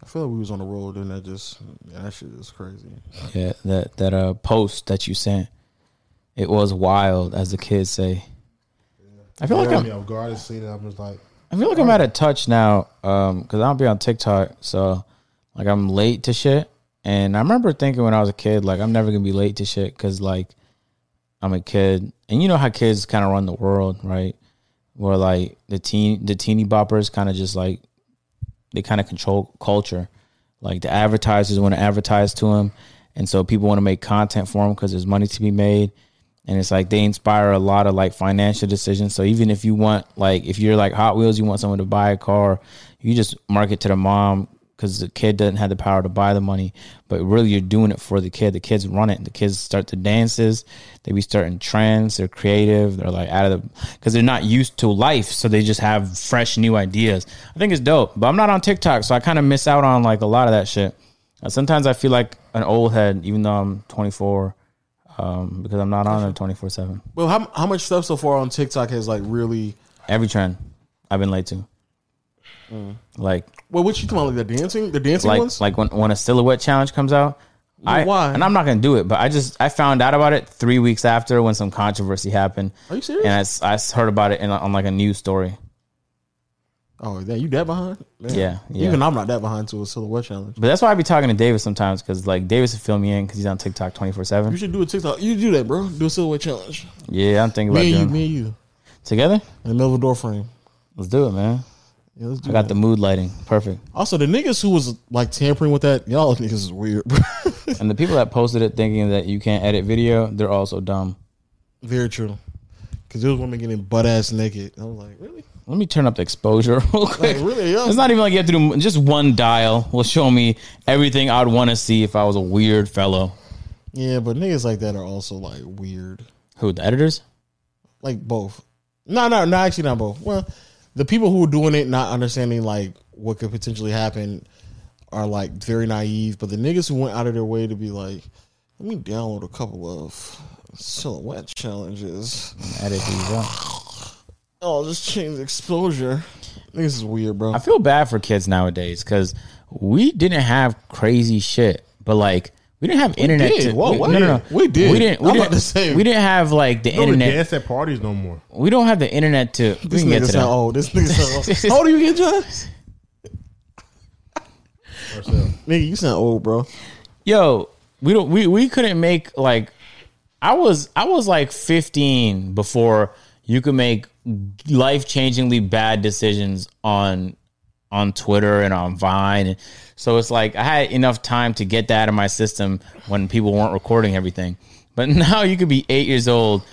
S1: I feel like we was on the road, and that just yeah, that shit is crazy.
S2: Yeah, that that uh post that you sent, it was wild, as the kids say. I feel like
S3: Threw
S2: I'm
S3: me off guard and seen it. I was like,
S2: I feel like I'm out of touch now because I don't be on TikTok. So, like, I'm late to shit. And I remember thinking when I was a kid, like, I'm never going to be late to shit because, like, I'm a kid. And you know how kids kind of run the world, right? Where, like, the teen, the teeny boppers kind of just, like, they kind of control culture. Like, the advertisers want to advertise to them. And so people want to make content for them because there's money to be made and it's like they inspire a lot of like financial decisions. So even if you want like if you're like Hot Wheels, you want someone to buy a car, you just market to the mom because the kid doesn't have the power to buy the money, but really you're doing it for the kid. The kids run it. The kids start the dances. They be starting trends. They're creative. They're like out of the because they're not used to life, so they just have fresh new ideas. I think it's dope, but I'm not on TikTok, so I kind of miss out on like a lot of that shit. Uh, Sometimes I feel like an old head, even though I'm 24 um, because I'm not on it 24 seven.
S1: Well, how how much stuff so far on TikTok has like really?
S2: Every trend I've been late to, like
S1: Well, what you talking about? Like the dancing, the dancing
S2: like
S1: ones.
S2: like when when a silhouette challenge comes out. I,
S1: why?
S2: And I'm not gonna do it, but I just I found out about it three weeks after when some controversy happened.
S1: Are you serious?
S2: And I s- I, s- heard about it in, on like a news story.
S1: oh, yeah, you that behind? Man.
S2: Yeah, yeah.
S1: Even I'm not that behind to a silhouette challenge.
S2: but that's why I be talking to Davis sometimes because like Davis would fill me in because he's on TikTok 24
S1: You
S2: seven.
S1: should do a TikTok. You do that, bro. Do a silhouette challenge.
S2: Yeah, I'm thinking about
S1: Me and you,
S2: doing
S1: me and you,
S2: it. together.
S1: in the middle of a door frame.
S2: Let's do it, man.
S1: Yeah, let's do
S2: I got
S1: that.
S2: the mood lighting
S1: *laughs*
S2: perfect,
S1: Also, the niggas who was like tampering with that, y'all niggas is weird. bro. *laughs*
S2: and the people that posted it thinking that you can't edit video, they're also dumb.
S1: Very true. Because there was women getting butt ass naked. I was like, really?
S2: Let me turn up the exposure *laughs* real quick.
S1: really, yeah.
S2: It's not even like you have to do just one dial will show me everything I'd want to see if I was a weird fellow.
S1: Yeah, but niggas like that are also like weird.
S2: Who the editors?
S1: like both. No, no, no. Actually, not both. Well, the people who are doing it, not understanding like what could potentially happen, are like very naive. But the niggas who went out of their way to be like, let me download a couple of silhouette challenges.
S2: That is easy.
S1: Oh, just change the exposure. Niggas is weird, bro.
S2: I feel bad for kids nowadays because we didn't have crazy shit, but like we didn't have internet.
S1: did.
S2: to-
S1: Whoa,
S2: we,
S1: what?
S2: No, no, no.
S1: We did.
S2: We didn't. We
S1: I'm
S2: didn't,
S1: about to say-
S2: we didn't have like the
S3: Don't even
S2: internet.
S3: dance at parties no more.
S2: We don't have the internet to. We
S1: this
S2: can get
S1: nigga
S2: to
S1: sound
S2: that.
S1: old. This nigga sound old. How old are you again,
S2: *laughs*
S1: John?
S3: Marcel.
S1: Nigga, you sound old, bro.
S2: Yo, we don't. We we couldn't make like. I was I was like 15 before you could make life changingly bad decisions on on Twitter and on Vine. So it's like I had enough time to get that out of my system when people weren't recording everything. But *laughs* now you could be eight years old,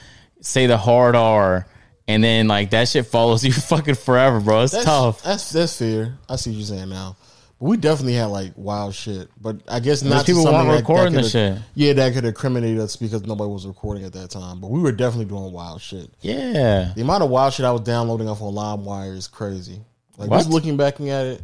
S2: say the hard R, and then like that shit follows *laughs* you fucking forever, bro. It's
S1: That's,
S2: tough.
S1: That's that's fair. I see what you're saying now. But we definitely had like wild shit. But I guess not to
S2: people
S1: something
S2: weren't
S1: that- that
S2: recording the
S1: could've-
S2: shit.
S1: Yeah, that could incriminate us because nobody was recording at that time. But we were definitely doing wild shit.
S2: Yeah.
S1: The amount of wild shit I was downloading off on LimeWire is crazy. Like
S2: What?
S1: just looking back at it,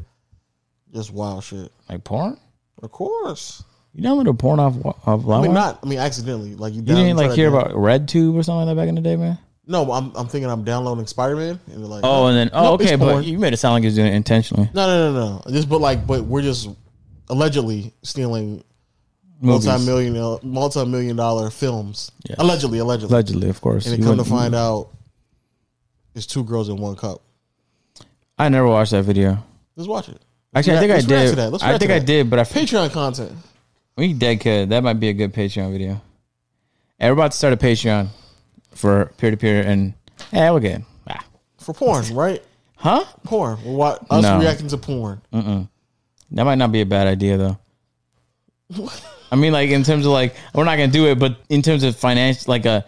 S1: just wild shit.
S2: Like porn?
S1: Of course.
S2: You downloaded porn off off
S1: I mean,
S2: LimeWire?
S1: not. I mean, accidentally. Like you,
S2: You didn't like
S1: download-
S2: hear about RedTube or something like that back in the day, man.
S1: No, I'm, I'm thinking I'm downloading Spider Man and they're like.
S2: Oh, and then oh,
S1: Nope, it's
S2: okay, but
S1: porn.
S2: you made it sound like you was doing it intentionally.
S1: No, no, no, no. Just but like, but we're just allegedly stealing
S2: Movies.
S1: multi-million multi-million dollar films.
S2: Yeah.
S1: Allegedly, allegedly.
S2: Allegedly, of course.
S1: And it
S2: You
S1: come to
S2: wouldn't-
S1: find out, it's two girls in one cup.
S2: I never watched that video.
S1: Let's watch it.
S2: Actually, I think I
S1: Let's react to
S2: did.
S1: that. Let's
S2: I
S1: react to
S2: think I
S1: that.
S2: did, but I f-
S1: Patreon content.
S2: we dead kid. That might be a good Patreon video. Hey, we're about to start a Patreon for peer to peer, and yeah, we're good. Ah.
S1: For
S2: *laughs*
S1: porn, right?
S2: Huh?
S1: Porn. Well, what, us
S2: No. Mm.
S1: reacting to porn.
S2: That might not be a bad
S1: *laughs*
S2: idea though. I mean, like in terms of like we're not gonna do it, but in terms of financial, like a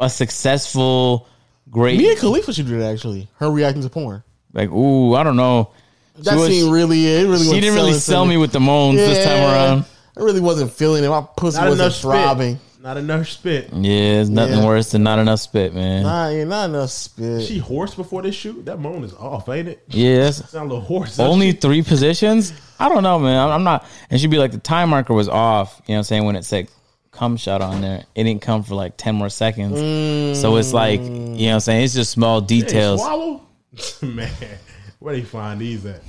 S2: a successful, great,
S1: Me and Khalifa should do that actually. Her reacting to porn.
S2: like ooh, I don't know.
S1: That
S2: She was-
S1: scene really it really
S2: She
S1: wasn't
S2: didn't really
S1: selling to
S2: sell me with the moans this time around.
S1: I really wasn't feeling it. My pussy
S3: Not
S1: wasn't
S3: enough
S1: throbbing.
S3: spit. Not enough spit.
S2: Yeah, it's nothing
S1: Yeah.
S2: worse than not enough spit, man.
S1: Nah, ain't not enough spit.
S3: She hoarse before this shoot. That moan is off, ain't it?
S2: Yes.
S3: Sound a little hoarse.
S2: Only three positions? I don't know, man. I'm- I'm not. And she'd be like, the time marker was off. You know what I'm saying? When it said come shot on there, it didn't come for like 10 more seconds. So it's like, you
S1: Mm.
S2: know what I'm saying? It's just small
S3: Hey,
S2: details.
S3: swallow. *laughs* Man, where they find these at?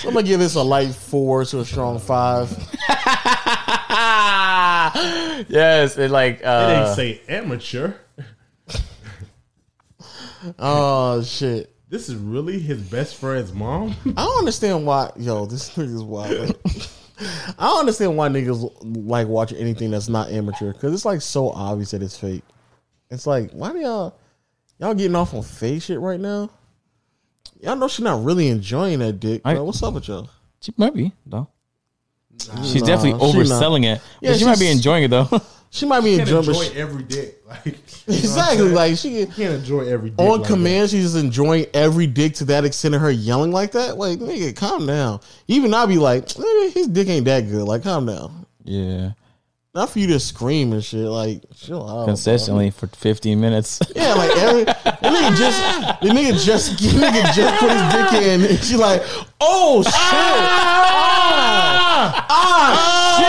S1: So I'm gonna give this a light four to a strong five.
S2: Ah! yes. It like,
S3: They
S2: uh,
S3: didn't say amateur.
S1: Oh shit.
S3: This is really his best friend's mom. *laughs*
S1: I don't understand why, yo, this *laughs* nigga's wild. I don't understand why niggas like watching anything that's not amateur because it's like so obvious that it's fake. It's like, why do y'all y'all getting off on fake shit right now? Y'all know she's not really enjoying that dick,
S2: I-
S1: bro. What's up with y'all?
S2: she might be, though. She's
S1: Nah,
S2: definitely
S1: she not.
S2: overselling it.
S1: Yeah,
S2: but she might be
S1: she's-
S2: enjoying it, though. *laughs*
S1: She might be
S3: Can't
S1: enjoying, but
S3: enjoy
S1: *laughs* she,
S3: every dick. *laughs* Like you know what I'm
S1: exactly
S3: saying?
S1: like she
S3: You can't enjoy every dick
S1: on
S3: like
S1: command. She's enjoying every dick to that extent of her yelling like that. Like nigga, calm down. Even I'd be like, nigga, his dick ain't that good. Like calm down.
S2: yeah.
S1: Not for you to scream and shit. Like chill out. bro.
S2: Consistently for 15 minutes.
S1: Yeah, like every the nigga just the nigga just the nigga just put his dick in and she like, oh shit. Ah,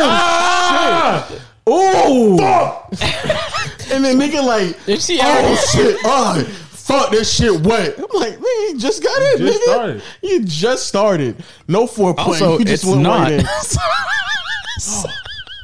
S1: ah, shit. Oh shit. Oh and then nigga like
S2: If she ever.
S1: oh shit. Oh fuck this shit wet. I'm like, man, you just got in,
S3: You just
S1: nigga.
S3: started.
S1: You just started. No foreplay.
S2: Also,
S1: you just
S2: it's
S1: went
S2: not.
S1: right in.
S2: *laughs*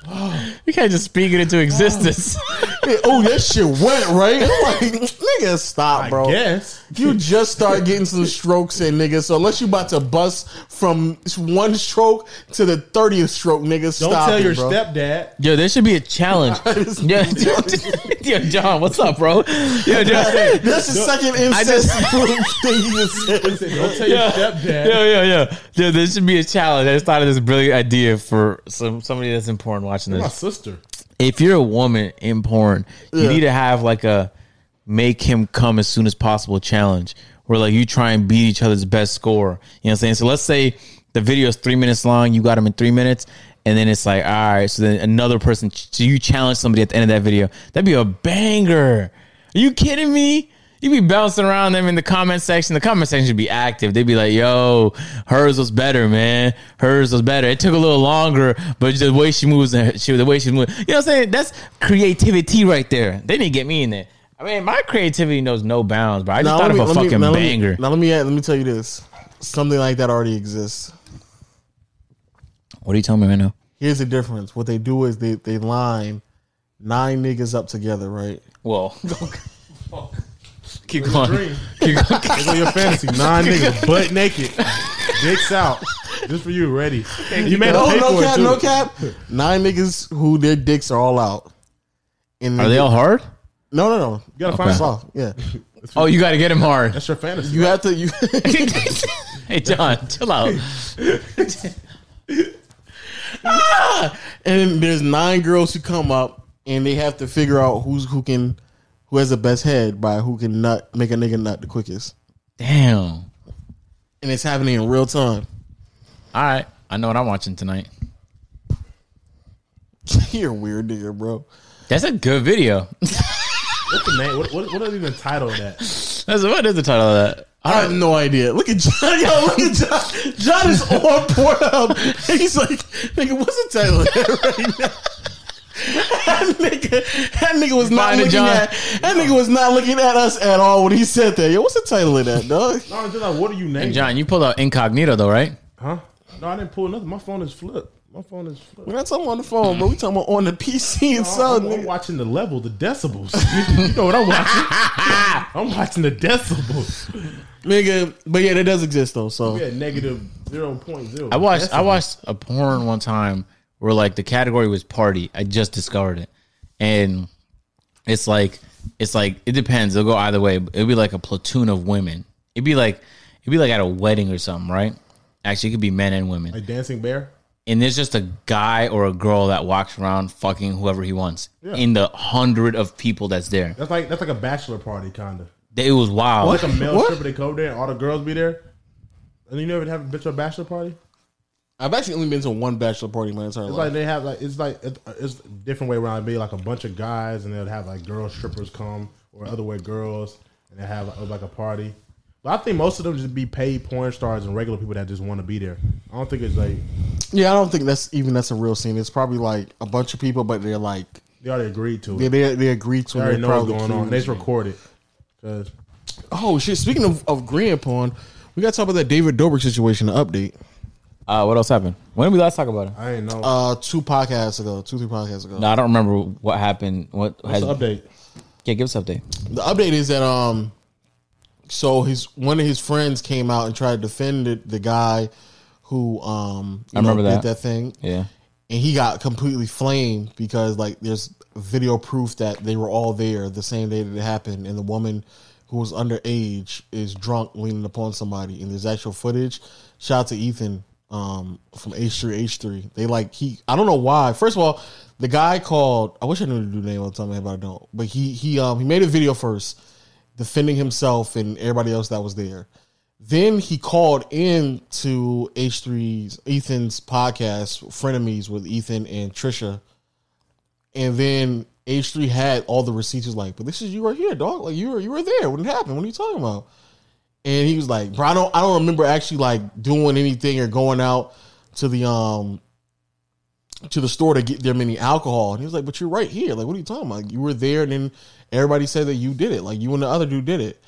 S2: *gasps* you can't just speak it into existence.
S1: Yeah, oh, that shit wet, right? I'm like, nigga, stop,
S3: I
S1: bro.
S3: guess.
S1: You just start getting some strokes in, nigga. So unless you about to bust from one stroke to the thirtieth stroke, nigga,
S3: Don't
S1: stop
S3: tell
S1: it, *laughs*
S3: your
S1: bro.
S3: stepdad. *laughs*
S2: Yo, there should be
S1: *laughs*
S2: a challenge.
S1: This-
S2: Yo, *laughs* yo, John, what's up,
S1: *laughs*
S2: bro? Yo, John.
S1: That's the second incest *laughs* thing you just
S3: *laughs*
S1: said.
S3: Listen, Don't tell your stepdad.
S2: Yo, yo, yo. Yo, there should be a challenge. I just thought of this brilliant idea for some somebody that's in porn watching
S3: My
S2: this.
S3: sister.
S2: If you're a woman in porn, you
S1: Yeah.
S2: need to have like a make him come as soon as possible challenge where like you try and beat each other's best score. You know what I'm saying? So let's say the video is three minutes long, you got him in three minutes, and then it's like, all right. So then another person, so you challenge somebody at the end of that video. That'd be a banger. Are you kidding me? You'd be bouncing around them in the comment section. The comment section should be active. They'd be like, yo, hers was better, man. Hers was better. It took a little longer, but the way she moves, and she, the way she moves. You know what I'm saying? That's creativity right there. They didn't get me in there. I mean, my creativity knows no bounds, bro. I just
S1: Now,
S2: thought
S1: let me-
S2: of a
S1: let me-
S2: fucking
S1: now, let me-
S2: banger.
S1: now let me add- let me tell you this: something like that already exists.
S2: What are you telling me right now?
S1: Here's the difference: what they do is they they line nine niggas up together, right? *laughs*
S2: Well, *laughs* keep going.
S3: Dream.
S2: Keep going.
S3: It's on your fantasy.
S2: *laughs*
S3: Nine niggas butt naked, dicks out, just for you. Ready? You made a
S1: No,
S3: pay
S1: Oh, no
S3: for it
S1: cap,
S3: too.
S1: no cap. Nine niggas who their dicks are all out. And
S2: Are they all hard?
S1: No, no, no.
S3: You gotta find
S1: It's
S3: something.
S1: off. Yeah,
S2: Oh, you got to get him
S1: *laughs*
S2: hard. *laughs*
S3: That's your fantasy.
S1: you have to. You
S3: *laughs*
S1: *laughs*
S2: hey, John, chill out.
S1: and there's nine girls who come up and they have to figure out who's who can who has the best head by who can nut make a nigga nut the quickest.
S2: Damn. All
S1: And it's happening in real time. *laughs*
S2: right. I know what I'm watching tonight.
S1: You're a weird nigga, bro.
S2: That's a good video. *laughs*
S3: What's the name? What, what, what is even title of that?
S2: That's what is the title of that?
S1: I have no idea. Look at John. *laughs* Yo, look at John. John is on Pornhub. *laughs* And he's like, nigga, what's the title of that right now? *laughs* That nigga, that nigga was not
S2: Find it,
S1: looking
S2: John.
S1: at that nigga was not looking at us at all when he said that. Yo, what's the title of that, dog?
S3: No, I'm just like, what are you
S2: Hey,
S3: naming?
S2: John, you pulled out Incognito though, right?
S3: Huh? No, I didn't pull nothing. My phone is flipped. My phone is flipped.
S1: We're not talking on the phone, bro. We talking about on the PC itself,
S3: I'm, I'm
S1: nigga.
S3: watching the level, the decibels. *laughs* you know what
S2: *laughs*
S3: I'm watching? I'm watching the decibels.
S1: nigga. But yeah, that does exist though. So
S3: We had negative zero point zero.
S2: I watched I watched a porn one time where like the category was party. I just discovered it, and it's like it's like it depends. It'll go either way. It'll be like a platoon of women. It'd be like it'd be like at a wedding or something, right? Actually, it could be men and women.
S3: a dancing bear.
S2: and there's just a guy or a girl that walks around fucking whoever he wants in the hundred of people that's there.
S3: That's like that's like a bachelor party kind of.
S2: It was wild.
S3: Like a male
S1: What?
S3: stripper they go there and all the girls be there. And you never have been to a bachelor party?
S1: I've actually only been to one bachelor party my entire
S3: It's
S1: life.
S3: like they have like it's like it's- it's a different way around. It'd be like a bunch of guys, and they'll have like girl strippers come, or other way girls, and they have like, like a party. But I think most of them just be paid porn stars and regular people that just want to be there. I don't think it's like
S1: yeah, I don't think that's even that's a real scene. It's probably like a bunch of people, but they're like
S3: they already agreed to it.
S1: they they, they agree to.
S3: they
S1: it.
S3: already
S1: They're
S3: know what's
S1: probably
S3: going on.
S1: cute.
S3: They just recorded because
S1: Oh shit! Speaking of of green porn, we got to talk about that David Dobrik situation. to update.
S2: Uh, what else happened? When did we last talk about it?
S3: I ain't know.
S1: Uh, two podcasts ago, two three podcasts ago.
S2: No, I don't remember what happened. What has,
S3: What's the update?
S2: Yeah, give us an update.
S1: The update is that um, so his one of his friends came out and tried to defend the, the guy who um you
S2: I remember
S1: did
S2: that.
S1: that thing
S2: Yeah.
S1: and he got completely flamed because like there's video proof that they were all there the same day that it happened and the woman who was underage is drunk leaning upon somebody and there's actual footage shout out to ethan um from h3 h3 they like he i don't know why first of all the guy called i wish i knew the dude name all the time but i don't but he he um he made a video first defending himself and everybody else that was there then he called in to H3's Ethan's podcast, Frenemies with Ethan and Trisha. And then H3 had all the receipts. He was like, but this is you right here, dog. Like you were you were there when it happened. What are you talking about? And he was like, bro, I don't I don't remember actually like doing anything or going out to the um to the store to get them any alcohol. And he was like, But you're right here. Like, what are you talking about? You were there and then everybody said that you did it. Like you and the other dude did it.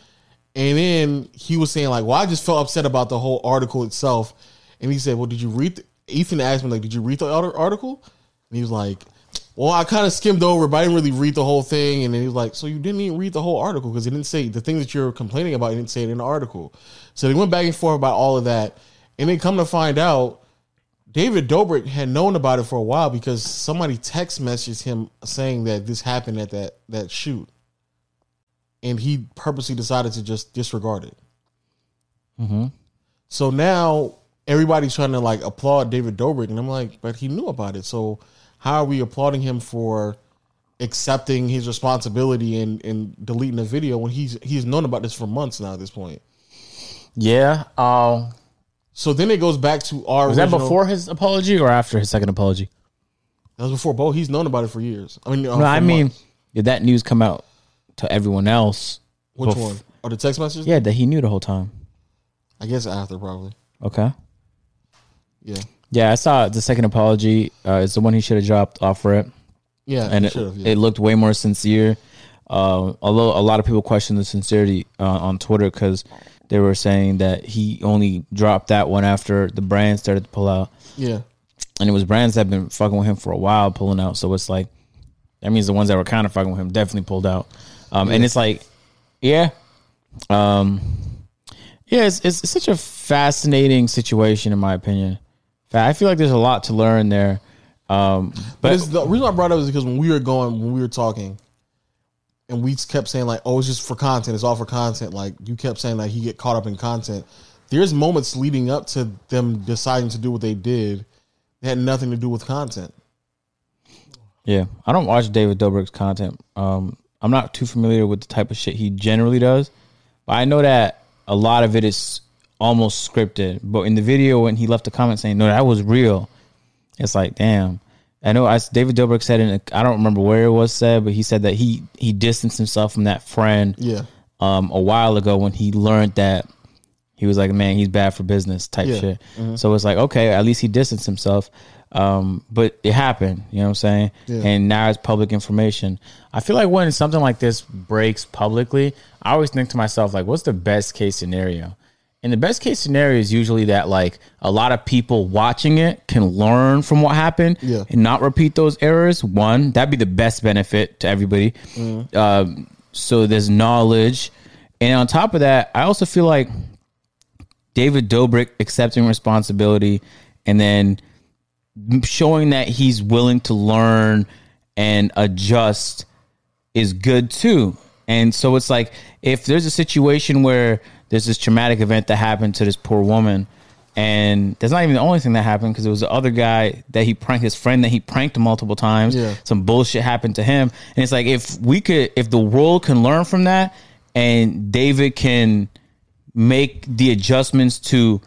S1: And then he was saying like, "Well, I just felt upset about the whole article itself." And he said, "Well, did you read?" The-? Ethan asked me like, "Did you read the ar- article?" And he was like, "Well, I kind of skimmed over, it, but I didn't really read the whole thing." And then he was like, "So you didn't even read the whole article because it didn't say the thing that you're complaining about. It didn't say it in the article." So they went back and forth about all of that, and then come to find out, David Dobrik had known about it for a while because somebody text messaged him saying that this happened at that that shoot and he purposely decided to just disregard it.
S2: Mm-hmm.
S1: So now everybody's trying to like applaud David Dobrik, and I'm like, but he knew about it. So how are we applauding him for accepting his responsibility and, and deleting the video when he's he's known about this for months now at this point?
S2: Yeah. Um,
S1: So then it goes back to our.
S2: Was that before his apology or after his second apology?
S1: That was before Bo. He's known about it for years. I mean, uh,
S2: No,
S1: for
S2: I mean,
S1: months.
S2: did that news come out to everyone else?
S1: which
S2: bef-
S1: one? Or Oh, the text messages?
S2: Yeah, that he knew the whole time.
S1: I guess after probably.
S2: Okay.
S1: Yeah,
S2: Yeah, I saw the second apology. Uh, it's the one he should have dropped off for it,
S1: yeah,
S2: and
S1: you
S2: it,
S1: should've, yeah.
S2: it looked way more sincere. Uh, although a lot of people questioned the sincerity uh, on Twitter because they were saying that he only dropped that one after the brand started to pull out,
S1: yeah.
S2: and it was brands that have been fucking with him for a while pulling out. So it's like that means the ones that were kind of fucking with him definitely pulled out. Um, And it's like, yeah, um, yeah, it's, it's it's such a fascinating situation in my opinion. Fa- I feel like there's a lot to learn there. Um,
S1: But
S2: but
S1: it's, the reason I brought it up is because when we were going, when we were talking, and we kept saying like, "Oh, it's just for content. It's all for content." Like you kept saying like he get caught up in content. There's moments leading up to them deciding to do what they did that had nothing to do with content.
S2: yeah, I don't watch David Dobrik's content. Um, I'm not too familiar with the type of shit he generally does, but I know that a lot of it is almost scripted. But in the video, when he left a comment saying, "No, that was real," it's like, damn. I know I, David Dobrik said in a, I don't remember where it was said, but he said that he he distanced himself from that friend
S1: Yeah,
S2: um, a while ago when he learned that he was like, man, he's bad for business type
S1: Yeah. Mm-hmm.
S2: shit. So it's like, okay, at least he distanced himself. Um, but it happened, you know what I'm saying?
S1: Yeah.
S2: And now it's public information. I feel like when something like this breaks publicly, I always think to myself, like, what's the best case scenario? And the best case scenario is usually that like a lot of people watching it can learn from what happened
S1: Yeah.
S2: and not repeat those errors. One, that'd be the best benefit to everybody. Um, so there's knowledge, and on top of that, I also feel like David Dobrik accepting responsibility and then showing that he's willing to learn and adjust is good too. And so it's like if there's a situation where there's this traumatic event that happened to this poor woman, and that's not even the only thing that happened because it was the other guy that he pranked, his friend that he pranked multiple times.
S1: Yeah.
S2: Some bullshit happened to him, and it's like if we could, if the world can learn from that, and David can make the adjustments to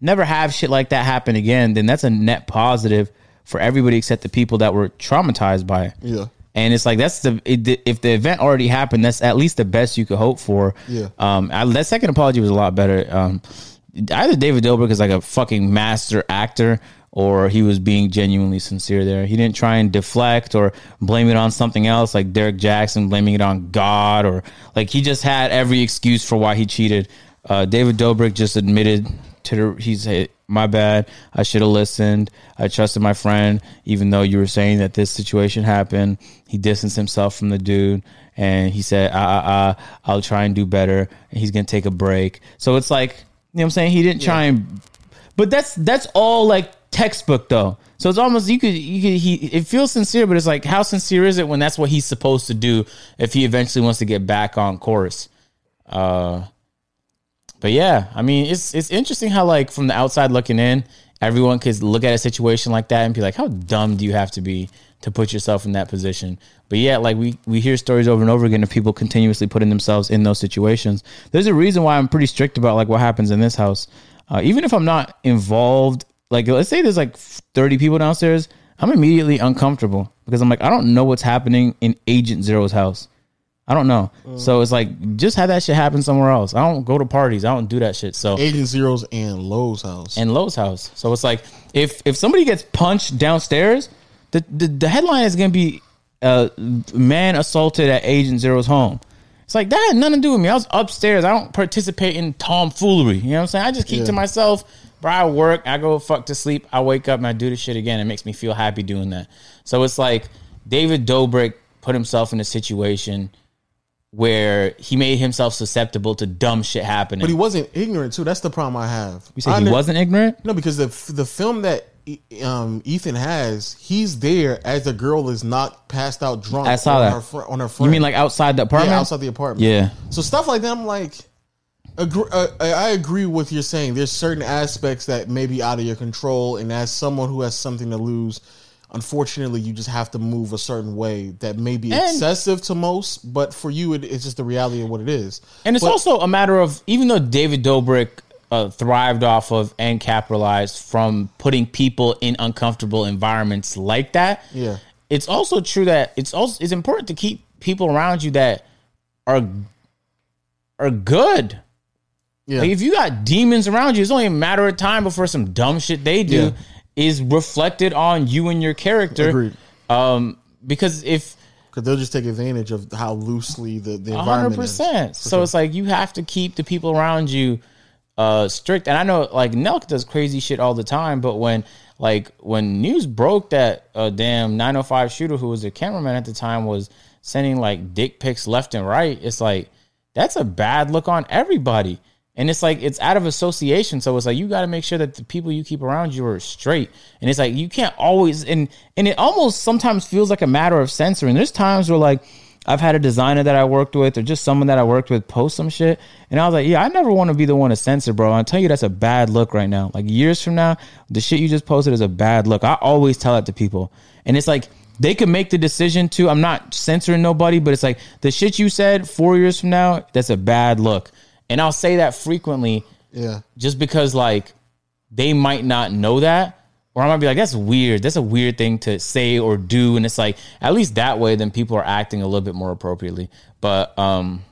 S2: never have shit like that happen again, then that's a net positive for everybody except the people that were traumatized by it.
S1: yeah,
S2: And it's like that's the it, the- if the event already happened, that's at least the best you could hope for.
S1: Yeah.
S2: Um. I, that second apology was a lot better. Um. Either David Dobrik is like a fucking master actor, or he was being genuinely sincere there. He didn't try and deflect or blame it on something else, like Derek Jackson blaming it on God, or like he just had every excuse for why he cheated. Uh, David Dobrik just admitted to the, he said, "My bad. I should have listened. I trusted my friend, even though you were saying that this situation happened." He distanced himself from the dude, and he said, "Ah, ah, ah I'll try and do better." And he's gonna take a break. So it's like, you know, what I'm saying he didn't try and, but that's that's all like textbook though. So it's almost you could you could he it feels sincere, but it's like how sincere is it when that's what he's supposed to do if he eventually wants to get back on course. Uh, but yeah, I mean, it's it's interesting how like from the outside looking in, everyone could look at a situation like that and be like, how dumb do you have to be to put yourself in that position? But yeah, like we we hear stories over and over again of people continuously putting themselves in those situations. There's a reason why I'm pretty strict about like what happens in this house, uh, even if I'm not involved. Like let's say there's like 30 people downstairs, I'm immediately uncomfortable because I'm like, I don't know what's happening in Agent Zero's house. I don't know. So it's like just have that shit happen somewhere else. I don't go to parties. I don't do that shit. So
S1: Agent Zeros and Lowe's house.
S2: and Lowe's house. So it's like if if somebody gets punched downstairs, the the, the headline is gonna be uh man assaulted at Agent Zero's home. It's like that had nothing to do with me. I was upstairs. I don't participate in tomfoolery. You know what I'm saying? I just keep
S1: Yeah.
S2: to myself. Bro, I work, I go fuck to sleep, I wake up and I do the shit again. It makes me feel happy doing that. So it's like David Dobrik put himself in a situation where he made himself susceptible to dumb shit happening.
S1: but he wasn't ignorant too. That's the problem I have.
S2: you said he wasn't ignorant?
S1: No, because the f- the film that E- um, Ethan has, he's there as the girl is not passed out drunk.
S2: I saw
S1: on
S2: that.
S1: her fr- on her
S2: You
S1: friend.
S2: mean like outside the apartment?
S1: yeah, outside the apartment?
S2: Yeah.
S1: So stuff like that, I'm like, agree, uh, I I agree with you're saying. There's certain aspects that may be out of your control, and as someone who has something to lose, unfortunately, you just have to move a certain way that may be
S2: And-
S1: excessive to most, but for you, it, it's just the reality of what it is.
S2: And it's
S1: But-
S2: also a matter of even though David Dobrik uh, thrived off of and capitalized from putting people in uncomfortable environments like that.
S1: Yeah.
S2: It's also true that it's also it's important to keep people around you that are are good.
S1: Yeah.
S2: Like if you got demons around you, it's only a matter of time before some dumb shit they do is reflected on you and your character.
S1: Agreed.
S2: Um, because if
S1: Because they'll just take advantage of how loosely the, the
S2: hundred
S1: environment is.
S2: percent, so it's like you have to keep the people around you uh strict. And I know like Nelk does crazy shit all the time, but when like when news broke that uh, damn 905 shooter who was a cameraman at the time was sending like dick pics left and right, it's like that's a bad look on everybody. And it's like it's out of association, so it's like you got to make sure that the people you keep around you are straight. And it's like you can't always and and it almost sometimes feels like a matter of censoring. There's times where like I've had a designer that I worked with or just someone that I worked with post some shit, and I was like, yeah, I never want to be the one to censor, bro. I tell you that's a bad look right now. Like years from now, the shit you just posted is a bad look. I always tell that to people, and it's like they could make the decision to I'm not censoring nobody, but it's like the shit you said four years from now, that's a bad look. And I'll say that frequently
S1: Yeah.
S2: just because like they might not know that. Or I might be like, that's weird. That's a weird thing to say or do. And it's like, at least that way, then people are acting a little bit more appropriately. But um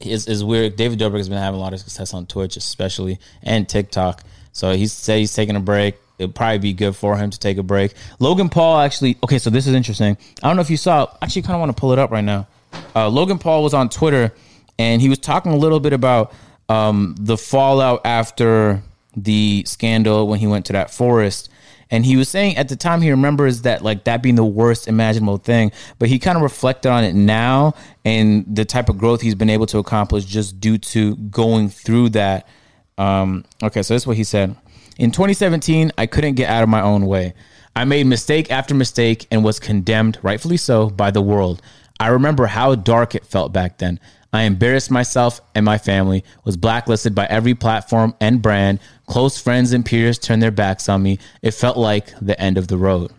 S2: is is weird. David Dobrik has been having a lot of success on Twitch, especially and TikTok. So he said he's taking a break. It'd probably be good for him to take a break. Logan Paul actually. Okay, so this is interesting. I don't know if you saw. Actually, kind of want to pull it up right now. Uh, Logan Paul was on Twitter and he was talking a little bit about um, the fallout after the scandal when he went to that forest. And he was saying at the time he remembers that like that being the worst imaginable thing, but he kind of reflected on it now and the type of growth he's been able to accomplish just due to going through that. Um, okay, so this is what he said. In 2017, I couldn't get out of my own way. I made mistake after mistake and was condemned, rightfully so, by the world. I remember how dark it felt back then. I embarrassed myself and my family, was blacklisted by every platform and brand. Close friends and peers turned their backs on me. It felt like the end of the road.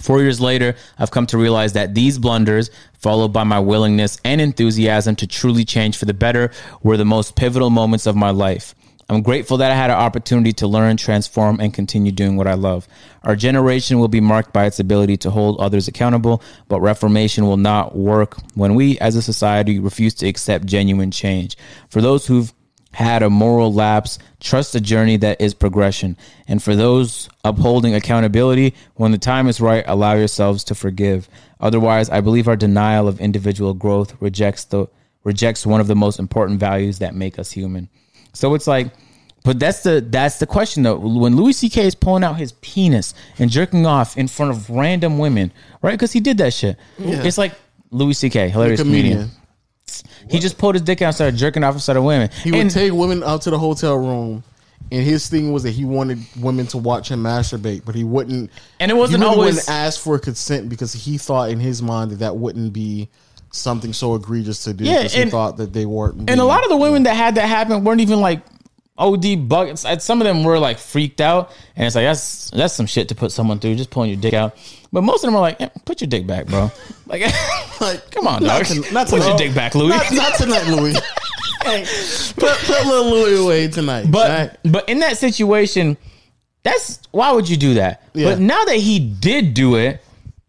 S2: Four years later, I've come to realize that these blunders, followed by my willingness and enthusiasm to truly change for the better, were the most pivotal moments of my life. I'm grateful that I had an opportunity to learn, transform, and continue doing what I love. Our generation will be marked by its ability to hold others accountable, but reformation will not work when we, as a society, refuse to accept genuine change. For those who've had a moral lapse, trust the journey that is progression. And for those upholding accountability, when the time is right, allow yourselves to forgive. Otherwise, I believe our denial of individual growth rejects the rejects one of the most important values that make us human. So it's like but that's the that's the question though. When Louis C.K. is pulling out his penis and jerking off in front of random women, right? Because he did that shit. It's like Louis C.K. hilarious comedian.
S1: Comedian.
S2: He just pulled his dick out and started jerking off instead of women.
S1: He would
S2: And-
S1: take women out to the hotel room. And his thing was that he wanted women to watch him masturbate, but he wouldn't.
S2: And it wasn't
S1: he really
S2: always-
S1: wouldn't ask for consent because he thought in his mind that that wouldn't be something so egregious to do.
S2: Yeah,
S1: 'cause he
S2: and-
S1: thought that they weren't.
S2: and a lot of the women that had that happen weren't even like OD buckets. And Some of them were like freaked out, and it's like that's that's some shit to put someone through, just pulling your dick out. But most of them are like, eh, put your dick back, bro. *laughs* Like,
S1: *laughs* Like,
S2: come on,
S1: not
S2: dog.
S1: to- not
S2: put
S1: to-
S2: your dick back, Louis.
S1: Not, not tonight, Louis. hey, put, put little Louis away tonight.
S2: *laughs* but
S1: all right?
S2: but in that situation, that's why would you do that?
S1: Yeah.
S2: But now that he did do it,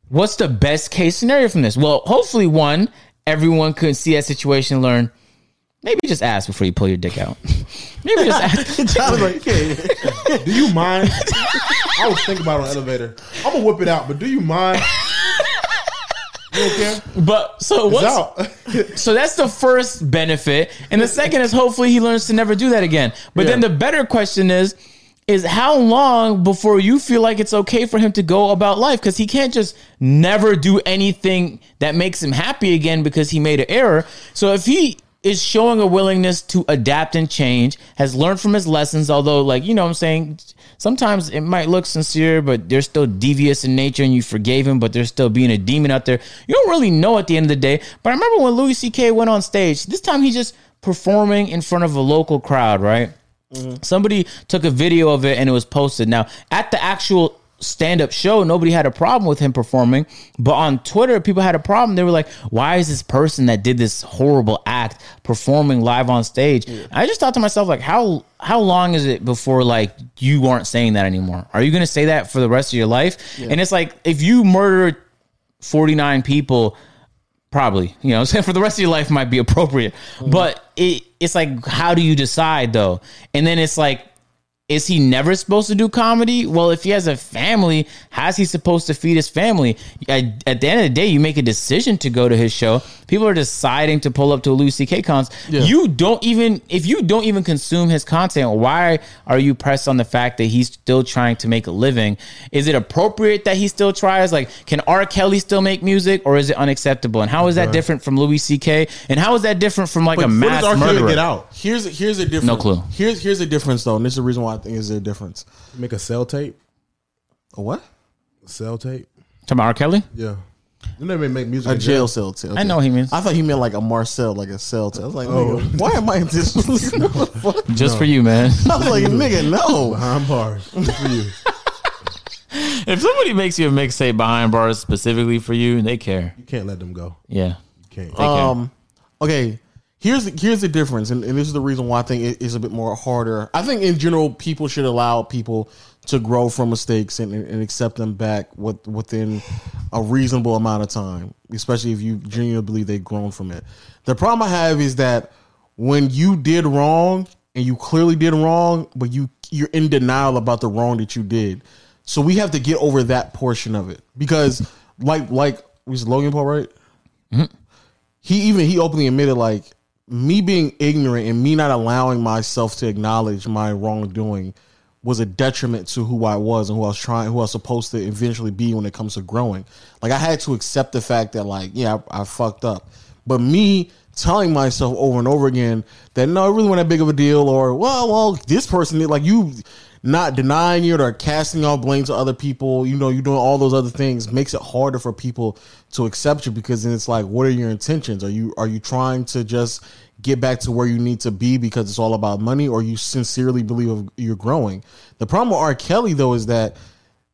S2: what's the best case scenario from this? Well, hopefully, one everyone could see that situation, and learn. Maybe just ask before you pull your dick out. *laughs* Maybe
S1: *laughs*
S2: just ask.
S1: I was like, okay.
S3: Do you mind? I was thinking about it on the elevator. I'm gonna whip it out, but do you mind? You okay?
S2: But so
S3: It's
S2: what's
S3: out.
S2: so that's the first benefit, and the second is hopefully he learns to never do that again. But then the better question is, is how long before you feel like it's okay for him to go about life? Because he can't just never do anything that makes him happy again because he made an error. So if he is showing a willingness to adapt and change, has learned from his lessons, although like, you know what I'm saying, sometimes it might look sincere, but they're still devious in nature and you forgave him, but there's still being a demon out there. You don't really know at the end of the day. But I remember when Louis C.K. went on stage, this time he just performing in front of a local crowd, right? Somebody took a video of it and it was posted. Now, at the actual stand up show, nobody had a problem with him performing. But on Twitter, people had a problem. They were like, why is this person that did this horrible act performing live on stage? I just thought to myself, like, how how long is it before like you aren't saying that anymore? Are you gonna say that for the rest of your life? And it's like if you murder 49 people probably you know *laughs* what I'm saying for the rest of your life might be appropriate but it it's like how do you decide though and then it's like is he never supposed to do comedy well if he has a family how's he supposed to feed his family at, at the end of the day you make a decision to go to his show people are deciding to pull up to a Louis CK cons you don't even if you don't even consume his content why are you pressed on the fact that he's still trying to make a living is it appropriate that he still tries like can R Kelly still make music or is it unacceptable and how is that different from Louis CK and how is that different from like a
S3: What does
S2: mass
S3: R. Kelly
S2: murderer
S3: get out?
S1: Here's here's a difference.
S2: No clue.
S1: Here's here's a difference though, and this is the reason why I think is a difference.
S3: Make a cell tape.
S1: A what?
S3: Cell tape.
S2: talking about R Kelly
S3: Yeah. You never make music.
S1: A
S3: in
S1: jail cell tape.
S2: I know what he means
S1: I thought he meant like a Marcel, like a cell tape. I was like, nigga, why am I in this? *laughs* What the fuck?
S2: just for you man
S1: I was like, nigga, no.
S3: I'm bars. Good for you.
S2: If somebody makes you a mixtape behind bars specifically for you, they care.
S3: You can't let them go.
S2: Yeah.
S3: You can't.
S1: Um, okay. Here's the, here's the difference, and, and this is the reason why I think it is a bit more harder. I think in general, people should allow people to grow from mistakes and, and, and accept them back with, within a reasonable amount of time, especially if you genuinely believe they've grown from it. The problem I have is that when you did wrong and you clearly did wrong, but you you're in denial about the wrong that you did. So we have to get over that portion of it because, like like was Logan Paul right? he even he openly admitted like me being ignorant and me not allowing myself to acknowledge my wrongdoing was a detriment to who I was and who I was trying who I was supposed to eventually be when it comes to growing. Like I had to accept the fact that like yeah I, I fucked up, but me telling myself over and over again that no it really wasn't that big of a deal or well well this person did like you not denying it or casting all blame to other people, you know, you're doing all those other things makes it harder for people to accept you because then it's like, what are your intentions? Are you are you trying to just get back to where you need to be because it's all about money, or you sincerely believe you're growing? The problem with R. Kelly though is that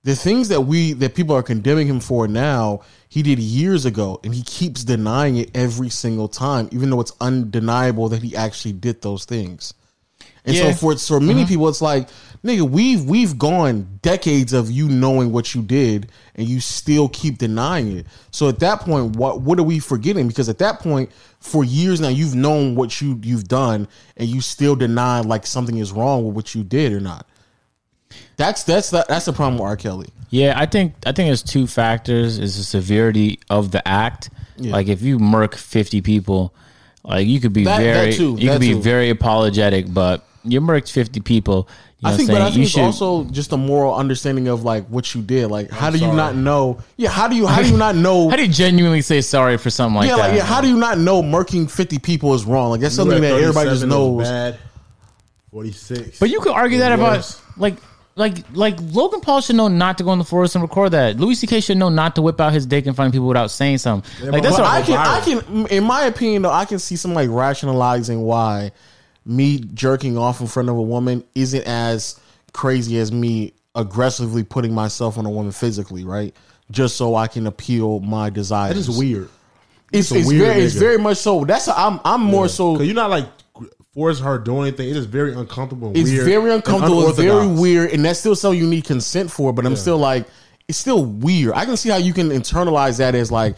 S1: the things that we that people are condemning him for now he did years ago and he keeps denying it every single time even though it's undeniable that he actually did those things and
S2: Yeah.
S1: so for for many people it's like nigga we've we've gone decades of you knowing what you did and you still keep denying it so at that point what what are we forgetting because at that point for years now you've known what you you've done and you still deny like something is wrong with what you did or not that's that's the, that's the problem with R. Kelly.
S2: Yeah, I think I think there's two factors is the severity of the act. Like if you murk 50 people, like you could be
S1: That- that
S2: very
S1: too,
S2: you
S1: that
S2: could be
S1: too.
S2: very apologetic, but you murked 50 people, you know
S1: I
S2: what I'm
S1: think, but I
S2: saying?
S1: think
S2: You
S1: it's
S2: should
S1: also just a moral understanding of like what you did. Like, how do you
S3: sorry.
S1: not know? Yeah, how do you how do you
S2: *laughs*
S1: not know?
S2: How do you genuinely say sorry for something like
S1: yeah,
S2: that?
S1: like yeah, how do you not know murking fifty people is wrong? Like that's something that everybody just
S3: 37 was
S1: knows.
S3: Bad. Forty six.
S2: But you could argue that
S3: Yes.
S2: about like like like Logan Paul should know not to go in the forest and record that. Louis C.K. should know not to whip out his dick in front of people without saying something. like
S3: but
S2: that's
S1: But
S2: a,
S1: I can, I can,
S3: viral.
S1: in my opinion, though, I can see some like rationalizing why me jerking off in front of a woman isn't as crazy as me aggressively putting myself on a woman physically, right? Just so I can appeal my desires.
S3: that is weird.
S1: It's,
S3: a
S1: it's
S3: weird
S1: very, it's
S3: nigga.
S1: very much so. That's I'm, I'm more so.
S3: Cause you're not like force her doing anything. It is very uncomfortable. And
S1: It's
S3: weird
S1: very
S3: and
S1: uncomfortable. It's very
S3: unorthodox.
S1: weird, and that's still something you need consent for. But I'm still like, it's still weird. I can see how you can internalize that as like,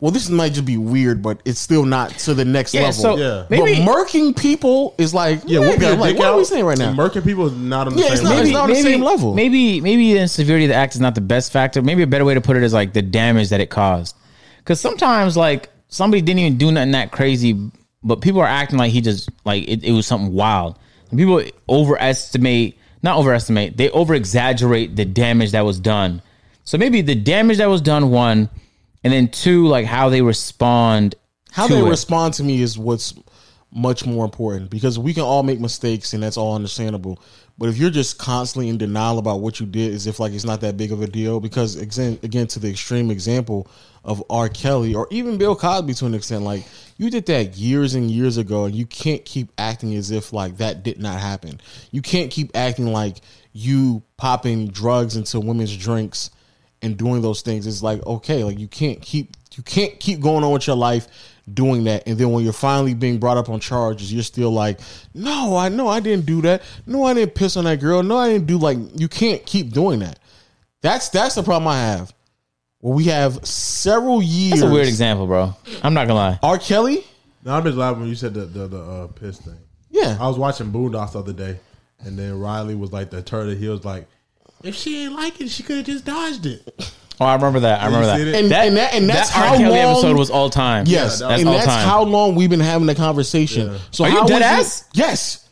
S1: well, this might just be weird, but it's still not to the next
S2: yeah,
S1: level.
S2: so
S3: Yeah.
S2: maybe
S1: but murking people is like, yeah, nigga,
S3: Yeah, whooping your
S1: like,
S3: dick
S1: what are we
S3: out
S1: saying right now?
S3: to Murking people is not on the
S1: Yeah, it's
S3: same
S1: not-
S3: level.
S1: it's not- on the same level.
S2: Maybe maybe the severity of the act is not the best factor. Maybe a better way to put it is like the damage that it caused. Because sometimes like somebody didn't even do nothing that crazy, but people are acting like he just like it, it was something wild. And people overestimate, not overestimate, they over exaggerate the damage that was done. So maybe the damage that was done one, and then two, like how they respond.
S1: How
S2: to
S1: they
S2: it.
S1: respond to me is what's much more important because we can all make mistakes and that's all understandable. But if you're just constantly in denial about what you did as if like it's not that big of a deal, because again, again to the extreme example of R. Kelly or even Bill Cosby to an extent, like you did that years and years ago, and you can't keep acting as if like that did not happen. You can't keep acting like you popping drugs into women's drinks and doing those things it's like okay like you can't keep you can't keep going on with your life doing that and then when you're finally being brought up on charges you're still like no i know i didn't do that no i didn't piss on that girl no i didn't do like you can't keep doing that that's that's the problem i have well we have several years
S2: That's a weird example, bro. I'm not gonna lie.
S1: r kelly
S3: Now I'm just laughing when you said the the, the uh, piss thing. I
S2: Uh,
S1: yeah
S3: was watching Boondocks the other day, and then Riley was like the turtle. He was like, if she ain't like it, she could have just dodged it.
S2: Oh, I remember that. I remember
S3: see
S2: that.
S3: that?
S1: and,
S2: That,
S1: and, that, and that's
S2: that R.
S1: how
S2: Kelly
S1: long,
S2: episode was all time.
S1: yes
S3: Yeah, that was-
S2: that's
S1: and
S2: all
S1: that's
S2: time.
S1: how long we've been having the conversation
S3: Yeah.
S1: so
S2: Are you
S1: how is
S2: dead
S1: it-
S2: ass?
S3: *laughs*
S1: yes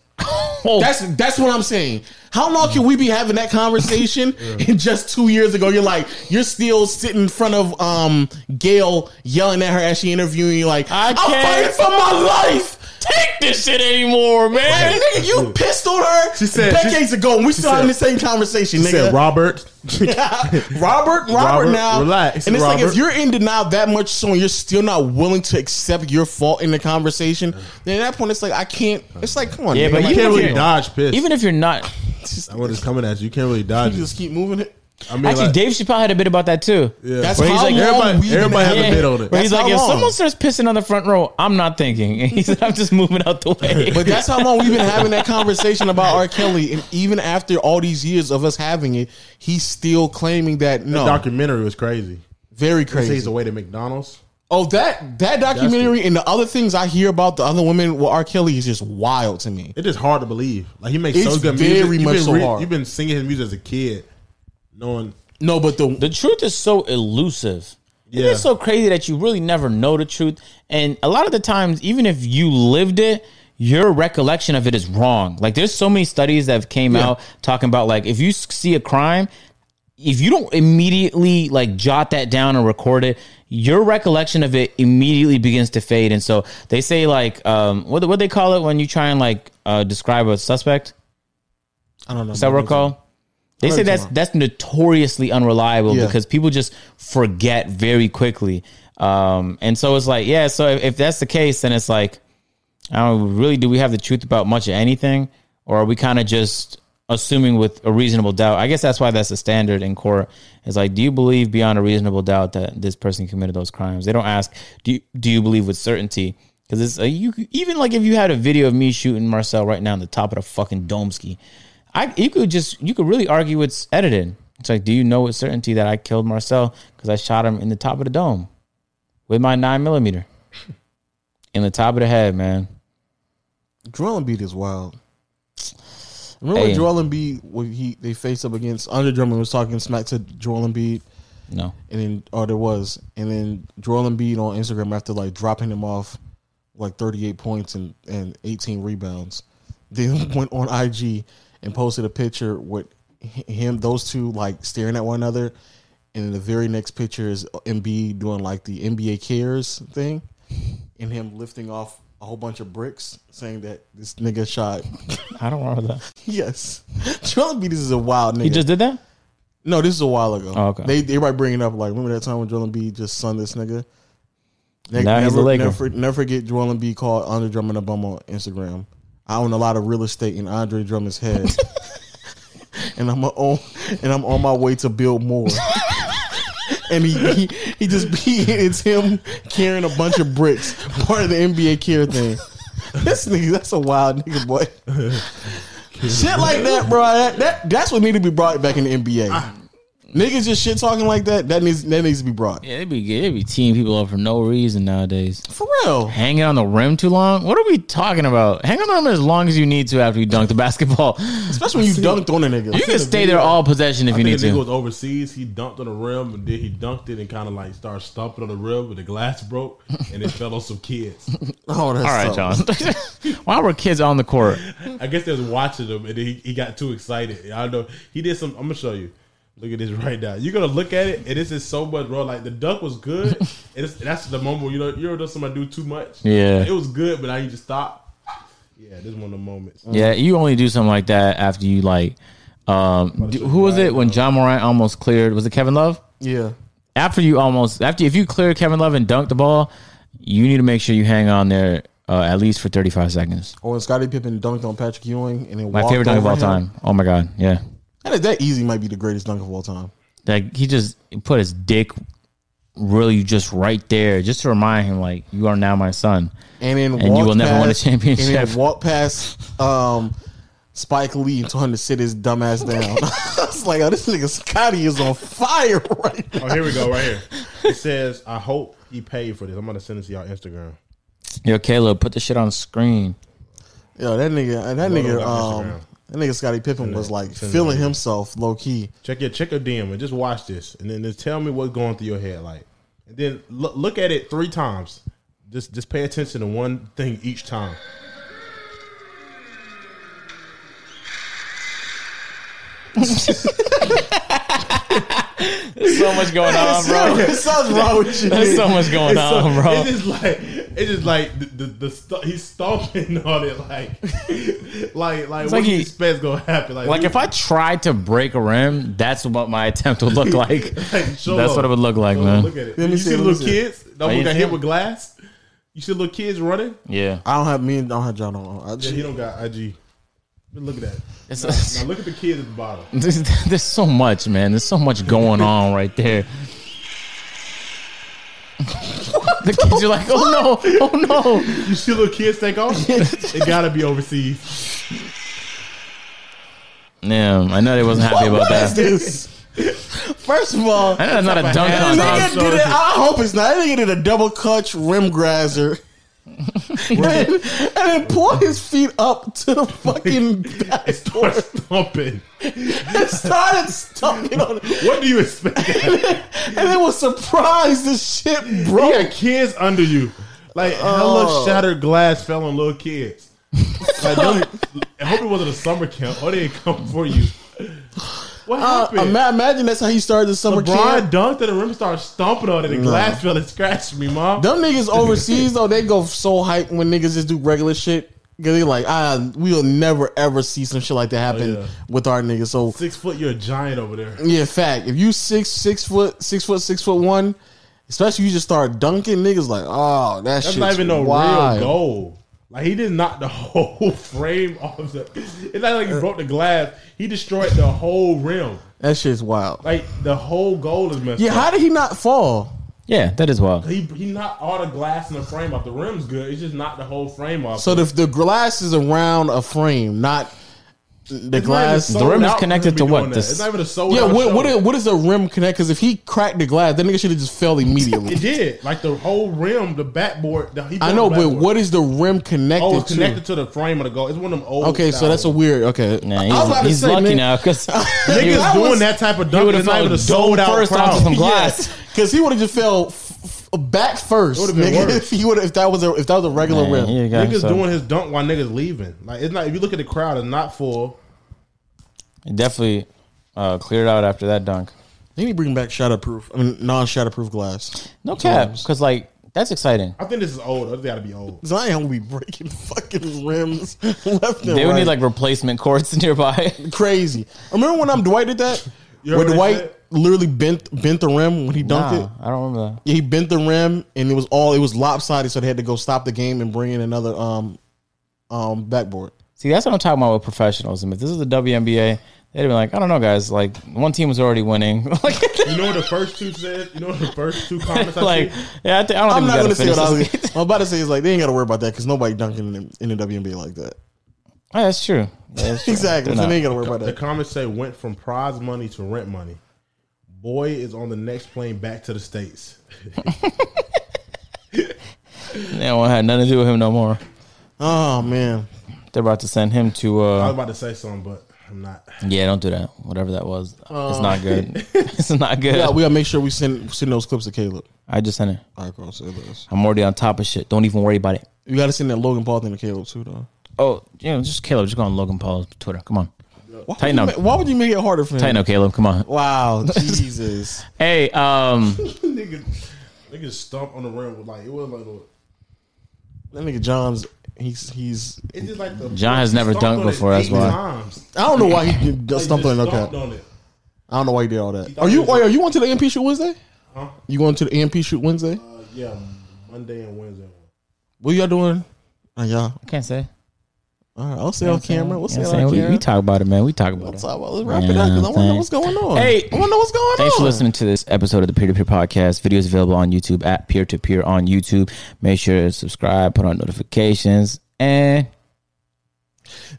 S2: Oh,
S1: That's that's what I'm saying. How long can we be having that
S3: *laughs*
S1: conversation? And just two years ago, you're like, you're still sitting in front of um Gail yelling at her as she interviewing you, like,
S2: I
S1: I'm
S2: can't-
S1: fighting for my life.
S2: take this shit anymore, man.
S1: Hey, nigga, you pissed on her
S3: She said-
S1: decades ago, and we still
S3: said-
S1: having the same conversation,
S3: He
S1: nigga. *laughs*
S3: said, Robert.
S1: Robert, Robert,
S3: Robert,
S1: now.
S3: relax,
S1: And it's like if
S3: Robert.
S1: you're in denial that much so and you're still not willing to accept your fault in the conversation, then at that point it's like I can't it's like come on,
S2: Yeah,
S1: nigga,
S2: but
S3: you
S1: like,
S2: even
S3: can't
S2: if
S3: really
S2: you-
S3: dodge piss.
S2: Even if you're not,
S3: that one is coming at you. You can't really dodge
S1: you
S3: it.
S1: just keep moving it.
S3: I mean,
S2: actually,
S3: like,
S2: Dave Chappelle had a bit about that too.
S3: yeah.
S1: That's
S2: Where he's
S1: how
S2: like,
S1: long
S3: everybody-
S1: we've been
S3: everybody has a
S1: having-
S3: bit on it.
S2: Where he's
S1: That's
S2: like,
S1: how
S2: if
S1: long.
S2: someone starts pissing on the front row, I'm not thinking. *laughs* And he said, I'm just moving out the way.
S1: But that's how long we've been having that conversation about R. Kelly, and even after all these years of us having it, he's still claiming that no,
S3: documentary was crazy.
S1: very
S3: They say he's
S1: um, crazy.
S3: away to McDonald's.
S1: Oh, that that documentary and the other things I hear about the other women with R. Kelly is just wild to me.
S3: It's just hard to believe. Like he makes
S1: It's
S3: so good
S1: very
S3: music. You've
S1: much
S3: been
S1: so hard.
S3: You've been singing his music as a kid, knowing
S1: No, but the
S2: the truth is so elusive. Yeah.
S3: Yeah.
S2: It's so crazy that you really never know the truth. And a lot of the times, even if you lived it, your recollection of it is wrong. Like there's so many studies that have came out talking about like if you s- see a crime, if you don't immediately like jot that down and record it, your recollection of it immediately begins to fade. And so they say like um what what they call it when you try and like uh describe a suspect?
S1: I don't know.
S2: Is that what it's called? They say
S1: it's
S2: that's
S1: not.
S2: that's notoriously unreliable
S1: Yeah.
S2: because people just forget very quickly. Um, and so it's like, yeah, so if, if that's the case, then it's like, I don't really do we have the truth about much of anything, or are we kind of just assuming with a reasonable doubt? I guess that's why that's the standard in court. It's like, do you believe beyond a reasonable doubt that this person committed those crimes? They don't ask, do you, do you believe with certainty? Because it's uh, you even like if you had a video of me shooting Marcel right now on the top of the fucking Domsky, I you could just you could really argue it's edited. It's like, do you know with certainty that I killed Marcel because I shot him in the top of the dome with my nine millimeter in the top of the head, man?
S1: Joel Embiid is wild. Remember
S2: Hey.
S1: when Joel Embiid when he they faced up against Andre Drummond was talking smack to Joel Embiid.
S2: No.
S1: and then or there was, and then Joel Embiid on Instagram after like dropping him off like 38 points and and 18 rebounds, *laughs* then went on IG and posted a picture with h- him those two like staring at one another, and then the very next picture is Embiid doing like the NBA cares thing, *laughs* and him lifting off a whole bunch of bricks, saying that this nigga shot. *laughs*
S2: I don't remember that.
S1: yes, *laughs* Joel Embiid is a wild nigga.
S2: He just did that?
S1: No, this is a while ago.
S2: Oh, okay.
S1: They they right bringing up like remember that time when Joel Embiid just sunned this nigga. Ne-
S2: Now
S1: never,
S2: he's a Laker.
S1: Never, never forget Joel Embiid called Andre Drummond a bum on Instagram. I own a lot of real estate in Andre Drummond's
S2: *laughs*
S1: head, and I'm a own, and I'm on my way to build more. and he, he he just *laughs* he, it's him carrying a bunch of bricks, part of the NBA care thing. This nigga, that's a wild nigga boy. Shit like that, bro. That, that that's what need to be brought back in the NBA. Niggas just shit talking like that. That needs that needs to be brought
S2: Yeah, they be they be teeing people up for no reason nowadays.
S1: for real.
S2: Hanging on the rim too long? What are we talking about? Hang on the rim as long as you need to after you dunk the *laughs* basketball.
S1: Especially when you dunked on a nigga.
S2: You can stay there all possession if
S3: I
S2: you need
S3: think the nigga
S2: to.
S3: was overseas. He dunked on the rim, and then he dunked it and kind of like started stomping on the rim, but the glass broke and it fell on some kids.
S1: Oh, that's
S2: All right,
S1: tough.
S2: John. *laughs* While we're kids on the court,
S3: I guess they was watching him, and then he, he got too excited. I don't know. He did some. I'm gonna show you. Look at this right now. You're gonna look at it, and this is so much raw. Like the dunk was
S2: *laughs*
S3: good. and it's, that's the moment where you know you ever know somebody do too much.
S2: Yeah.
S3: it was good, but now you just stop. Yeah, this is one of the moments.
S2: Yeah, you only do something like that after you like. Um, do- who was it when John Morant almost cleared? Was it Kevin Love?
S1: Yeah.
S2: After you almost after if you clear Kevin Love and dunk the ball, you need to make sure you hang on there uh, at least for thirty five seconds.
S1: Or when Scottie Pippen dunked on Patrick Ewing and then
S2: My favorite dunk of all time. Oh my god, yeah.
S1: That, that easy might be the greatest dunk of all time.
S2: Like he just put his dick really just right there, just to remind him like you are now my son.
S1: And then
S2: And you
S1: walked
S2: will never win a
S1: past-
S2: championship.
S1: And then walk past um, Spike Lee and told him to sit his dumb ass down. *laughs* I was like, oh, this nigga Scotty is on fire right now.
S3: Oh, here we go, right here. It says, "I hope he paid for this." I'm gonna send it to y'all Instagram.
S2: Yo, Caleb, put the shit on screen.
S1: Yo, that nigga, that
S3: Load
S1: nigga,
S3: up
S1: um,
S3: Instagram.
S1: that nigga Scottie Pippen was like
S3: send it
S1: feeling
S3: to me.
S1: himself low key. *laughs*
S3: Check your check your DM and just watch this, and then just tell me what's going through your head, like, and then look look at it three times. Just just pay attention to one thing
S2: *laughs*
S3: each time.
S2: So much going on, bro.
S1: Something's wrong with you. *laughs*
S2: There's so much going on,
S3: so,
S2: bro.
S3: It's just like it's just like the the, the stu- he's stomping *laughs* on it, like like like what
S2: like
S3: do you
S2: he-
S3: expect's gonna happen? Like,
S2: Like
S3: we-
S2: if I tried to break a rim, that's what my attempt would look like.
S3: *laughs* Like,
S2: *laughs*
S3: show
S2: That's what it would look like,
S3: Show
S2: man.
S3: Look at it.
S1: Let me
S3: you
S1: see,
S3: see, the
S1: let me
S3: little
S1: see.
S3: kids? That one
S2: you
S3: got
S2: see
S3: hit
S2: it?
S3: with glass. You see little kids running?
S2: Yeah,
S1: I don't have me. and I don't have John on. I
S3: Yeah,
S1: just,
S3: he don't got IG. But look at that.
S2: It's- *laughs*
S3: now look at the kids at the bottom.
S2: there's, there's so much, man. There's so much going on right there. *laughs* the kids are like, oh no, oh no.
S3: You see little kids
S2: *laughs*
S3: take off? it gotta be overseas.
S2: Damn, I know they wasn't happy about
S1: That's
S2: that.
S1: this. *laughs* First of all,
S2: I know that's not a dunk
S1: That
S3: I'm
S2: contest.
S1: nigga
S3: sorry.
S1: did it. I hope it's not. That nigga did a double clutch rim
S3: *laughs*
S1: grazer. and, and then pulled his feet up to the
S3: *laughs*
S1: fucking
S3: It
S1: back door
S3: starts stomping.
S1: and started stomping on it.
S3: What do you expect?
S1: *laughs*
S3: you
S1: And then was surprised this shit broke.
S3: got kids under you. Like hella
S1: Oh.
S3: shattered glass fell on little kids. Like, don't- e-, I hope it wasn't a summer camp or they didn't come for you. What
S1: Uh,
S3: happened?
S1: ima- imagine that's how he started the summer
S3: LeBron
S1: camp.
S3: dunked at the rim and started stomping on it. The glass fell and scratched me, mom.
S1: Them niggas overseas though, they go so hype when niggas just do regular shit. Cause they like, ah, we'll never ever see some shit like that happen
S3: Oh, yeah.
S1: with our niggas. So
S3: Six foot, you're a giant over there.
S1: Yeah, fact. If you six six foot six foot six foot one, especially you just start dunking niggas like, oh that
S3: That's
S1: shit's
S3: not even no
S1: wild.
S3: real goal. Like he did not the *laughs* whole frame off the. It's not
S1: Uh.
S3: like he broke the glass. He destroyed the whole rim.
S1: That shit's wild.
S3: Like the whole goal is messed
S1: Yeah,
S3: up.
S1: how did he not fall?
S2: Yeah, that is wild.
S3: He he knocked all the glass in the frame off. The rim's good. It's just not the whole frame off.
S1: So the the glass is around a frame, not the
S3: It's not even
S1: glass.
S3: sold
S2: rim is
S3: out
S2: connected
S3: be
S2: to what?
S3: doing that.
S2: This-
S3: It's not even a sold
S1: yeah,
S3: out
S1: what
S3: show.
S1: what is, what is a rim connect? Because if he cracked the glass, that nigga should have just fell immediately.
S3: *laughs* It did like the whole rim, the backboard. The, he
S1: I
S3: broke
S1: know,
S3: the
S1: but
S3: backboard.
S1: what is the rim connected,
S3: Oh, it's
S1: to?
S3: connected to the frame of the goal. It's one of them old.
S1: Okay, so
S3: style
S1: that's a weird. Okay,
S2: Nah,
S1: I
S2: he's
S1: was about to
S2: he's
S1: say,
S2: lucky
S1: *laughs* nigga,
S2: now because
S3: Niggas
S1: That
S3: doing
S1: was-
S3: that type of dunk
S2: would've
S3: is not
S2: felt
S3: even a sold
S2: dope
S3: out
S2: first off
S3: crowd.
S2: with some glass.
S1: because he would have just fell f- f- back first.
S3: It would've been
S1: nigga, *laughs*
S3: worse.
S1: if he would if that was a if that was a regular rim.
S2: Yeah, you got
S3: *laughs* Niggas
S2: so-
S3: doing his dunk while niggas leaving. Like it's not. If you look at the crowd, it's not full.
S2: It definitely uh, cleared out after that dunk.
S1: They need to bring back shatterproof. I mean, non-shatterproof glass.
S2: No cap, because like that's exciting.
S3: I think this is old. It's got to be old.
S1: Zion will be breaking *laughs* fucking rims *laughs* left and
S2: They
S1: right.
S2: would need like replacement courts *laughs* nearby.
S1: crazy. Remember when I'm Dwight did that?
S3: You
S1: Where
S3: remember
S1: Dwight
S3: that?
S1: literally bent bent the rim when he dunked
S2: Nah,
S1: it.
S2: I don't remember that.
S1: Yeah, he bent the rim and it was all it was lopsided, so they had to go stop the game and bring in another um um backboard.
S2: See, that's what I'm talking about with professionalism. If this is the WNBA, they'd have been like, I don't know, guys. Like one team was already winning. *laughs* like,
S3: You know what the first two said? You know what the first
S1: *laughs*
S3: two comments I
S2: like,
S3: see?
S2: yeah, I, thi- I don't
S1: I'm
S2: think
S1: not gonna
S2: we gotta
S1: say
S2: finish
S1: what I
S2: *laughs*
S1: was.
S2: this.
S1: I'm about to say is like they ain't gotta worry about that because nobody dunking in, the- in the WNBA like that.
S2: Yeah, that's true. Yeah, that's
S1: *laughs*
S2: true.
S1: Exactly,
S2: They're
S1: so
S2: not.
S1: they ain't gotta worry about
S3: The
S1: that.
S3: comments say went from prize money to rent money. Boy is on the next plane back to the states.
S2: They don't have nothing to do with him no more.
S1: Oh man,
S2: They're about to send him to.
S3: I was
S2: uh
S3: about to say something, but I'm not. *laughs*
S2: Yeah, don't do that. Whatever that was, it's not
S1: *laughs*
S2: good. it's not good.
S1: Oh. yeah, we gotta make sure we send send those clips to Caleb.
S2: I just sent it.
S1: All right, cool. Send those.
S2: I'm already on top of shit. Don't even worry about it.
S1: You gotta send that Logan Paul thing to Caleb too, though.
S2: Oh, you know, just Caleb. Just go on Logan Paul's Twitter. Come on,
S1: Why
S2: Tighten
S1: would you
S2: up.
S1: ma- why would you make it harder for him?
S2: tighten up, Caleb. Come on. *laughs*
S1: Wow, Jesus.
S2: Hey, um,
S1: *laughs*
S3: niggas, niggas stomp on the rim with like it wasn't like. a-
S1: That nigga John's he's he's
S3: It's just like the
S2: John has never
S3: Stomped
S2: dunked
S3: on it
S2: before, that's
S3: eight
S2: why.
S3: times.
S1: I don't know why he did
S3: Like,
S1: stumping
S3: just
S1: like
S3: stomped
S1: that.
S3: on it.
S1: I don't know why he did all that.
S3: thought
S1: Are
S3: he
S1: you
S3: was-
S1: wait, are you going to the AMP shoot Wednesday?
S3: Huh?
S1: You going to the AMP shoot Wednesday?
S3: Uh, yeah, Monday and Wednesday.
S1: What y'all doing? Uh, y'all.
S2: I can't say.
S1: All right, I'll say on camera. We'll
S2: You
S1: say
S2: know
S1: on
S2: what I'm saying? We,
S1: camera.
S2: we talk about it, man. We talk about
S1: Let's
S2: it.
S1: talk about- let's wrap it up because I want to know what's going on.
S2: Hey.
S1: I want to know what's going
S2: Thanks
S1: on.
S2: for listening to this episode of the Peer to Peer Podcast. Videos available on YouTube at Peer to Peer on YouTube. Make sure to subscribe, put on notifications, and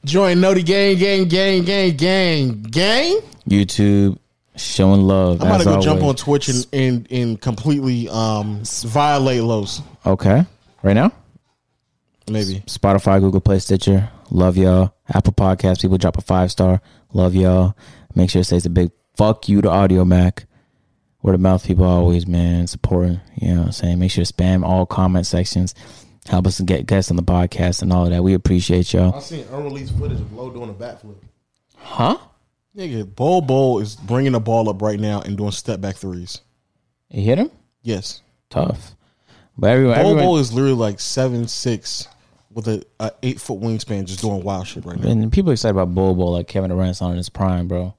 S1: Join Noti Gang, gang, gang, gang, gang, gang.
S2: YouTube showing love.
S1: I'm about
S2: as
S1: to go
S2: always.
S1: jump on Twitch and, and and completely um violate Los.
S2: Okay, right now.
S1: Maybe
S2: Spotify, Google Play, Stitcher. Love y'all. Apple Podcasts. People drop a five star. Love y'all. Make sure it says a big fuck you to Audio Mac. Word of mouth, people always, man, supporting. You know what I'm saying? Make sure to spam all comment sections. Help us to get guests on the podcast and all of that. We appreciate y'all.
S3: I seen unreleased footage of Low doing a backflip.
S2: Huh?
S1: nigga, Bol Bol is bringing the ball up right now and doing step back threes.
S2: You hit him?
S1: Yes,
S2: Tough. But everyone,
S1: Bol
S2: everyone
S1: Bol is literally like seven six with a, a eight foot wingspan, just doing wild shit right now.
S2: and people are excited about Bobo like Kevin Durant's on in his prime, bro.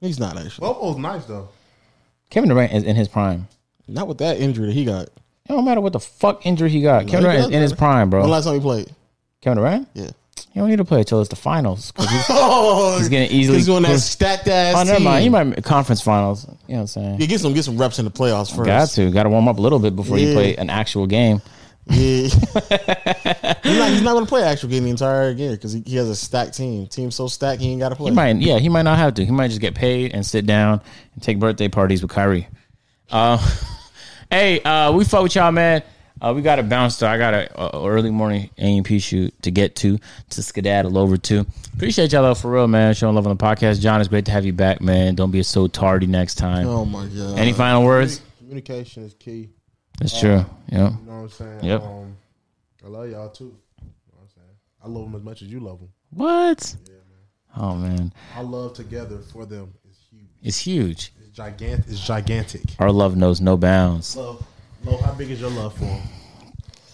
S1: He's not actually
S3: Bobo's nice though.
S2: Kevin Durant is in his prime.
S1: not with that injury that he got.
S2: It don't matter what the fuck injury he got. Kevin Durant is in his prime, bro.
S1: When last time he played?
S2: Kevin Durant?
S1: Yeah.
S2: You don't need to play until it's the finals. 'cause He's,
S1: Oh,
S2: he's gonna
S1: *laughs*
S2: easily.
S1: he's doing that
S2: cruise-
S1: stacked ass.
S2: Oh, never
S1: team.
S2: mind. You might make conference finals. You know what I'm saying?
S1: Yeah, get some get some reps in the playoffs first.
S2: Got to. Got to warm up a little bit before you
S1: Yeah.
S2: play an actual game.
S1: Yeah. he's
S2: *laughs*
S1: not, *laughs* he's not going to play actual game the entire year because he, he has a stacked team. Team so stacked he ain't got to play.
S2: He might. Yeah, he might not have to. He might just get paid and sit down and take birthday parties with Kyrie. Uh, *laughs* hey, uh, we fuck with y'all, man. Uh, we got to bounce. though. I got a, a early morning AMP shoot to get to to skedaddle over to. Appreciate y'all though, for real, man. Showing love on the podcast, John. It's great to have you back, man. Don't be so tardy next time.
S1: Oh my god!
S2: Any final words?
S3: Communication is key.
S2: That's true. Yeah.
S3: You know what I'm saying?
S2: Yep.
S3: Um, I love y'all too. You know what I'm saying? I love them as much as you love them.
S2: What? Oh man,
S3: Our love together for them is huge.
S2: it's huge.
S3: It's gigantic. It's gigantic.
S2: Our love knows no bounds.
S3: Love, love. How big is your love for them?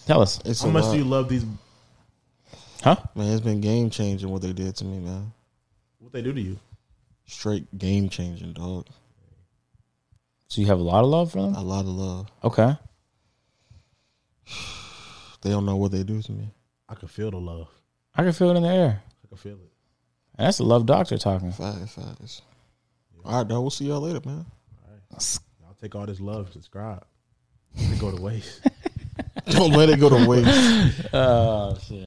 S2: Tell us,
S1: it's
S3: How
S1: a
S3: much
S1: lot.
S3: do you love these?
S2: huh?
S1: man, it's been game changing what they did to me, man.
S3: What they do to you?
S1: Straight game changing, dog.
S2: So you have a lot of love for them?
S1: A lot of love.
S2: Okay.
S1: They don't know what they do to me.
S3: I can feel the love.
S2: I can feel it in the air.
S3: I can feel it.
S2: And that's a love doctor talking.
S1: Five, fives. All right, dog. We'll see y'all later, man. *laughs*
S3: I'll take all this love. Subscribe. It go to waste.
S1: Don't let it go to waste.
S2: Oh shit.